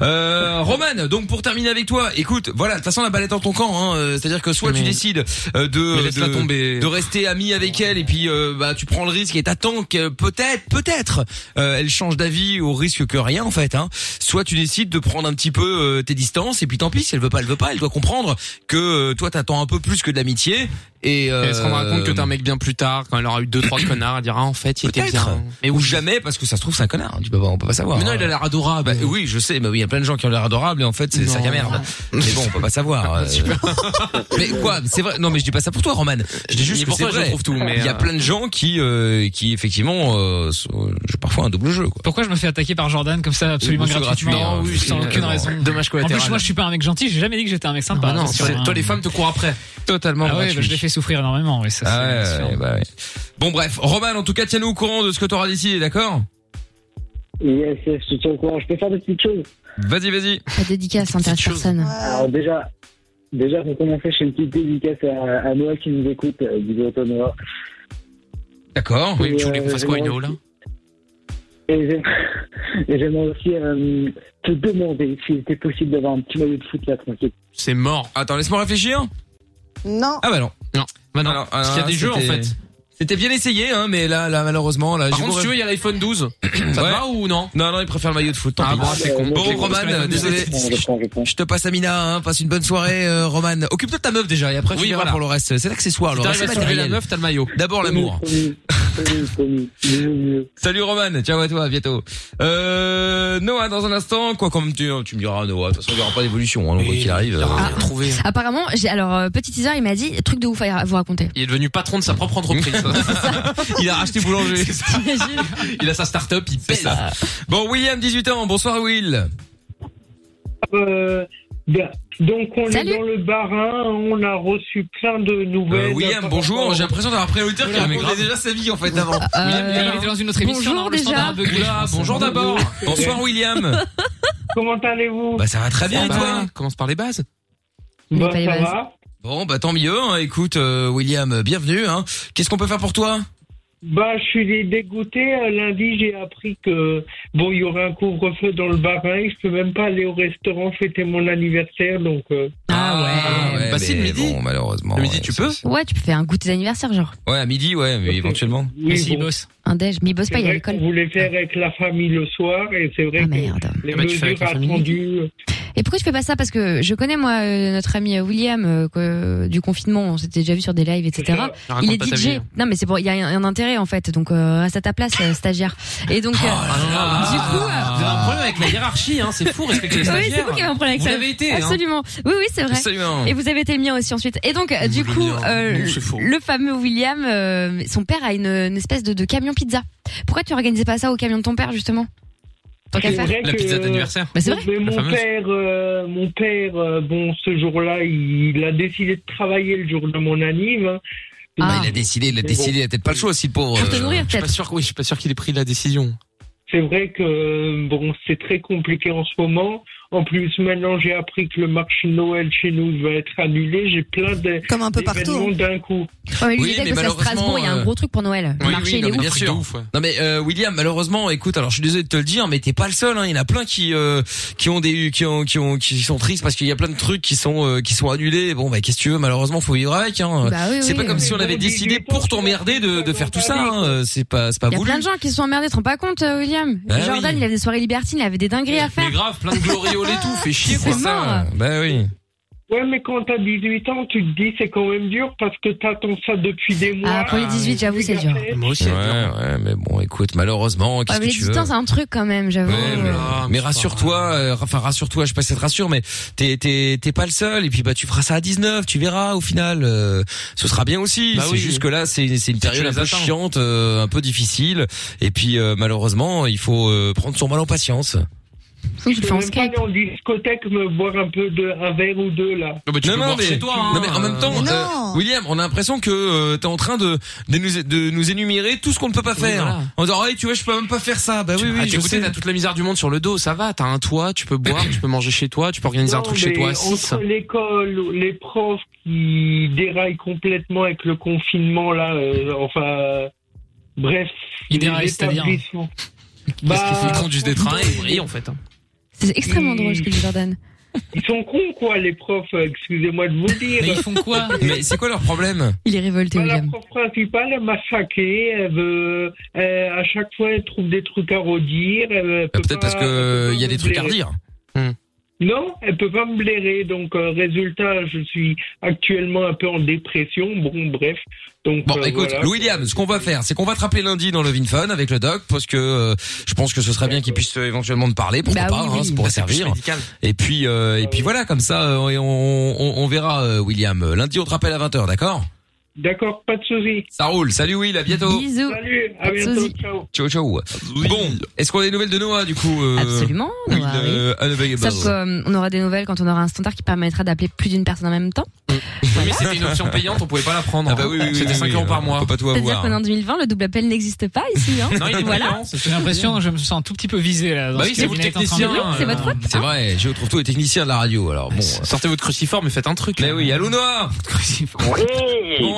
Speaker 2: Euh, Roman, donc pour terminer avec toi, écoute, voilà, de toute façon la balle est dans ton camp, hein, euh, c'est-à-dire que soit tu décides euh,
Speaker 4: Mais
Speaker 2: de,
Speaker 4: laisse-la
Speaker 2: de-
Speaker 4: tomber.
Speaker 2: de rester ami avec elle et puis euh, bah tu prends le risque et t'attends que peut-être, peut-être, euh, elle change d'avis au risque que rien en fait. Hein. Soit tu décides de prendre un petit peu euh, tes distances et puis tant pis, si elle veut pas, elle veut pas, elle doit comprendre que euh, toi t'attends un peu plus que de l'amitié et, euh,
Speaker 4: Et elle se rendra compte que t'es un mec bien plus tard, quand elle aura eu deux trois connards, elle dira ah, en fait il était bien.
Speaker 2: mais ou jamais parce que ça se trouve c'est un connard, tu peux pas, on peut pas savoir.
Speaker 4: Mais non,
Speaker 2: hein.
Speaker 4: il a l'air adorable.
Speaker 2: Bah, oui, je sais, mais oui, il y a plein de gens qui ont l'air adorables et en fait, c'est ça qui merde. Mais bon, on peut pas savoir. euh. mais quoi, c'est vrai. Non, mais je dis pas ça pour toi, Roman. Je dis juste
Speaker 4: Ni
Speaker 2: que
Speaker 4: pour
Speaker 2: c'est
Speaker 4: toi, je
Speaker 2: vrai.
Speaker 4: trouve tout, mais,
Speaker 2: il y a
Speaker 4: euh,
Speaker 2: plein de gens qui, euh, qui effectivement, euh, sont- jouent parfois un double jeu. Quoi.
Speaker 5: Pourquoi je me fais attaquer par Jordan comme ça absolument
Speaker 2: Oui, c'est
Speaker 5: gratuitement
Speaker 2: gratuit, hein,
Speaker 5: sans
Speaker 2: oui,
Speaker 5: aucune
Speaker 2: euh,
Speaker 5: raison
Speaker 4: dommage
Speaker 5: En
Speaker 4: collatéral.
Speaker 5: plus moi je suis pas un mec gentil, j'ai jamais dit que j'étais un mec sympa.
Speaker 4: Ah non,
Speaker 5: attention,
Speaker 4: c'est-
Speaker 5: hein.
Speaker 4: toi les femmes te courent après. Totalement.
Speaker 5: Ah ouais, bah, je l'ai fait souffrir énormément, oui, ça
Speaker 2: Ah
Speaker 5: c'est
Speaker 2: ouais,
Speaker 5: sûr.
Speaker 2: ouais, bah ouais. Bon, bref, Roman, en tout cas, tiens-nous au courant de ce que t'auras décidé, d'accord
Speaker 13: Yes, yes, je te tiens au courant. Je peux faire des petites choses.
Speaker 2: Vas-y, vas-y.
Speaker 6: Pas de dédicace, intéresse personne.
Speaker 13: Alors déjà, déjà pour commencer, je fais une petite dédicace à, à Noah qui nous écoute, euh, du Béoto Noah.
Speaker 2: D'accord.
Speaker 13: Oui, tu voulais qu'on fasse quoi, une
Speaker 4: là
Speaker 13: euh, Et j'ai- et j'aimerais aussi euh, te demander s'il était possible d'avoir un petit maillot de foot là tranquille.
Speaker 4: C'est mort.
Speaker 2: Attends, laisse-moi réfléchir.
Speaker 3: Non.
Speaker 2: Ah bah non.
Speaker 4: Non. Bah non.
Speaker 2: Alors,
Speaker 4: Parce qu'il y a
Speaker 2: euh,
Speaker 4: des jeux en
Speaker 2: c'était-
Speaker 4: fait.
Speaker 2: C'était bien essayé, hein, mais là, là, malheureusement, là.
Speaker 4: Par
Speaker 2: j'ai
Speaker 4: contre,
Speaker 2: beau
Speaker 4: si tu
Speaker 2: rêver-
Speaker 4: veux, il y a l'iPhone 12. Ça te
Speaker 2: Ouais.
Speaker 4: va ou non
Speaker 2: Non, non, il préfère le maillot de foot. Tant
Speaker 4: Ah
Speaker 2: pis.
Speaker 4: bon, c'est con.
Speaker 2: Bon,
Speaker 4: C'est con,
Speaker 2: Roman,
Speaker 4: parce que la
Speaker 2: euh,
Speaker 4: Coupe du
Speaker 2: désolé.
Speaker 4: Monde, c'est con,
Speaker 2: Je te passe Amina. Hein. Passe une bonne soirée, euh, Roman. Occupe-toi de ta meuf déjà et après tu
Speaker 4: Oui,
Speaker 2: verras
Speaker 4: voilà.
Speaker 2: pour le reste. C'est l'accessoire,
Speaker 4: Si
Speaker 2: le reste.
Speaker 4: t'arrives à
Speaker 2: c'est
Speaker 4: sauver la
Speaker 2: matériel.
Speaker 4: meuf, t'as le maillot.
Speaker 2: D'abord l'amour. Salut Roman, ciao à toi, à bientôt. Euh, Noah, dans un instant, quoi comme tu, tu me diras Noah, de toute façon il n'y aura pas d'évolution, hein, donc, quoi qu'il arrive. euh,
Speaker 4: hein.
Speaker 6: Apparemment, j'ai alors euh, petit teaser, il m'a dit truc de ouf à vous raconter.
Speaker 4: Il est devenu patron de sa propre entreprise.
Speaker 2: il a racheté boulanger.
Speaker 4: il a sa start-up, il pèse.
Speaker 2: Bon, William, 18 ans, bonsoir Will.
Speaker 8: Euh, bien. donc on est dans le Barin, on a reçu plein de nouvelles.
Speaker 2: Euh, William,
Speaker 8: Par
Speaker 2: bonjour,
Speaker 8: rapport-
Speaker 2: j'ai l'impression d'avoir pris un auditeur qui Euh,
Speaker 8: Voilà, mais
Speaker 2: racontait
Speaker 8: grave.
Speaker 2: déjà sa vie en fait avant.
Speaker 5: William, il était dans une autre émission,
Speaker 8: Euh,
Speaker 5: dans
Speaker 8: bonjour
Speaker 5: le standard
Speaker 8: déjà.
Speaker 5: aveuglé, je
Speaker 2: Oula,
Speaker 5: pense.
Speaker 2: bonjour d'abord. Bonsoir William.
Speaker 8: Comment allez-vous
Speaker 2: Bah ça va très bien et
Speaker 8: Bah,
Speaker 2: toi Commence par les bases.
Speaker 8: Bah, ça va.
Speaker 2: Bon bah tant mieux. hein. Écoute euh, William, euh, bienvenue. Hein. Qu'est-ce qu'on peut faire pour toi
Speaker 8: Bah, je suis dégoûté. Euh, Lundi, j'ai appris que bon, il y aurait un couvre-feu dans le Barin. Je peux même pas aller au restaurant fêter mon anniversaire, donc. euh,
Speaker 2: Ah ouais,
Speaker 4: Bah, si, le
Speaker 2: mais
Speaker 4: midi.
Speaker 2: Bon malheureusement.
Speaker 4: Le midi,
Speaker 2: ouais,
Speaker 4: tu
Speaker 2: ça,
Speaker 4: peux
Speaker 2: c'est-
Speaker 6: Ouais, tu peux faire un goûter d'anniversaire, genre.
Speaker 2: Ouais à midi ouais mais éventuellement.
Speaker 8: Oui, bon.
Speaker 6: Un déj, mais il bosse
Speaker 8: C'est
Speaker 6: pas, il est à
Speaker 8: vrai
Speaker 6: l'école.
Speaker 2: Ah.
Speaker 8: qu'on voulait faire avec la famille le soir et c'est vrai que les
Speaker 6: Ah, bah, tu
Speaker 8: mesures
Speaker 6: fais avec la famille
Speaker 8: attendues.
Speaker 6: Et Et pourquoi tu fais pas ça Parce que je connais moi euh, notre ami euh, William euh, que- du confinement, on s'était déjà vu sur des lives, etc.
Speaker 4: Ça, raconte
Speaker 6: Il est
Speaker 4: pas ta vie,
Speaker 6: DJ.
Speaker 4: hein.
Speaker 6: Non mais c'est pour, il y a un, un intérêt en fait, donc euh, reste à ta place, euh, stagiaire. Et donc,
Speaker 4: Oh,
Speaker 6: euh,
Speaker 4: du coup, Ah vous avez un problème avec la hiérarchie, hein, c'est fou, respecter les
Speaker 6: oui,
Speaker 4: stagiaires.
Speaker 6: c'est vous qui avez un problème avec
Speaker 4: Vous
Speaker 6: ça.
Speaker 4: l'avez été, hein.
Speaker 6: Absolument. Oui, oui, c'est vrai.
Speaker 4: Absolument.
Speaker 6: Et vous avez été le mien aussi ensuite. Et donc, euh, du coup, euh,
Speaker 4: Non, c'est faux.
Speaker 6: le fameux William, euh, son père a une, une espèce de, de camion pizza. Pourquoi tu organisais pas ça au camion de ton père justement Tant qu'à
Speaker 8: C'est
Speaker 6: faire.
Speaker 8: vrai que-
Speaker 6: Bah, c'est vrai.
Speaker 8: Mais
Speaker 6: La
Speaker 8: mon
Speaker 6: fameuse.
Speaker 8: père, euh, mon père, euh, bon, ce jour-là, il, il a décidé de travailler le jour de mon anniv.
Speaker 6: Ah.
Speaker 8: hein.
Speaker 2: Bah, il a décidé, il a
Speaker 8: Mais
Speaker 2: décidé,
Speaker 8: bon.
Speaker 2: il a peut-être pas le choix aussi pour.
Speaker 8: Pour te nourrir,
Speaker 4: Je suis pas sûr, oui, je suis pas sûr qu'il ait pris la décision.
Speaker 8: C'est vrai que euh, bon, c'est très compliqué en ce moment. En plus, maintenant, j'ai appris que le marché de Noël chez nous va être annulé. J'ai plein de
Speaker 3: comme un peu
Speaker 8: partout d'un coup.
Speaker 6: Ouais, Oh, mais lui,
Speaker 2: Oui,
Speaker 6: il était parce
Speaker 2: mais
Speaker 6: qu'à
Speaker 2: malheureusement,
Speaker 6: Strasbourg, il y a un
Speaker 2: euh,
Speaker 6: gros truc pour Noël. Le
Speaker 2: Oui,
Speaker 6: marché,
Speaker 2: oui,
Speaker 6: il
Speaker 2: non,
Speaker 6: est
Speaker 2: mais
Speaker 6: ouf.
Speaker 2: bien sûr. Non mais euh, William, malheureusement, écoute, alors je suis désolé de te le dire, mais t'es pas le seul. Hein. Il y en a plein qui euh, qui ont des qui ont qui ont qui sont tristes parce qu'il y a plein de trucs qui sont euh, qui sont annulés. Bon bah qu'est-ce que tu veux, malheureusement, faut vivre avec. Hein.
Speaker 6: Bah oui,
Speaker 2: c'est
Speaker 6: oui.
Speaker 2: pas comme
Speaker 6: Mais
Speaker 2: si on
Speaker 6: bon,
Speaker 2: avait décidé pour t'emmerder de, de faire tout ça. hein. C'est pas c'est pas
Speaker 6: Il y a
Speaker 2: voulu.
Speaker 6: plein de gens qui se sont emmerdés, tu te rends pas compte, euh, William
Speaker 2: Bah oui.
Speaker 6: Jordan, il avait des soirées libertines, il avait des dingueries à faire.
Speaker 4: Mais grave, plein de glorioles et tout, fait chier
Speaker 6: C'est
Speaker 4: quoi. ça.
Speaker 6: mort.
Speaker 2: Bah oui.
Speaker 8: Ouais, mais quand t'as 18 ans, tu te dis c'est quand même dur parce que t'attends ça depuis des mois.
Speaker 6: Ah, pour les 18, j'avoue, c'est dur.
Speaker 2: Moi aussi. Ouais, ouais, mais bon, écoute, malheureusement,
Speaker 6: Ah,
Speaker 2: qu'est-ce
Speaker 6: mais
Speaker 2: que
Speaker 6: les
Speaker 2: tu veux.
Speaker 6: 18 ans, c'est un truc quand même, j'avoue.
Speaker 2: Ouais, mais,
Speaker 4: Ah,
Speaker 2: mais rassure-toi, euh, enfin rassure-toi, je sais pas si ça te rassure, mais t'es t'es t'es pas le seul. Et puis bah tu feras ça à 19, tu verras au final, euh, ce sera bien aussi.
Speaker 4: Bah
Speaker 2: c'est
Speaker 4: oui.
Speaker 2: juste que là c'est c'est une
Speaker 4: tu
Speaker 2: période un
Speaker 4: les
Speaker 2: peu
Speaker 4: attends.
Speaker 2: chiante, euh, un peu difficile. Et puis euh, malheureusement, il faut euh, prendre son mal en patience.
Speaker 8: Je peux même pas aller en discothèque me boire un peu de un verre ou deux là.
Speaker 4: Ah bah,
Speaker 2: non, non, Ah, mais,
Speaker 4: hein.
Speaker 2: non, mais en même temps, euh, William, on a l'impression que euh, t'es en train de, de, nous, de nous énumérer tout ce qu'on ne peut pas
Speaker 4: Oui,
Speaker 2: faire.
Speaker 4: voilà.
Speaker 2: En disant, Ah, tu vois, je peux même pas faire ça. Bah oui, oui,
Speaker 4: ah,
Speaker 2: je
Speaker 4: t'écoutes,
Speaker 2: sais.
Speaker 4: t'as toute la misère du monde sur le dos, ça va, t'as un toit, tu peux boire, tu peux manger chez toi, tu peux organiser un
Speaker 8: Non,
Speaker 4: truc chez
Speaker 8: mais
Speaker 4: toi à
Speaker 8: entre
Speaker 4: 6.
Speaker 8: l'école, les profs qui déraillent complètement avec le confinement là, euh, enfin, euh, bref.
Speaker 5: Ils
Speaker 8: les
Speaker 5: déraillent, c'est-à-dire
Speaker 18: hein.
Speaker 8: établissements.
Speaker 4: Parce qu'ils
Speaker 8: Bah,
Speaker 4: conduisent des trains et ils brillent en fait. hein.
Speaker 6: C'est extrêmement drôle ce que dit Jordan.
Speaker 8: Ils sont cons quoi, les profs. euh, Excusez-moi de vous le dire.
Speaker 6: Mais ils font quoi
Speaker 2: Mais c'est quoi leur problème
Speaker 6: Il est révolté,
Speaker 8: Bah, la
Speaker 6: William.
Speaker 8: prof principale, elle m'a saqué. Elle veut, elle- Euh, à chaque fois, elle trouve des trucs à redire. Peut-être
Speaker 2: Euh, parce que euh, il y a des trucs à redire.
Speaker 8: Non, elle peut pas me blairer. Donc, euh, résultat, je suis actuellement un peu en dépression. Bon, bref. Donc,
Speaker 2: Bon,
Speaker 8: euh,
Speaker 2: écoute,
Speaker 8: voilà.
Speaker 2: William, ce qu'on va faire, c'est qu'on va te rappeler lundi dans le VinFun avec le doc, parce que euh, je pense que ce serait bien qu'il puisse euh, éventuellement te parler, pourquoi
Speaker 4: Bah
Speaker 2: pas,
Speaker 4: oui,
Speaker 2: hein,
Speaker 4: oui.
Speaker 2: ça pourrait
Speaker 4: Bah, c'est plus
Speaker 2: servir.
Speaker 4: médical.
Speaker 2: Et puis, euh, et puis voilà, comme ça, euh, et on, on, on verra, euh, William. Lundi, on te rappelle à 20h, d'accord
Speaker 8: D'accord, pas de soucis.
Speaker 2: Ça roule. Salut, Will, à bientôt.
Speaker 8: Salut, à
Speaker 2: Pas de
Speaker 8: bientôt.
Speaker 2: soucis.
Speaker 8: Ciao.
Speaker 2: Ciao, ciao. Bon, est-ce qu'on a des nouvelles de Noah, du coup euh,
Speaker 6: Absolument,
Speaker 2: Will,
Speaker 6: Noah,
Speaker 2: euh, Annabelle
Speaker 6: Sauf
Speaker 2: Gabbard.
Speaker 6: qu'on aura des nouvelles quand on aura un standard qui permettra d'appeler plus d'une personne en même temps.
Speaker 4: Mais c'était une option payante, on pouvait pas la prendre. hein.
Speaker 2: Ah bah oui, oui, oui,
Speaker 4: c'était
Speaker 2: oui,
Speaker 4: 5
Speaker 2: oui,
Speaker 4: euros
Speaker 2: on
Speaker 4: par mois.
Speaker 2: peut pas tout
Speaker 6: C'est-à-dire qu'en 2020, le double appel n'existe pas ici. Hein
Speaker 4: Non, il est
Speaker 6: voilà.
Speaker 4: payant, c'est
Speaker 5: J'ai l'impression, je me sens un tout petit peu visé là. dans
Speaker 4: Bah
Speaker 5: ce
Speaker 4: oui,
Speaker 5: que
Speaker 4: c'est vous le
Speaker 5: Lionel est en train de
Speaker 4: technicien. euh,
Speaker 5: dire.
Speaker 4: C'est votre faute.
Speaker 2: C'est vrai, je retrouve tous les techniciens de la radio, alors bon.
Speaker 4: Sortez votre cruciforme et faites un truc.
Speaker 2: Mais oui, allô Noah Bon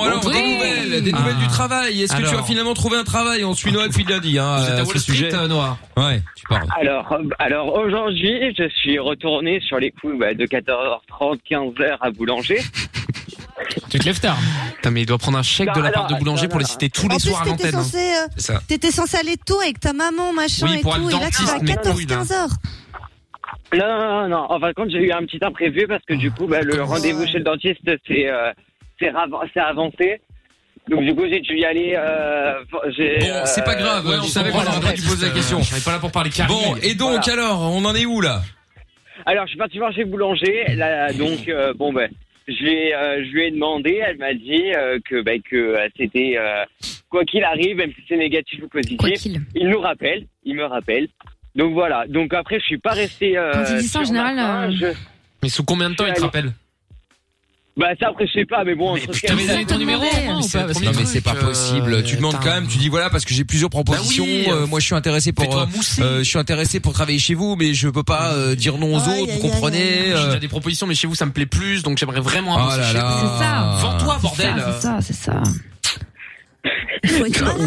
Speaker 2: alors,
Speaker 4: Oui.
Speaker 2: des nouvelles, des nouvelles
Speaker 4: Ah.
Speaker 2: du travail. Est-ce que tu as
Speaker 4: Alors.
Speaker 2: finalement trouvé un travail On suit Noah depuis lundi, hein,
Speaker 4: Vous êtes à
Speaker 2: euh,
Speaker 4: Wall
Speaker 2: ce
Speaker 4: Street,
Speaker 2: sujet.
Speaker 4: euh, Noah
Speaker 2: Ouais, tu parles.
Speaker 18: Alors, euh, alors aujourd'hui, je suis retourné sur les coups bah, de 14h30, 15h à Boulanger.
Speaker 5: Tu te lèves tard.
Speaker 4: Putain, mais il doit prendre un chèque de la part de Boulanger pour les citer tous les
Speaker 3: En plus,
Speaker 4: soirs à
Speaker 3: t'étais
Speaker 4: l'antenne. hein.
Speaker 3: censé, euh,
Speaker 4: C'est ça.
Speaker 3: t'étais censé aller tôt avec ta maman, machin
Speaker 4: Oui,
Speaker 3: et
Speaker 4: pour
Speaker 3: tout,
Speaker 4: aller
Speaker 3: et là tu
Speaker 4: dentiste,
Speaker 3: vas à
Speaker 4: mais
Speaker 3: 14,
Speaker 4: couille, là.
Speaker 3: 15 heures.
Speaker 18: Non, non, non, non. En fin de compte, j'ai eu un petit imprévu parce que du coup, bah, le rendez-vous chez le dentiste, c'est euh, c'est rav- c'est avancé. Donc du coup, j'ai dû y aller. Euh, j'ai,
Speaker 2: Bon, c'est pas
Speaker 18: euh,
Speaker 2: grave,
Speaker 18: ouais,
Speaker 2: on
Speaker 18: j'ai
Speaker 2: savait
Speaker 18: compris
Speaker 2: qu'on aurait
Speaker 18: la
Speaker 2: pas dû
Speaker 18: réponse.
Speaker 2: poser la question.
Speaker 4: on est pas là pour parler carrière.
Speaker 2: Bon, et donc
Speaker 18: Voilà.
Speaker 2: alors, on en est où là
Speaker 18: Alors, je suis parti voir chez Boulanger. Là, donc, euh, bon, ben, je, l'ai, euh, je lui ai demandé. Elle m'a dit euh, que, ben, que euh, c'était. euh, quoi qu'il arrive, même si c'est négatif ou positif, il nous rappelle. Il me rappelle. Donc voilà. Donc après, je suis pas resté. euh,
Speaker 6: Quand ils disent ça, en
Speaker 18: sur ma faim.
Speaker 6: général, euh,
Speaker 18: Je-
Speaker 4: Mais sous combien de temps il te rappelle
Speaker 18: Bah, ça, après, je sais pas, mais bon, entre ce
Speaker 4: putain, mais
Speaker 18: qu'elle-
Speaker 4: t'avais ton numéro, au moins, ou pas Parce que
Speaker 2: Non mais
Speaker 4: le
Speaker 2: c'est
Speaker 4: truc,
Speaker 2: pas
Speaker 4: euh,
Speaker 2: possible. Tu demandes quand même. Tu dis voilà parce que j'ai plusieurs propositions.
Speaker 4: Bah oui,
Speaker 2: euh,
Speaker 4: euh,
Speaker 2: moi je suis intéressé pour.
Speaker 4: fais-toi
Speaker 2: euh,
Speaker 4: mousser.
Speaker 2: euh, je suis intéressé pour travailler chez vous, mais je peux pas euh, dire non aux
Speaker 4: Aïe,
Speaker 2: autres.
Speaker 4: aïe,
Speaker 2: Vous comprenez
Speaker 4: J'ai
Speaker 2: euh,
Speaker 4: déjà des propositions, mais chez vous ça me plaît plus, donc j'aimerais vraiment un
Speaker 2: Oh
Speaker 4: boss
Speaker 2: là
Speaker 4: chez
Speaker 2: là.
Speaker 4: vous.
Speaker 2: C'est ça.
Speaker 4: Vends-toi, bordel.
Speaker 2: Euh, C'est ça, c'est
Speaker 6: ça, c'est ça.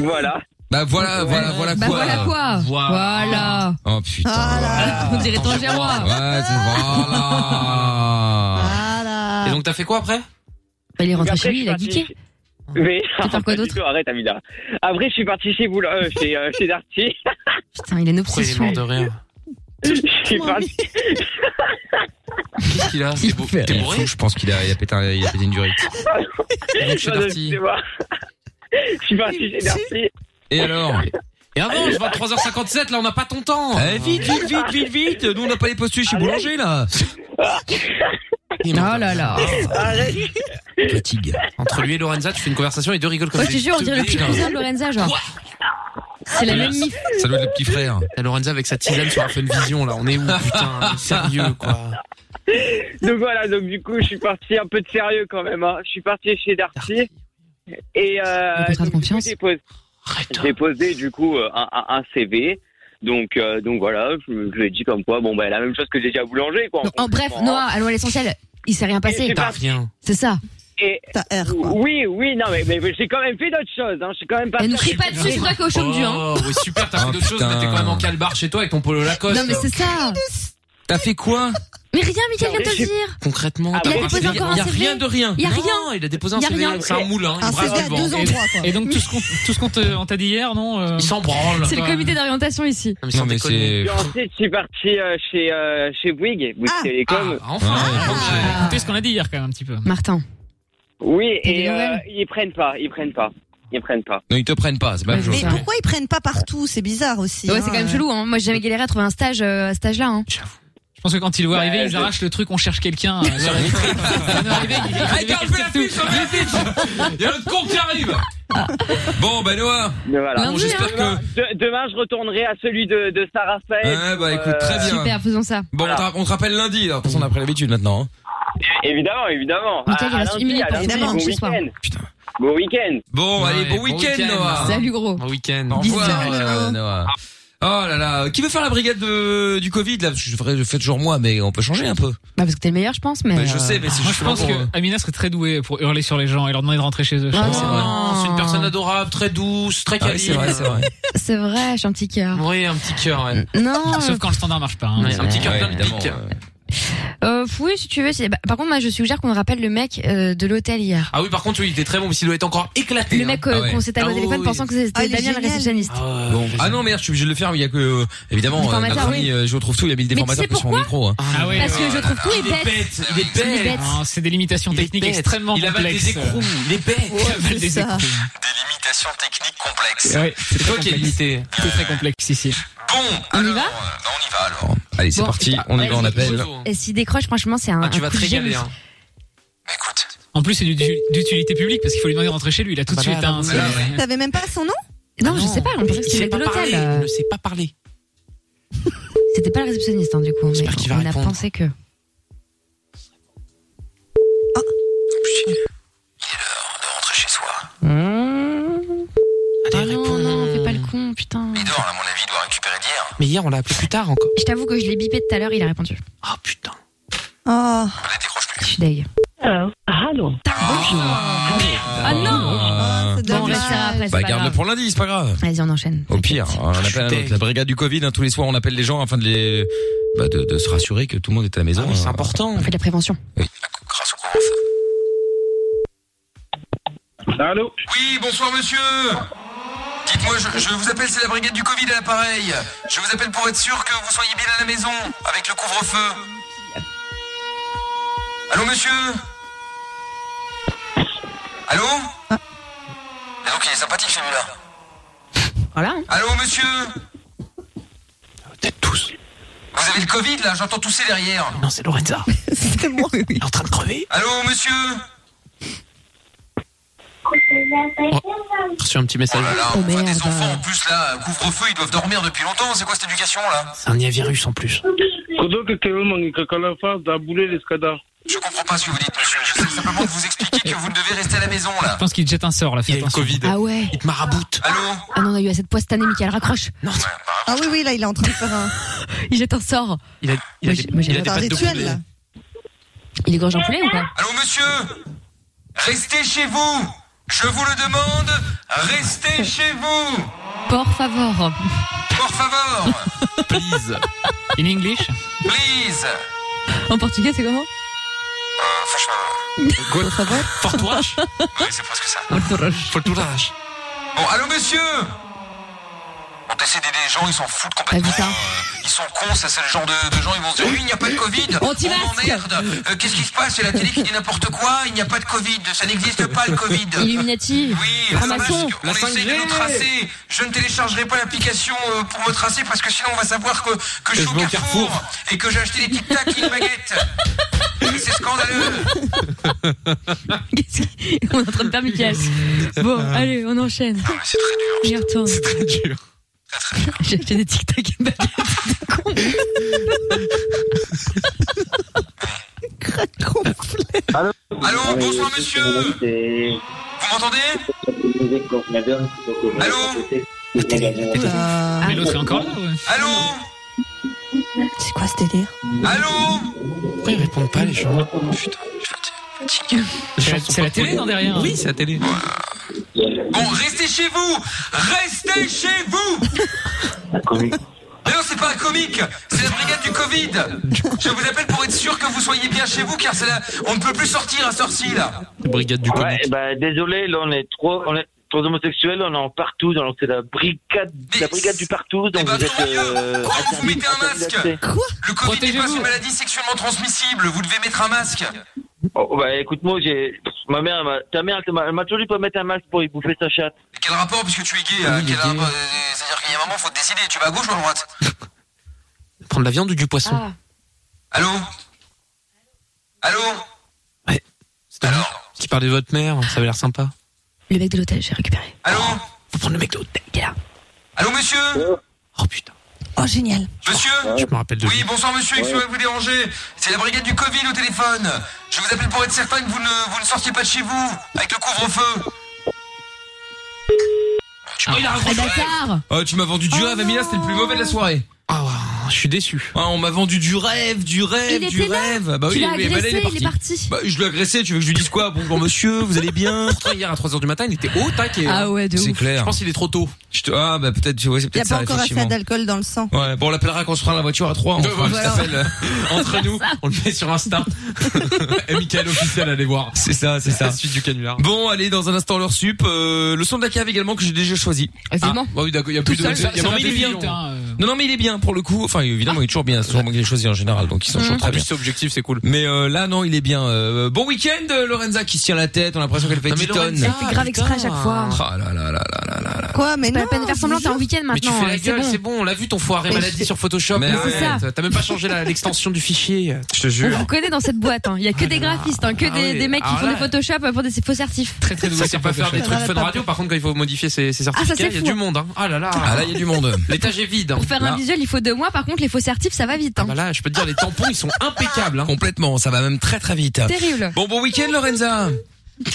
Speaker 18: Voilà.
Speaker 2: Bah voilà, voilà, voilà
Speaker 6: Bah
Speaker 2: quoi.
Speaker 6: voilà quoi. Voilà.
Speaker 2: Oh putain.
Speaker 6: On dirait ton
Speaker 4: Ah.
Speaker 6: gérois.
Speaker 2: Ouais, c'est voilà.
Speaker 4: Et donc t'as fait quoi après
Speaker 6: Il est rentré
Speaker 18: Après,
Speaker 6: Ah. chez lui,
Speaker 18: je
Speaker 6: il a
Speaker 18: suis
Speaker 6: geeké.
Speaker 18: parti- Mais quoi d'autre Arrête, Amida. Après, je suis parti chez Boula, euh, chez, euh, chez Darty.
Speaker 6: Putain, il a une Oh
Speaker 4: Pourquoi il est
Speaker 6: obsession.
Speaker 4: mort de rire
Speaker 18: je suis parti.
Speaker 2: Qu'est-ce qu'il a T'es bo- t'es bourré Je pense qu'il a, il a pété, un- il a pété une durite. Donc, chez Darty.
Speaker 18: Je suis parti chez Darty.
Speaker 2: Et alors
Speaker 4: Et avant, je 23h57, là, on n'a pas ton temps.
Speaker 2: Eh, vite, vite, vite, vite, vite Nous, on n'a pas les postulés chez Boulanger, là
Speaker 18: Ah.
Speaker 2: Ah,
Speaker 6: Oh là là.
Speaker 2: Petit gars.
Speaker 4: Entre lui et Lorenza, tu fais une conversation et deux rigolent comme
Speaker 6: Ouais,
Speaker 4: des
Speaker 6: je te jure, on dirait le
Speaker 4: teubés,
Speaker 6: petit
Speaker 4: là.
Speaker 6: cousin de Lorenza, genre. C'est la même mif.
Speaker 2: Ah, Ça doit être le petit frère.
Speaker 4: T'as Lorenza avec sa tisane sur la Fun Vision, là. On est où, putain mais Sérieux, quoi.
Speaker 18: Donc voilà, donc du coup, je suis parti un peu de sérieux quand même. Hein. Je suis parti chez Darty. Et euh, donc, du coup, j'ai posé,
Speaker 2: Ah,
Speaker 18: j'ai posé, du coup euh, un, un- un CV. Donc euh, donc voilà, je, me- je lui ai dit comme quoi, bon bah la même chose que j'ai dit à Boulanger quoi.
Speaker 6: En bref, Noah, allons à l'essentiel. Il s'est rien passé.
Speaker 18: Il s'est pas rien.
Speaker 6: C'est ça.
Speaker 18: Et oui oui non mais, mais j'ai quand même fait d'autres choses. Hein. Je suis quand même pas.
Speaker 6: Elle nous
Speaker 18: fermé.
Speaker 6: crie pas dessus, c'est toi qui es au chaume du, hein.
Speaker 4: Oh, ouais, super, t'as fait d'autres choses, mais t'es quand même en calbar chez toi avec ton polo Lacoste.
Speaker 6: Non, mais c'est ça.
Speaker 2: T'as fait quoi
Speaker 6: Mais rien, Mickaël vient de te le dire.
Speaker 4: Concrètement,
Speaker 6: Il a
Speaker 4: t'as
Speaker 6: déposé
Speaker 4: brassé-
Speaker 6: encore un
Speaker 4: y a
Speaker 6: CV.
Speaker 4: rien de rien.
Speaker 6: Y a
Speaker 4: Non,
Speaker 6: rien.
Speaker 4: il a déposé un
Speaker 6: Y a
Speaker 4: CV.
Speaker 6: rien.
Speaker 4: C'est un moulin.
Speaker 6: Un
Speaker 4: il brasse
Speaker 6: CV à
Speaker 4: du vent.
Speaker 6: deux endroits, quoi.
Speaker 5: Et donc tout ce qu'on tout ce qu'on te- on t'a dit hier, non euh, Il
Speaker 4: s'en branle.
Speaker 6: C'est le comité d'orientation ici.
Speaker 2: Oh Non, mais c'est.
Speaker 18: Puis ensuite, je suis parti euh, chez euh, chez Bouygues, Bouygues
Speaker 2: Ah,
Speaker 18: Télécom.
Speaker 6: Ah.
Speaker 5: Écoutez ce qu'on a dit hier quand même un petit peu.
Speaker 6: Martin.
Speaker 18: euh. Oui,
Speaker 5: T'as des
Speaker 18: et euh,
Speaker 5: nouvelles
Speaker 18: ils prennent pas, ils prennent pas, ils prennent pas.
Speaker 2: Non, ils te prennent pas, c'est pas la
Speaker 3: Mais
Speaker 2: chose.
Speaker 3: pourquoi ils prennent pas partout C'est bizarre aussi.
Speaker 6: Ouais,
Speaker 3: hein.
Speaker 6: c'est quand même chelou, hein. Moi, j'ai jamais galéré à trouver un stage euh, à ce stage-là, hein.
Speaker 5: Je pense que quand ils le voient
Speaker 6: Bah,
Speaker 5: arriver, ils
Speaker 6: je-
Speaker 5: arrachent le truc, on cherche quelqu'un. euh, sur la vitrine.
Speaker 4: Ah,
Speaker 2: Regarde, fais la fiche, fais la fiche Il y a l'autre con qui arrive Bon, ben Noah
Speaker 18: Voilà.
Speaker 2: Bon, j'espère que.
Speaker 6: hein.
Speaker 18: De- demain, je retournerai à celui de, de Saint-Raphaël. Euh,
Speaker 2: Ouais, bah, écoute, très bien.
Speaker 6: Super, faisons ça.
Speaker 2: Bon, on te ra- on te rappelle lundi, alors. De toute façon, on a pris l'habitude maintenant. hein.
Speaker 18: Évidemment, évidemment.
Speaker 6: Mickaël, il
Speaker 18: À- à
Speaker 6: reste une
Speaker 18: lundi,
Speaker 6: minute
Speaker 18: à
Speaker 6: pour
Speaker 18: lundi,
Speaker 6: évidemment,
Speaker 18: bon
Speaker 6: ce soir.
Speaker 18: week-end. Bon week-end.
Speaker 2: Bon, allez, bon
Speaker 4: bon
Speaker 2: week-end,
Speaker 4: week-end.
Speaker 2: Noah
Speaker 6: Salut, gros.
Speaker 4: Bon week-end.
Speaker 2: Au revoir,
Speaker 4: Bisous.
Speaker 2: euh, Noah. Oh là là, qui veut faire la brigade de- du Covid là Parce que je ferais- je fais toujours moi, mais on peut changer un peu.
Speaker 6: Bah, parce que t'es le meilleur, je pense, mais. euh,
Speaker 2: Mais je sais, mais c'est
Speaker 5: Moi,
Speaker 2: juste
Speaker 5: je pense
Speaker 2: pour-
Speaker 5: que Amina serait très douée pour hurler sur les gens et leur demander de rentrer chez eux. je
Speaker 6: Ah
Speaker 5: pense.
Speaker 6: non, C'est vrai.
Speaker 4: C'est une personne adorable, très douce, très
Speaker 5: Ah oui,
Speaker 4: câline.
Speaker 5: c'est vrai, c'est vrai.
Speaker 6: C'est vrai, j'ai un petit cœur.
Speaker 4: Oui, un petit cœur, ouais.
Speaker 6: Non.
Speaker 5: Ah, Sauf quand le standard marche pas. hein.
Speaker 4: Ouais, un petit cœur plein de
Speaker 2: évidemment,
Speaker 4: piques.
Speaker 6: Euh, oui, si tu veux. c'est- bah, par contre, moi, je suggère qu'on rappelle le mec euh, de l'hôtel hier.
Speaker 4: Ah oui, par contre, oui, il était très bon, mais s'il doit être encore éclaté.
Speaker 6: Le mec euh,
Speaker 2: Ah ouais.
Speaker 6: qu'on s'est tapé
Speaker 4: Ah
Speaker 6: au
Speaker 4: oui,
Speaker 6: téléphone
Speaker 4: oui.
Speaker 6: pensant que c'était
Speaker 3: Ah, il est
Speaker 6: Damien le
Speaker 3: génial.
Speaker 6: réceptionniste.
Speaker 4: Euh,
Speaker 2: Bon. Ah non merde, je suis obligé de le faire, mais il y a que euh, évidemment euh,
Speaker 6: Informateur,
Speaker 2: notre ami
Speaker 6: oui.
Speaker 2: euh, je trouve tout, il a mis
Speaker 6: Mais
Speaker 2: le
Speaker 6: tu
Speaker 2: déformateur
Speaker 6: sais
Speaker 2: que sur mon
Speaker 6: pourquoi
Speaker 2: micro. hein.
Speaker 5: Ah ouais,
Speaker 6: Parce que
Speaker 5: ouais.
Speaker 6: je trouve tout
Speaker 4: Il est
Speaker 6: est bête.
Speaker 4: bête, il est bête.
Speaker 6: Il est bête.
Speaker 5: Non, C'est des limitations techniques
Speaker 4: bête.
Speaker 5: extrêmement
Speaker 4: Il avale
Speaker 5: complexes.
Speaker 4: des écrous, il est bête.
Speaker 5: Il avale des écrous.
Speaker 20: Limitation technique complexe.
Speaker 5: Ouais,
Speaker 4: C'est toi qui es limité.
Speaker 5: C'est très complexe ici.
Speaker 4: Ah,
Speaker 6: On y va
Speaker 20: euh, ben, On y va alors.
Speaker 2: Allez, c'est
Speaker 6: Bon,
Speaker 2: parti,
Speaker 6: écoute,
Speaker 2: on y va, on
Speaker 6: vas-y.
Speaker 2: appelle.
Speaker 6: Et s'il décroche, franchement, c'est un.
Speaker 4: Ah, tu
Speaker 6: un
Speaker 4: vas te
Speaker 6: coup de
Speaker 4: régaler,
Speaker 6: génie.
Speaker 4: hein.
Speaker 5: En plus, c'est du- du- d'utilité publique parce qu'il faut lui demander de rentrer chez lui. Il a tout de
Speaker 6: Ah
Speaker 4: Bah,
Speaker 5: suite hein,
Speaker 4: bah,
Speaker 5: un.
Speaker 4: bah, bah, ouais.
Speaker 3: T'avais même pas son nom
Speaker 6: Non, je sais pas, on pensait que
Speaker 4: Ah Il
Speaker 6: c'était
Speaker 4: sait
Speaker 6: le mec
Speaker 4: pas
Speaker 6: de
Speaker 4: parler,
Speaker 6: l'hôtel.
Speaker 4: il
Speaker 6: euh,
Speaker 4: ne sait pas parler.
Speaker 6: C'était pas le réceptionniste, hein, du coup. Mais
Speaker 4: qu'il va
Speaker 6: on a
Speaker 4: répondre.
Speaker 6: pensé que.
Speaker 20: Rentre chez soi.
Speaker 6: Ah non, non, fais pas le con, putain.
Speaker 20: Il dort, à mon avis, il doit récupérer d'hier.
Speaker 4: Mais hier, on l'a appelé plus tard encore.
Speaker 6: Je t'avoue que je l'ai bipé tout à l'heure, il a répondu.
Speaker 4: Ah putain.
Speaker 3: Oh.
Speaker 6: Je suis deg.
Speaker 14: Hello. Allô.
Speaker 6: Ah non Bon, on restera après,
Speaker 2: Bah
Speaker 6: c'est pas
Speaker 2: garde-le
Speaker 6: grave.
Speaker 2: pour lundi, c'est pas grave.
Speaker 6: Vas-y, on enchaîne.
Speaker 2: Au pire, on appelle un
Speaker 4: Je suis
Speaker 2: autre. La brigade du Covid, hein, tous les soirs on appelle les gens afin de les bah, de, de se rassurer que tout le monde est à la maison.
Speaker 4: mais c'est
Speaker 2: hein.
Speaker 4: important.
Speaker 6: On fait de la prévention.
Speaker 9: Allô
Speaker 20: Oui, bonsoir monsieur Dites-moi, je, je vous appelle, c'est la brigade du Covid à l'appareil. Je vous appelle pour être sûr que vous soyez bien à la maison, avec le couvre-feu. Allô monsieur Allô Mais donc il est sympathique celui-là.
Speaker 6: Voilà.
Speaker 20: Allô monsieur Peut-être tous. Vous avez le Covid là, j'entends tousser derrière.
Speaker 4: Non, c'est Lorenza.
Speaker 3: C'est moi. Il
Speaker 4: est en train de crever.
Speaker 20: Allô monsieur
Speaker 4: J'ai reçu un petit message.
Speaker 20: Ah on voit des enfants en plus là, couvre-feu, ils doivent dormir depuis longtemps, c'est quoi cette éducation là
Speaker 4: C'est un virus en plus.
Speaker 9: Kodo que te mangi que kala fa da boule les skada.
Speaker 20: Je comprends pas ce que vous dites monsieur, je sais simplement de vous expliquer que vous ne devez rester à la maison là.
Speaker 5: Je pense qu'il te jette un sort là. Il
Speaker 4: Covid.
Speaker 6: Ah ouais
Speaker 4: Il te maraboute.
Speaker 20: Allô
Speaker 6: Ah non, on a eu assez de poids cette année, Michael, raccroche
Speaker 20: bah,
Speaker 3: Ah oui, oui, là, il est en train de faire un.
Speaker 6: Il jette un sort
Speaker 4: Il a, il a, des- il a des
Speaker 3: C'est un
Speaker 4: pattes de
Speaker 3: rituel,
Speaker 4: poulet.
Speaker 3: là.
Speaker 6: Il est gorge en poulet ou pas
Speaker 20: Allô monsieur Restez chez vous Je vous le demande, restez chez vous
Speaker 6: Por favor
Speaker 20: Por favor
Speaker 4: Please.
Speaker 5: In English
Speaker 20: Please
Speaker 6: En portugais, c'est comment
Speaker 4: Go- Fort Wash.
Speaker 20: Oui, c'est presque ça.
Speaker 4: Faut tout lâche.
Speaker 20: Bon, allô monsieur On essaie d'aider les gens, ils s'en foutent
Speaker 6: Ah
Speaker 20: complètement.
Speaker 6: putain
Speaker 20: Ils sont cons, ça c'est le genre de, de gens, ils vont se dire oui, il n'y a pas de Covid, Covid,
Speaker 14: Anti-masque.
Speaker 20: on m'emmerde. Euh, Qu'est-ce qui se passe C'est la télé qui dit n'importe quoi, il n'y a pas de Covid, ça n'existe pas le Covid.
Speaker 6: Illuminati.
Speaker 20: Oui, la masque, on essaie de nous tracer. Je ne téléchargerai pas l'application euh, pour me tracer parce que sinon on va savoir que, que je suis au carrefour, et que j'ai acheté des tic-tacs et une baguette. C'est scandaleux.
Speaker 6: On est en train de faire Michael. Bon, allez, on enchaîne.
Speaker 20: Ah. c'est très
Speaker 6: dur. retourne. C'est
Speaker 20: très dur.
Speaker 6: J'ai acheté des tic-tac et baguettes.
Speaker 20: Allô, bonsoir monsieur Vous m'entendez
Speaker 6: Ah.
Speaker 13: Allô
Speaker 5: Mais l'autre est encore là, ouais.
Speaker 20: Allô
Speaker 3: C'est quoi ce délire
Speaker 20: Allô
Speaker 4: Pourquoi ils répondent pas les gens Putain, C'est la télé, non, derrière
Speaker 5: hein.
Speaker 4: Oui, c'est la télé.
Speaker 20: Bon, Oh, restez chez vous Restez chez vous Mais non, c'est pas un comique, c'est la brigade du Covid. Je vous appelle pour être sûr que vous soyez bien chez vous, car c'est là, on ne peut plus sortir à sortie là.
Speaker 4: Brigade du
Speaker 17: Ouais, bah, désolé, là, on est trop, on est trop homosexuels, on est en partout, donc c'est la brigade, la brigade du partout,
Speaker 20: eh
Speaker 17: donc vous êtes, euh,
Speaker 20: ben, Vous mettez un masque.
Speaker 17: Quoi
Speaker 20: Le Covid n'est pas une maladie sexuellement transmissible. Vous devez mettre un masque.
Speaker 17: Oh, bah, écoute, moi, j'ai, ma mère, elle m'a- ta mère, elle m'a- elle m'a toujours dit de pas mettre un masque pour y bouffer sa chatte.
Speaker 20: Quel rapport puisque tu es gay hein, quel rapport, euh, C'est-à-dire qu'il y a un moment, faut te décider. Tu vas à gauche ou à droite
Speaker 4: Prendre la viande ou du poisson
Speaker 20: Ah. Allô Allô
Speaker 4: C'est dommage. Qui parlait de votre mère, ça avait l'air sympa.
Speaker 6: Le mec de l'hôtel, j'ai récupéré.
Speaker 20: Allô
Speaker 4: Faut prendre le mec de l'hôtel.
Speaker 20: Allô, monsieur
Speaker 3: Oh, génial.
Speaker 20: Monsieur
Speaker 4: Je me rappelle de
Speaker 20: Oui, bonsoir monsieur, excusez-moi de vous déranger. C'est la brigade du Covid au téléphone. Je vous appelle pour être certain que vous ne, vous ne sortiez pas de chez vous avec le couvre-feu. Oh,
Speaker 4: Ah,
Speaker 20: il a
Speaker 3: Ah,
Speaker 20: raccroché.
Speaker 2: Oh, tu m'as vendu du rêve, Amina, c'était le plus mauvais de la soirée.
Speaker 4: Ah, je suis déçu.
Speaker 2: Ah, on m'a vendu du rêve, du rêve,
Speaker 6: Il
Speaker 2: du
Speaker 6: était là.
Speaker 2: rêve. Ah Bah
Speaker 6: Tu
Speaker 2: oui,
Speaker 6: l'as
Speaker 2: oui, bah là,
Speaker 6: agressé, il est parti.
Speaker 2: Bah, je l'ai agressé, tu veux que je lui dise quoi Bonjour monsieur, vous allez bien Pourtant, hier à 3h du matin, il était haut, tac. et-
Speaker 6: Ah ouais, de
Speaker 2: C'est
Speaker 6: ouf.
Speaker 2: clair.
Speaker 6: Je
Speaker 2: pense qu'il est trop tôt. Ah, bah peut-être, ouais,
Speaker 3: Il n'y
Speaker 2: c'est
Speaker 3: a pas
Speaker 2: peut-être ça,
Speaker 3: encore assez
Speaker 2: effectivement.
Speaker 3: d'alcool dans le sang.
Speaker 2: Ouais, bon, on l'appellera quand on se prend la voiture à 3. On fera un petit
Speaker 3: Voilà.
Speaker 2: appel, euh, entre nous. On le met sur Insta. Et Michael officiel, allez voir. C'est ça, c'est ça.
Speaker 4: La suite du canular.
Speaker 2: Bon, allez, dans un instant, leur sup. euh, le son de la cave également que j'ai déjà choisi.
Speaker 6: Effectivement.
Speaker 2: Ah, bah oui, d'accord, il y a plus
Speaker 6: Tout
Speaker 2: de.
Speaker 6: seul, ça-
Speaker 2: il y a-
Speaker 6: ça
Speaker 2: non,
Speaker 6: va
Speaker 2: mais il est
Speaker 6: deux
Speaker 2: bien.
Speaker 6: minutes, hein, euh. Ah.
Speaker 2: Non, non, mais il est bien pour le coup. Enfin, évidemment, il est toujours bien. C'est toujours moi qui l'ai choisi en général, donc ils sont toujours
Speaker 6: Mmh.
Speaker 2: très bien.
Speaker 4: Ah, objectif, c'est cool.
Speaker 2: Mais euh, là, non, il est bien. Euh, bon week-end, euh, Lorenza qui se tient la tête. On a l'impression qu'elle fait
Speaker 4: Non, mais
Speaker 2: 10 tonnes.
Speaker 4: Lorenza,
Speaker 6: Elle fait grave exprès à chaque fois.
Speaker 2: Ah là là là là là là.
Speaker 3: Quoi, mais
Speaker 6: non. Pas la peine de faire semblant, t'es en week-end
Speaker 4: Mais tu
Speaker 6: maintenant.
Speaker 4: fais la
Speaker 6: hein,
Speaker 4: gueule, c'est
Speaker 6: c'est
Speaker 4: bon. on l'a vu ton foiré maladie sur Photoshop.
Speaker 2: Mais c'est
Speaker 4: arrête,
Speaker 6: ça.
Speaker 4: T'as même pas changé la- l'extension du fichier.
Speaker 2: Je te
Speaker 6: On vous connaît dans cette boîte, hein. il y a que des graphistes, hein, que
Speaker 4: Ah
Speaker 6: des,
Speaker 4: oui.
Speaker 6: des mecs qui
Speaker 4: Alors
Speaker 6: font
Speaker 4: là-
Speaker 6: des Photoshop euh, pour des faux certifs.
Speaker 4: Très très Ça, c'est pas faire des trucs fun radio. Par contre, quand il faut modifier ses, ses
Speaker 6: ça,
Speaker 4: certificats,
Speaker 6: c'est
Speaker 4: il y a
Speaker 6: fou.
Speaker 4: du monde. Hein. Ah là là.
Speaker 2: Ah là, il y a du monde.
Speaker 4: L'étage est vide. hein.
Speaker 6: Pour faire
Speaker 4: Là.
Speaker 6: un visuel, il faut deux mois. Par contre, les faux certifs, ça va vite. Hein.
Speaker 4: Ah là, je peux te dire, les tampons, ils sont impeccables. hein.
Speaker 2: Complètement, ça va même très très vite.
Speaker 6: Terrible.
Speaker 2: Bon, bon week-end, Lorenza.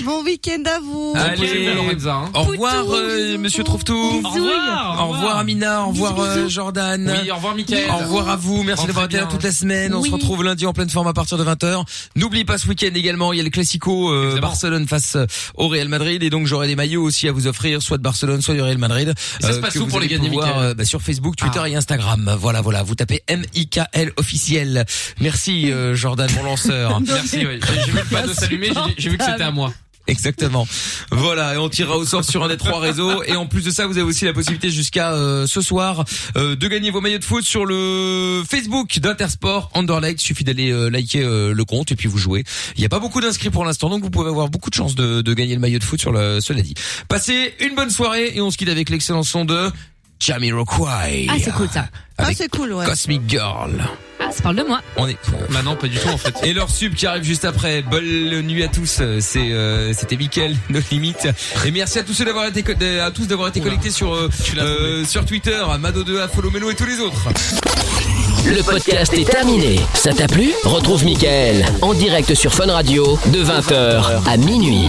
Speaker 3: Bon week-end à vous.
Speaker 2: Allez,
Speaker 4: hein.
Speaker 2: Au revoir, euh, monsieur Trouve Tout. Au revoir. Au revoir, Amina. Au revoir, euh, Jordan.
Speaker 4: Oui, au revoir, Mickaël.
Speaker 2: Au revoir à vous. Merci
Speaker 4: Rentrez
Speaker 2: d'avoir été là
Speaker 4: bien.
Speaker 2: toute la semaine. On
Speaker 4: Oui.
Speaker 2: se retrouve lundi en pleine forme à partir de 20h. N'oublie pas ce week-end également. Il y a le Classico, euh, Barcelone face au Real Madrid. Et donc, j'aurai des maillots aussi à vous offrir, soit de Barcelone, soit du Real Madrid. Euh,
Speaker 4: Et ça se passe
Speaker 2: que
Speaker 4: où
Speaker 2: vous
Speaker 4: pour les
Speaker 2: allez
Speaker 4: gagner,
Speaker 2: pouvoir,
Speaker 4: Mickaël Ah.
Speaker 2: euh, bah, Sur Facebook, Twitter et Instagram. Voilà, voilà. Vous tapez M-I-K-L officiel. Merci, euh, Jordan, mon lanceur.
Speaker 4: Merci, oui. J'ai- J'ai vu le panneau s'allumer, j'ai- j'ai vu que c'était à moi.
Speaker 2: Exactement. Voilà, et on tirera au sort sur un des trois réseaux. Et en plus de ça, vous avez aussi la possibilité jusqu'à euh, ce soir euh, de gagner vos maillots de foot sur le Facebook d'Intersport Underlight. Il suffit d'aller euh, liker euh, le compte et puis vous jouez. Il n'y a pas beaucoup d'inscrits pour l'instant, donc vous pouvez avoir beaucoup de chances de, de gagner le maillot de foot sur le. Cela dit, passez une bonne soirée et on se quitte avec l'excellent son de Jamiroquai.
Speaker 6: Ah, c'est cool ça.
Speaker 2: Ah,
Speaker 3: c'est cool, ouais.
Speaker 2: Cosmic Girl.
Speaker 6: Ah, ça parle de moi.
Speaker 2: On est.
Speaker 4: Bah non, pas du tout en fait.
Speaker 2: Et leur sub qui arrive juste après. Bonne nuit à tous. euh, C'est euh, c'était Mickaël, nos limites. Et merci à tous ceux d'avoir été co- à tous d'avoir été connectés sur euh, euh, sur Twitter, à Mado2, à Follow Melo et tous les autres.
Speaker 1: Le podcast est terminé. Ça t'a plu Retrouve Mickaël en direct sur Fun Radio de 20h à minuit.